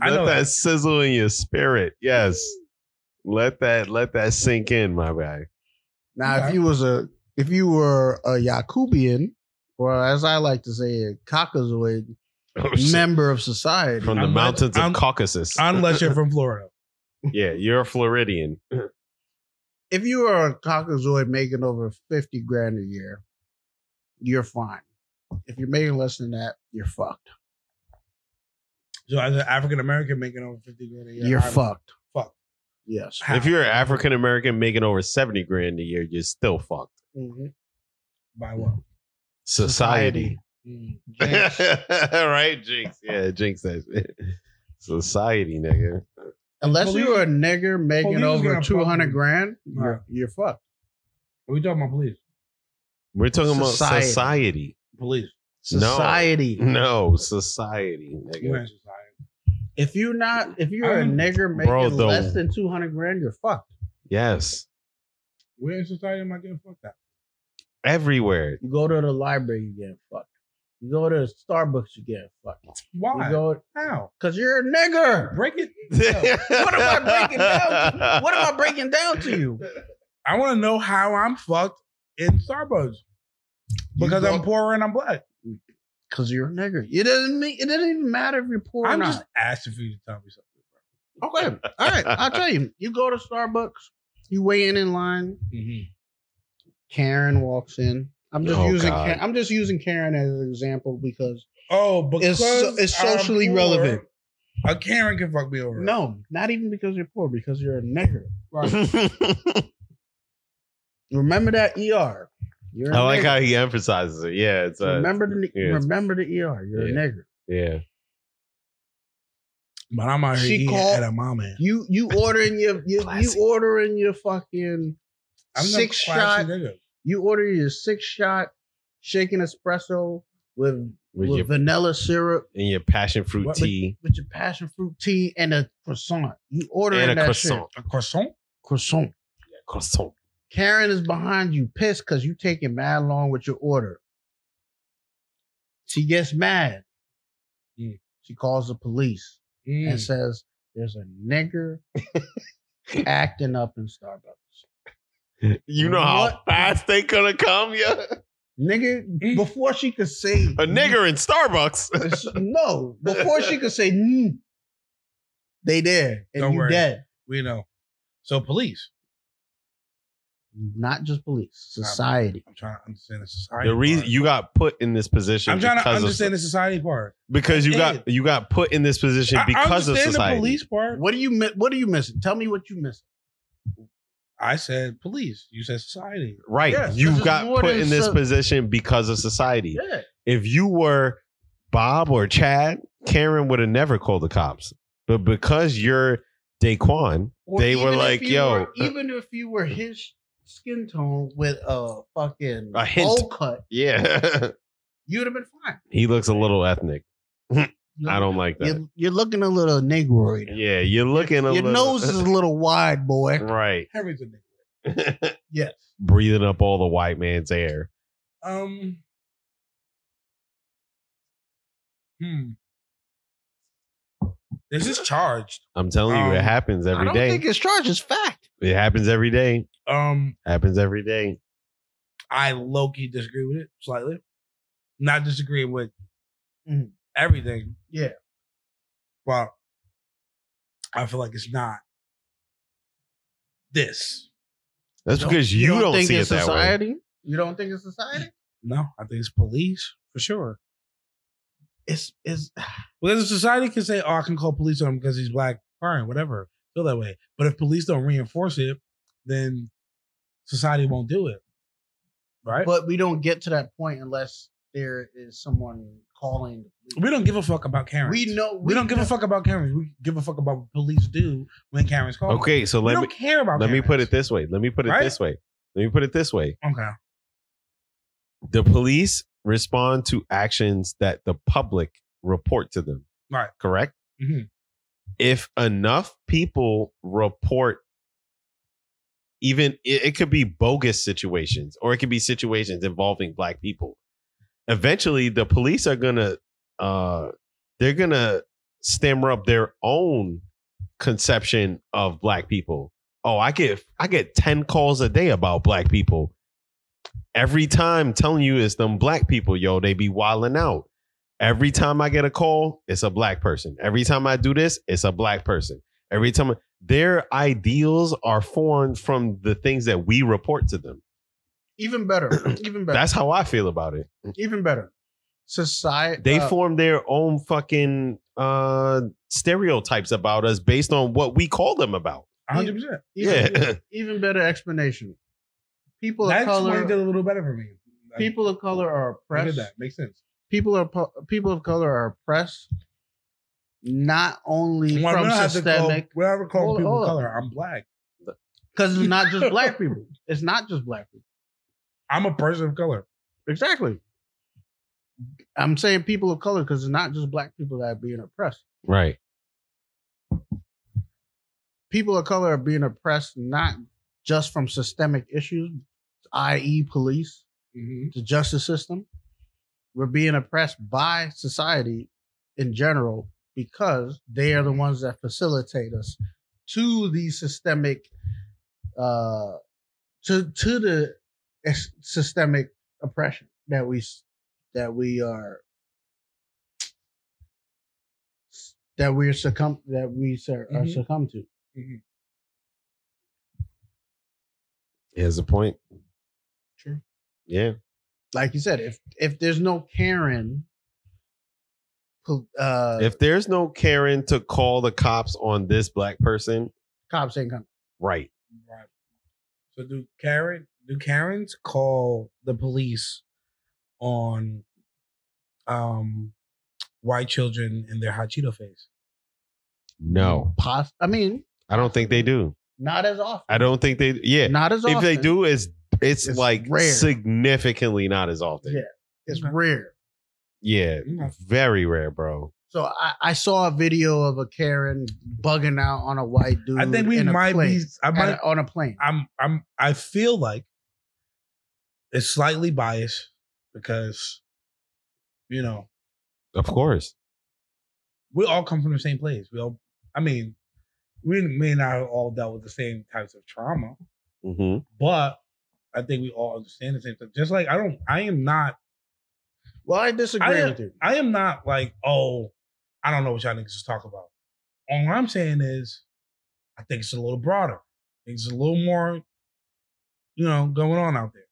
S5: I
S1: let
S5: know
S1: that
S5: that.
S1: sizzle in your spirit. Yes. Let that let that sink in, my guy.
S2: Now,
S5: Okay.
S2: if you was a if you were a Yakubian, or as I like to say, a Caucasoid
S1: Oh, shit.
S2: member of society,
S1: From the
S5: I'm not-
S1: mountains
S5: I'm-
S1: of Caucasus.
S5: Unless you're from Florida.
S1: yeah, you're a Floridian.
S2: if you are a Caucasoid making over fifty grand a year, you're fine. If you're making less than that, you're fucked.
S5: So as an African American making over 50 grand a year.
S2: you're
S5: I'm
S2: fucked.
S5: fucked.
S2: Yes.
S5: How?
S1: If you're an African American making over seventy grand a year, you're still fucked.
S5: Mm-hmm.
S2: Mhm.
S5: By what?
S1: Society.
S5: Mm.
S2: Jinx.
S1: right, Jinx. Yeah, Jinx that shit. Society, nigga.
S2: Unless
S5: Police-
S2: you're a nigger
S5: police
S2: making
S5: is
S2: over
S5: gonna
S2: two
S5: fuck you.
S2: hundred grand,
S5: Right.
S2: you're, you're fucked.
S5: Are we talking about police?
S1: We're talking about
S2: Society.
S1: society.
S5: Police.
S1: No.
S2: Society.
S1: No, society,
S5: We're in
S1: nigga.
S5: society.
S2: If you're not, if you're a
S5: I'm-
S2: nigger making
S1: Bro, the-
S2: less than two hundred grand, you're fucked.
S1: Yes.
S5: We're in society. Am I getting fucked up?
S1: Everywhere.
S2: You go to the library, you get fucked. You go to Starbucks, you get fucked.
S5: Why?
S2: You go
S5: How?
S2: because you're a nigger.
S5: Break it.
S2: What am I breaking down? What am I breaking down to you?
S5: I want to know how I'm fucked in Starbucks because I'm poorer and I'm black.
S2: Because you're a nigger. It doesn't mean it doesn't even matter if you're poor
S5: I'm
S2: or
S5: just asking for you to tell me something.
S2: not. Okay, all right. I'll tell you. You go to Starbucks. You waiting in line. Karen walks in. I'm just
S1: Oh,
S2: using.
S1: God.
S2: Karen, I'm just using Karen as an example because
S5: Oh,
S2: It's
S5: because
S2: so- it's socially
S5: I'm poor,
S2: relevant.
S5: A Karen can fuck me over.
S2: no, not even because you're poor, because you're a nigger. Remember that ER. You're a
S1: I like
S2: nigger.
S1: how he emphasizes it. Yeah, it's a
S2: remember the
S1: yeah.
S2: remember the ER. You're
S1: Yeah.
S2: a nigger.
S1: yeah.
S5: but I'm out here
S2: She
S5: eating
S2: called-
S5: at a mama.
S2: You you ordering your you, you
S1: Classic.
S2: ordering your fucking
S5: I'm no
S2: six
S5: classy
S2: shot.
S5: nigga.
S2: You order your six shot shaken espresso with
S1: With
S2: with,
S1: your-
S2: vanilla syrup
S1: And your passion fruit
S5: What-
S1: tea
S2: with your passion fruit tea and a croissant. You ordering
S1: and a
S2: that
S1: croissant.
S2: shit.
S5: A croissant.
S2: Croissant.
S1: Croissant.
S2: Karen is behind you, pissed because you taking mad long with your order. She gets mad.
S5: Mm.
S2: She calls the police. and
S5: Mm.
S2: says there's a nigger acting up in Starbucks.
S1: You know how
S2: What?
S1: fast they could have come, yeah.
S2: Nigger, before she could say
S1: A nigger in Starbucks.
S2: no, before she could say mm, they there and
S5: Don't
S2: you
S5: worry.
S2: dead.
S5: We know. So police.
S2: Not just police, society.
S5: I'm trying to understand the society.
S1: The reason
S5: part.
S1: you got put in this position
S5: I'm trying to
S1: because of-
S5: understand the society part.
S1: because you
S5: Ed.
S1: got you got put in this position
S5: I
S1: because of
S5: understand
S1: society.
S5: the police part.
S2: What do you mi- what are you missing? Tell me what you missing.
S5: I said police. You said society.
S1: Right.
S2: Yes, this
S1: you
S2: is
S1: got
S2: more
S1: put
S2: than
S1: in this
S2: so-
S1: position because of society.
S2: Yeah.
S1: if you were Bob or Chad, Karen would have never called the cops. But because you're Daquan,
S2: Or
S1: They
S2: even
S1: were
S2: if
S1: like,
S2: you
S1: yo. uh,
S2: were- even if you were his skin tone with a fucking
S1: A hint.
S2: bowl cut,
S1: yeah,
S2: you'd have been fine.
S1: he looks a little ethnic. I don't like that.
S2: You're, you're looking a little negroid.
S1: Yeah, you're looking a
S2: Your
S1: little
S2: nose is a little wide, boy.
S1: right,
S5: Harry's a nigga.
S2: Yes.
S1: breathing up all the white man's air.
S5: Um. Hmm. This is charged.
S1: I'm telling you, it
S5: Um,
S1: happens
S2: I
S1: every
S2: don't
S1: day.
S2: think it's charged. It's fact.
S1: it happens every day.
S5: Um,
S1: Happens every day.
S5: I low key disagree with it slightly. Not disagreeing with
S1: Mm-hmm.
S2: Mhm.
S5: everything.
S2: Yeah.
S5: But I feel like it's not this.
S1: That's because you, don't, see it that way.
S2: society? You don't think it's society?
S5: No, I think it's police for sure.
S2: It's it's
S5: Because if society can say, "Oh, I can call police on him because he's black," fine, whatever, feel that way. But if police don't reinforce it, then society won't do it, right?
S2: but we don't get to that point unless there is someone calling the
S5: We don't give a fuck about Karens.
S2: police. We know
S5: We, don't give a fuck about Karens. We give a fuck about what police do when Karens call. them.
S1: Okay, so
S5: we
S1: let me
S5: don't care about.
S1: let me
S5: Karens.
S1: put it this way. Let me put it
S5: Right?
S1: this way. Let me put it this way.
S5: Okay.
S1: The police respond to actions that the public report to them.
S5: Right.
S1: Correct?
S5: Mhm.
S1: If enough people report even it, it could be bogus situations or it could be situations involving black people. Eventually the police are going to uh they're going to stammer up their own conception of black people. Oh, I get I get 10 calls a day about black people. Every time telling you it's them black people, yo, they be wilding out. Every time I get a call, it's a black person. Every time I do this, it's a black person. Every time their ideals are formed from the things that we report to them.
S2: even better. Even better.
S1: That's how I feel about it.
S2: even better. Society.
S1: They
S2: uh,
S1: form their own fucking uh stereotypes about us based on what we call them about.
S5: One hundred percent.
S2: even, e,
S1: Yeah.
S2: even better explanation. People
S5: That
S2: of
S5: explained it
S2: color.
S5: a little better for me.
S2: People of color are
S5: I did
S2: oppressed.
S5: that. Makes sense.
S2: People are po- people of color are oppressed. Not only
S5: Well, we
S2: from
S5: don't have to call-
S2: systemic,
S5: we don't have to call
S2: Hold-
S5: people
S2: hold
S5: of
S2: up.
S5: color. I'm black.
S2: because it's not just black people. It's not just black people.
S5: I'm a person of color.
S2: Exactly. I'm saying people of color because it's not just black people that are being oppressed.
S1: Right.
S2: People of color are being oppressed not just from systemic issues, i.e., police, the justice system. We're being oppressed by society in general because they are the ones that facilitate us to the systemic, uh, to to the ex- systemic oppression that we s- that we are that we're succumb that we sir, are
S5: Mhm.
S2: succumb to.
S1: Here's the point.
S5: True.
S1: Yeah.
S2: Like you said, if if there's no Karen, po- uh,
S1: If there's no Karen to call the cops on this black person,
S2: cops ain't coming.
S1: right.
S5: Right. So do Karen do Karens call the police on um white children and their hot Cheeto face?
S1: No.
S2: Poss- I mean,
S1: I don't think they do.
S2: Not as often.
S1: I don't think they yeah.
S2: Not as often.
S1: if they do, it's it's,
S2: It's
S1: like
S2: rare.
S1: significantly not as often.
S2: Yeah. it's rare.
S1: Yeah.
S5: Yeah.
S1: Very rare, bro.
S2: So I, I saw a video of a Karen bugging out on a white dude.
S5: I think we
S2: in a
S5: might
S2: plane,
S5: be I
S2: at
S5: might
S2: a- on a plane.
S5: I'm I'm I feel like it's slightly biased because you know,
S1: Of course.
S5: we all come from the same place. We all I mean, we may not have all dealt with the same types of trauma.
S1: hmm
S5: but I think we all understand the same thing. Just like I don't, I am not,
S2: Well, I disagree
S5: I-
S2: with you.
S5: I am not like, oh, I don't know what y'all niggas is talking about. All I'm saying is, I think it's a little broader. I think it's a little more, you know, going on out there.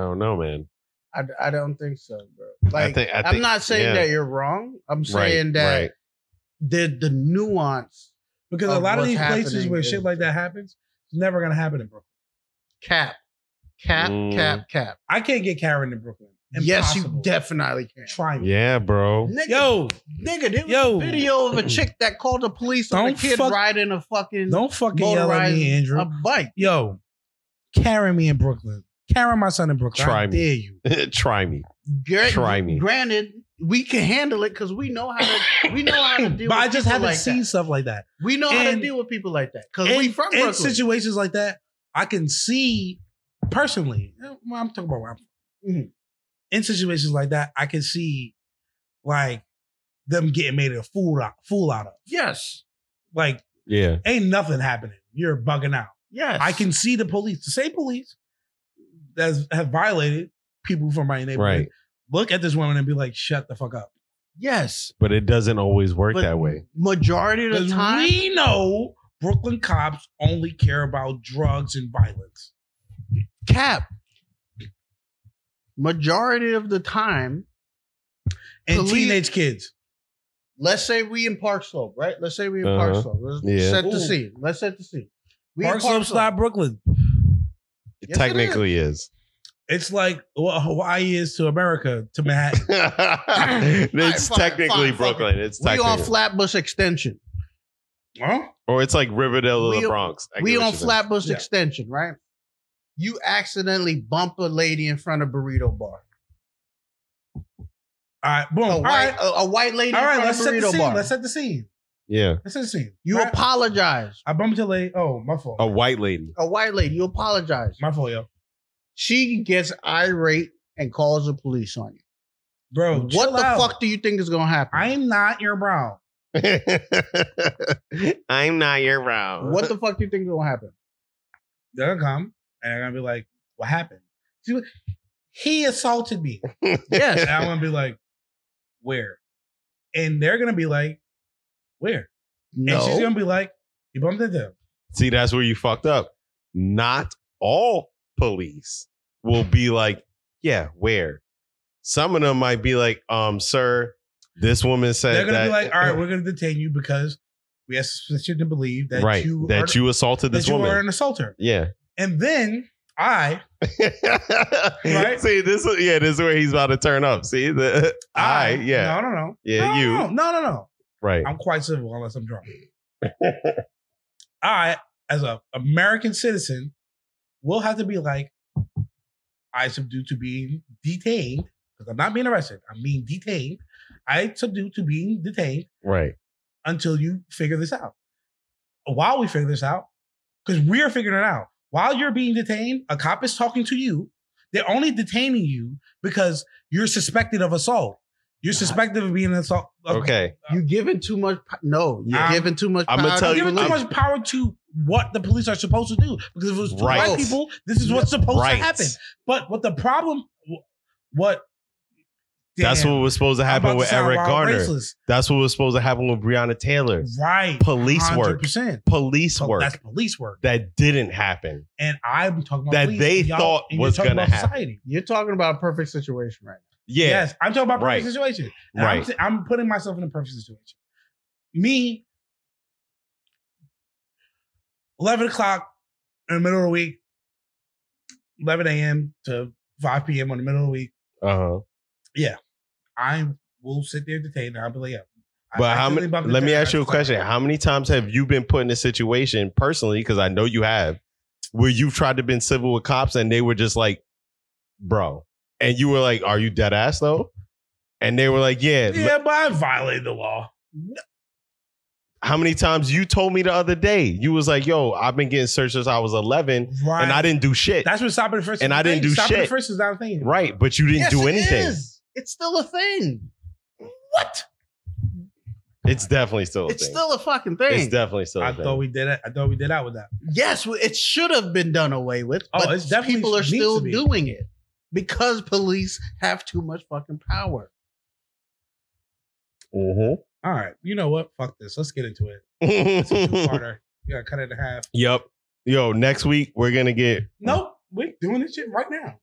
S1: I don't know, man.
S2: I, I don't think so, bro. Like I
S1: think- I
S2: am
S1: think-
S2: not saying
S1: yeah.
S2: that you're wrong. I'm
S1: Right,
S2: saying that
S1: right.
S2: the the nuance
S5: Because a
S2: Of
S5: lot of
S2: what's
S5: these places
S2: happening
S5: where
S2: is-
S5: shit like that happens, it's never gonna happen in Brooklyn.
S2: cap, cap,
S1: Mm.
S2: cap, cap.
S5: I can't get Karen in Brooklyn.
S2: Yes, you
S5: Impossible.
S2: definitely can.
S5: try me.
S1: Yeah, bro.
S2: Nigga,
S5: Yo,
S2: nigga, there was
S5: yo.
S2: a video of a chick that called the police on a
S5: Don't
S2: kid
S5: fuck-
S2: riding a fucking
S5: don't fucking yell at me,
S2: motorized-
S5: Andrew.
S2: a bike.
S5: Yo, carry me in Brooklyn. Carry my son in Brooklyn.
S1: Try
S5: I
S1: me.
S5: dare you.
S1: Try me.
S2: Gra-
S1: Try me.
S2: Granted, we can handle it because we know how to we know how to deal.
S5: But
S2: with
S5: I just
S2: people
S5: haven't
S2: like
S5: seen
S2: That.
S5: stuff like that.
S2: We know how to
S5: and-
S2: deal with people like that because
S5: In-
S2: we from
S5: in
S2: Brooklyn.
S5: situations like that, I can see personally. Well, I'm talking about where I'm from. Mm-hmm. In situations like that, I can see like them getting made a fool out, fool out of.
S2: yes,
S5: Like,
S1: Yeah.
S5: ain't nothing happening. You're bugging out.
S2: yes.
S5: I can see the police, the same police that have violated people from my neighborhood.
S1: Right.
S5: Look at this woman and be like, "Shut the fuck up."
S2: yes.
S1: But it doesn't always work
S5: But-
S1: that way.
S2: Majority of the
S5: Because
S2: time,
S5: we know Brooklyn cops only care about drugs and violence.
S2: cap. Majority of the time,
S5: and
S2: Police-
S5: teenage kids.
S2: let's say we in Park Slope, right? Let's say we in
S1: Uh-huh.
S2: Park Slope. Let's
S1: Yeah.
S2: set the
S5: Ooh.
S2: scene. Let's set the scene. We in
S5: Park Slope's not Brooklyn.
S1: It
S2: Yes, it
S1: technically is.
S5: It's like what Hawaii is to America to Manhattan.
S1: it's
S2: fine, fine,
S1: technically
S2: fuck
S1: Brooklyn. It's
S2: We on
S1: technically,
S2: Flatbush Extension.
S5: Huh?
S1: or it's like Riverdale of
S2: We-
S1: the Bronx. I get
S2: we
S1: what
S2: on
S1: you're saying.
S2: Flatbush
S5: Yeah.
S2: Extension, right? You accidentally bump a lady in front of burrito bar.
S5: All right, boom.
S2: A
S5: Oh, All
S2: white,
S5: right,
S2: a, a white lady
S5: all
S2: in
S5: right.
S2: front
S5: Let's
S2: of
S5: set the
S2: burrito
S5: scene.
S2: bar.
S5: Let's set the scene.
S1: Yeah,
S5: Let's set the scene.
S2: you
S5: All right.
S2: apologize.
S5: I bumped into lady. Oh, my fault.
S1: a white lady.
S2: A white lady, you apologize.
S5: My fault, yo.
S2: She gets irate and calls the police on you.
S5: Bro,
S2: what
S5: chill
S2: the
S5: out.
S2: fuck do you think is gonna happen?
S5: I am not your bro.
S1: I'm not your round.
S2: what the fuck do you think is gonna happen?
S5: They're gonna come and they're gonna be like, "What happened?" She was- he assaulted me.
S2: Yes.
S5: And I'm gonna be like, "Where?" And they're gonna be like, "Where?" And she's
S2: No.
S5: gonna be like, "You bumped into him."
S1: See, that's where you fucked up. Not all police will be like, yeah, where? Some of them might be like, um, sir, this woman said
S5: They're gonna
S1: that,
S5: be like, "All right, we're gonna detain you because we have suspicion to believe that
S1: right,
S5: you
S1: that
S5: are,
S1: you assaulted
S5: that
S1: this
S5: you
S1: woman.
S5: are an assaulter."
S1: yeah.
S5: And then I Right?
S1: See, this is yeah, this is where he's about to turn up. See, the I, yeah,
S5: no no no
S1: Yeah,
S5: no,
S1: you.
S5: no, no no no
S1: right.
S5: I'm quite civil unless I'm drunk. I, as a American citizen, will have to be like, I subdue to being detained because I'm not being arrested. I'm being detained. I subdue to being detained
S1: Right.
S5: until you figure this out. While we figure this out, because we are figuring it out. While you're being detained, a cop is talking to you. They're only detaining you because you're suspected of assault. You're suspected of being an assault. of-
S1: Okay.
S2: You giving too much. po- No, you're
S5: I'm-
S2: giving too much.
S1: I'ma
S2: power
S1: tell
S2: to
S1: you-
S5: giving
S2: police.
S5: too
S1: I'm-
S5: much power to what the police are supposed to do because if it was two
S1: Right.
S5: white people, this is what's supposed
S1: Right.
S5: to happen. But what the problem, what
S1: That's
S5: Damn,
S1: what was supposed to
S5: I'm about
S1: happen
S5: to
S1: with
S5: sound
S1: Eric
S5: wild
S1: Garner.
S5: racist.
S1: That's what was supposed to happen with Breonna Taylor.
S5: right?
S1: Police work.
S5: 100%.
S1: Police
S5: So
S1: work
S5: Oh, That's police work,
S1: that didn't happen.
S5: and I'm talking about
S1: That
S5: police,
S1: they
S5: and y'all-
S1: thought
S5: and you're
S1: was
S5: talking
S1: gonna
S5: about
S1: happen.
S5: Society.
S2: You're talking about a perfect situation right
S1: Yeah.
S5: Yes, I'm talking about
S1: Right.
S5: perfect situation. And I'm
S1: Right.
S5: sa- I'm, putting myself in a perfect situation. Me, eleven o'clock in the middle of the week, eleven a.m. to five p.m. on the middle of the week.
S1: Uh-huh.
S5: I will sit there detained. and I'll be like, yeah. I
S1: But how
S5: accidentally
S1: many?
S5: bumped
S1: Let
S5: into
S1: me
S5: her.
S1: ask you a question. How many times have you been put in a situation personally? Because I know you have, where you've tried to been civil with cops and they were just like, "Bro," and you were like, "Are you dead ass though?" And they were like, "Yeah."
S5: Yeah, but I violated the law.
S1: How many times you told me the other day? You was like, "Yo, I've been getting searched since I was 11,
S5: Right.
S1: and I didn't do shit."
S5: That's what stopping the first.
S1: And
S5: is
S1: I
S5: a
S1: didn't
S5: thing.
S1: do
S5: stopping
S1: shit.
S5: the first is not a thing.
S1: right, but you
S2: now.
S1: didn't
S2: Yes,
S1: do
S2: it
S1: anything.
S2: is. It's still a thing.
S5: What?
S1: It's definitely still. A
S2: It's
S1: thing.
S2: still a fucking
S1: It's
S2: thing.
S1: definitely still. a
S5: I
S1: thing.
S5: thought we did it. I thought we did out with that.
S2: yes, well, it should have been done away with.
S5: Oh,
S2: But
S5: it's definitely
S2: people are
S5: needs to
S2: still
S5: be.
S2: doing it because police have too much fucking power.
S1: Mhm.
S5: All right. You know what? Fuck this. Let's get into it. It's a two-parter. You gotta cut it in half.
S1: yep. Yo, next week we're gonna get
S5: Nope. We're doing this shit right now.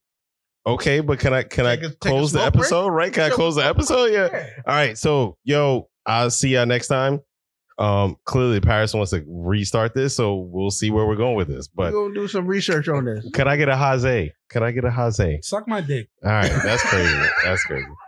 S1: Okay, but can I can
S2: Take
S1: I
S2: a- take a
S1: close the
S2: smoke break?
S1: episode? Right? Can I
S2: Sure.
S1: close the episode? Yeah. All right. So, yo, I'll see y'all next time. Um, clearly Paris wants to restart this, so we'll see where we're going with this.
S2: We're
S1: But
S2: gonna do some research on this.
S1: can I get a Jose? Can I get a Jose?
S5: Suck my dick.
S1: All right, that's crazy. that's crazy.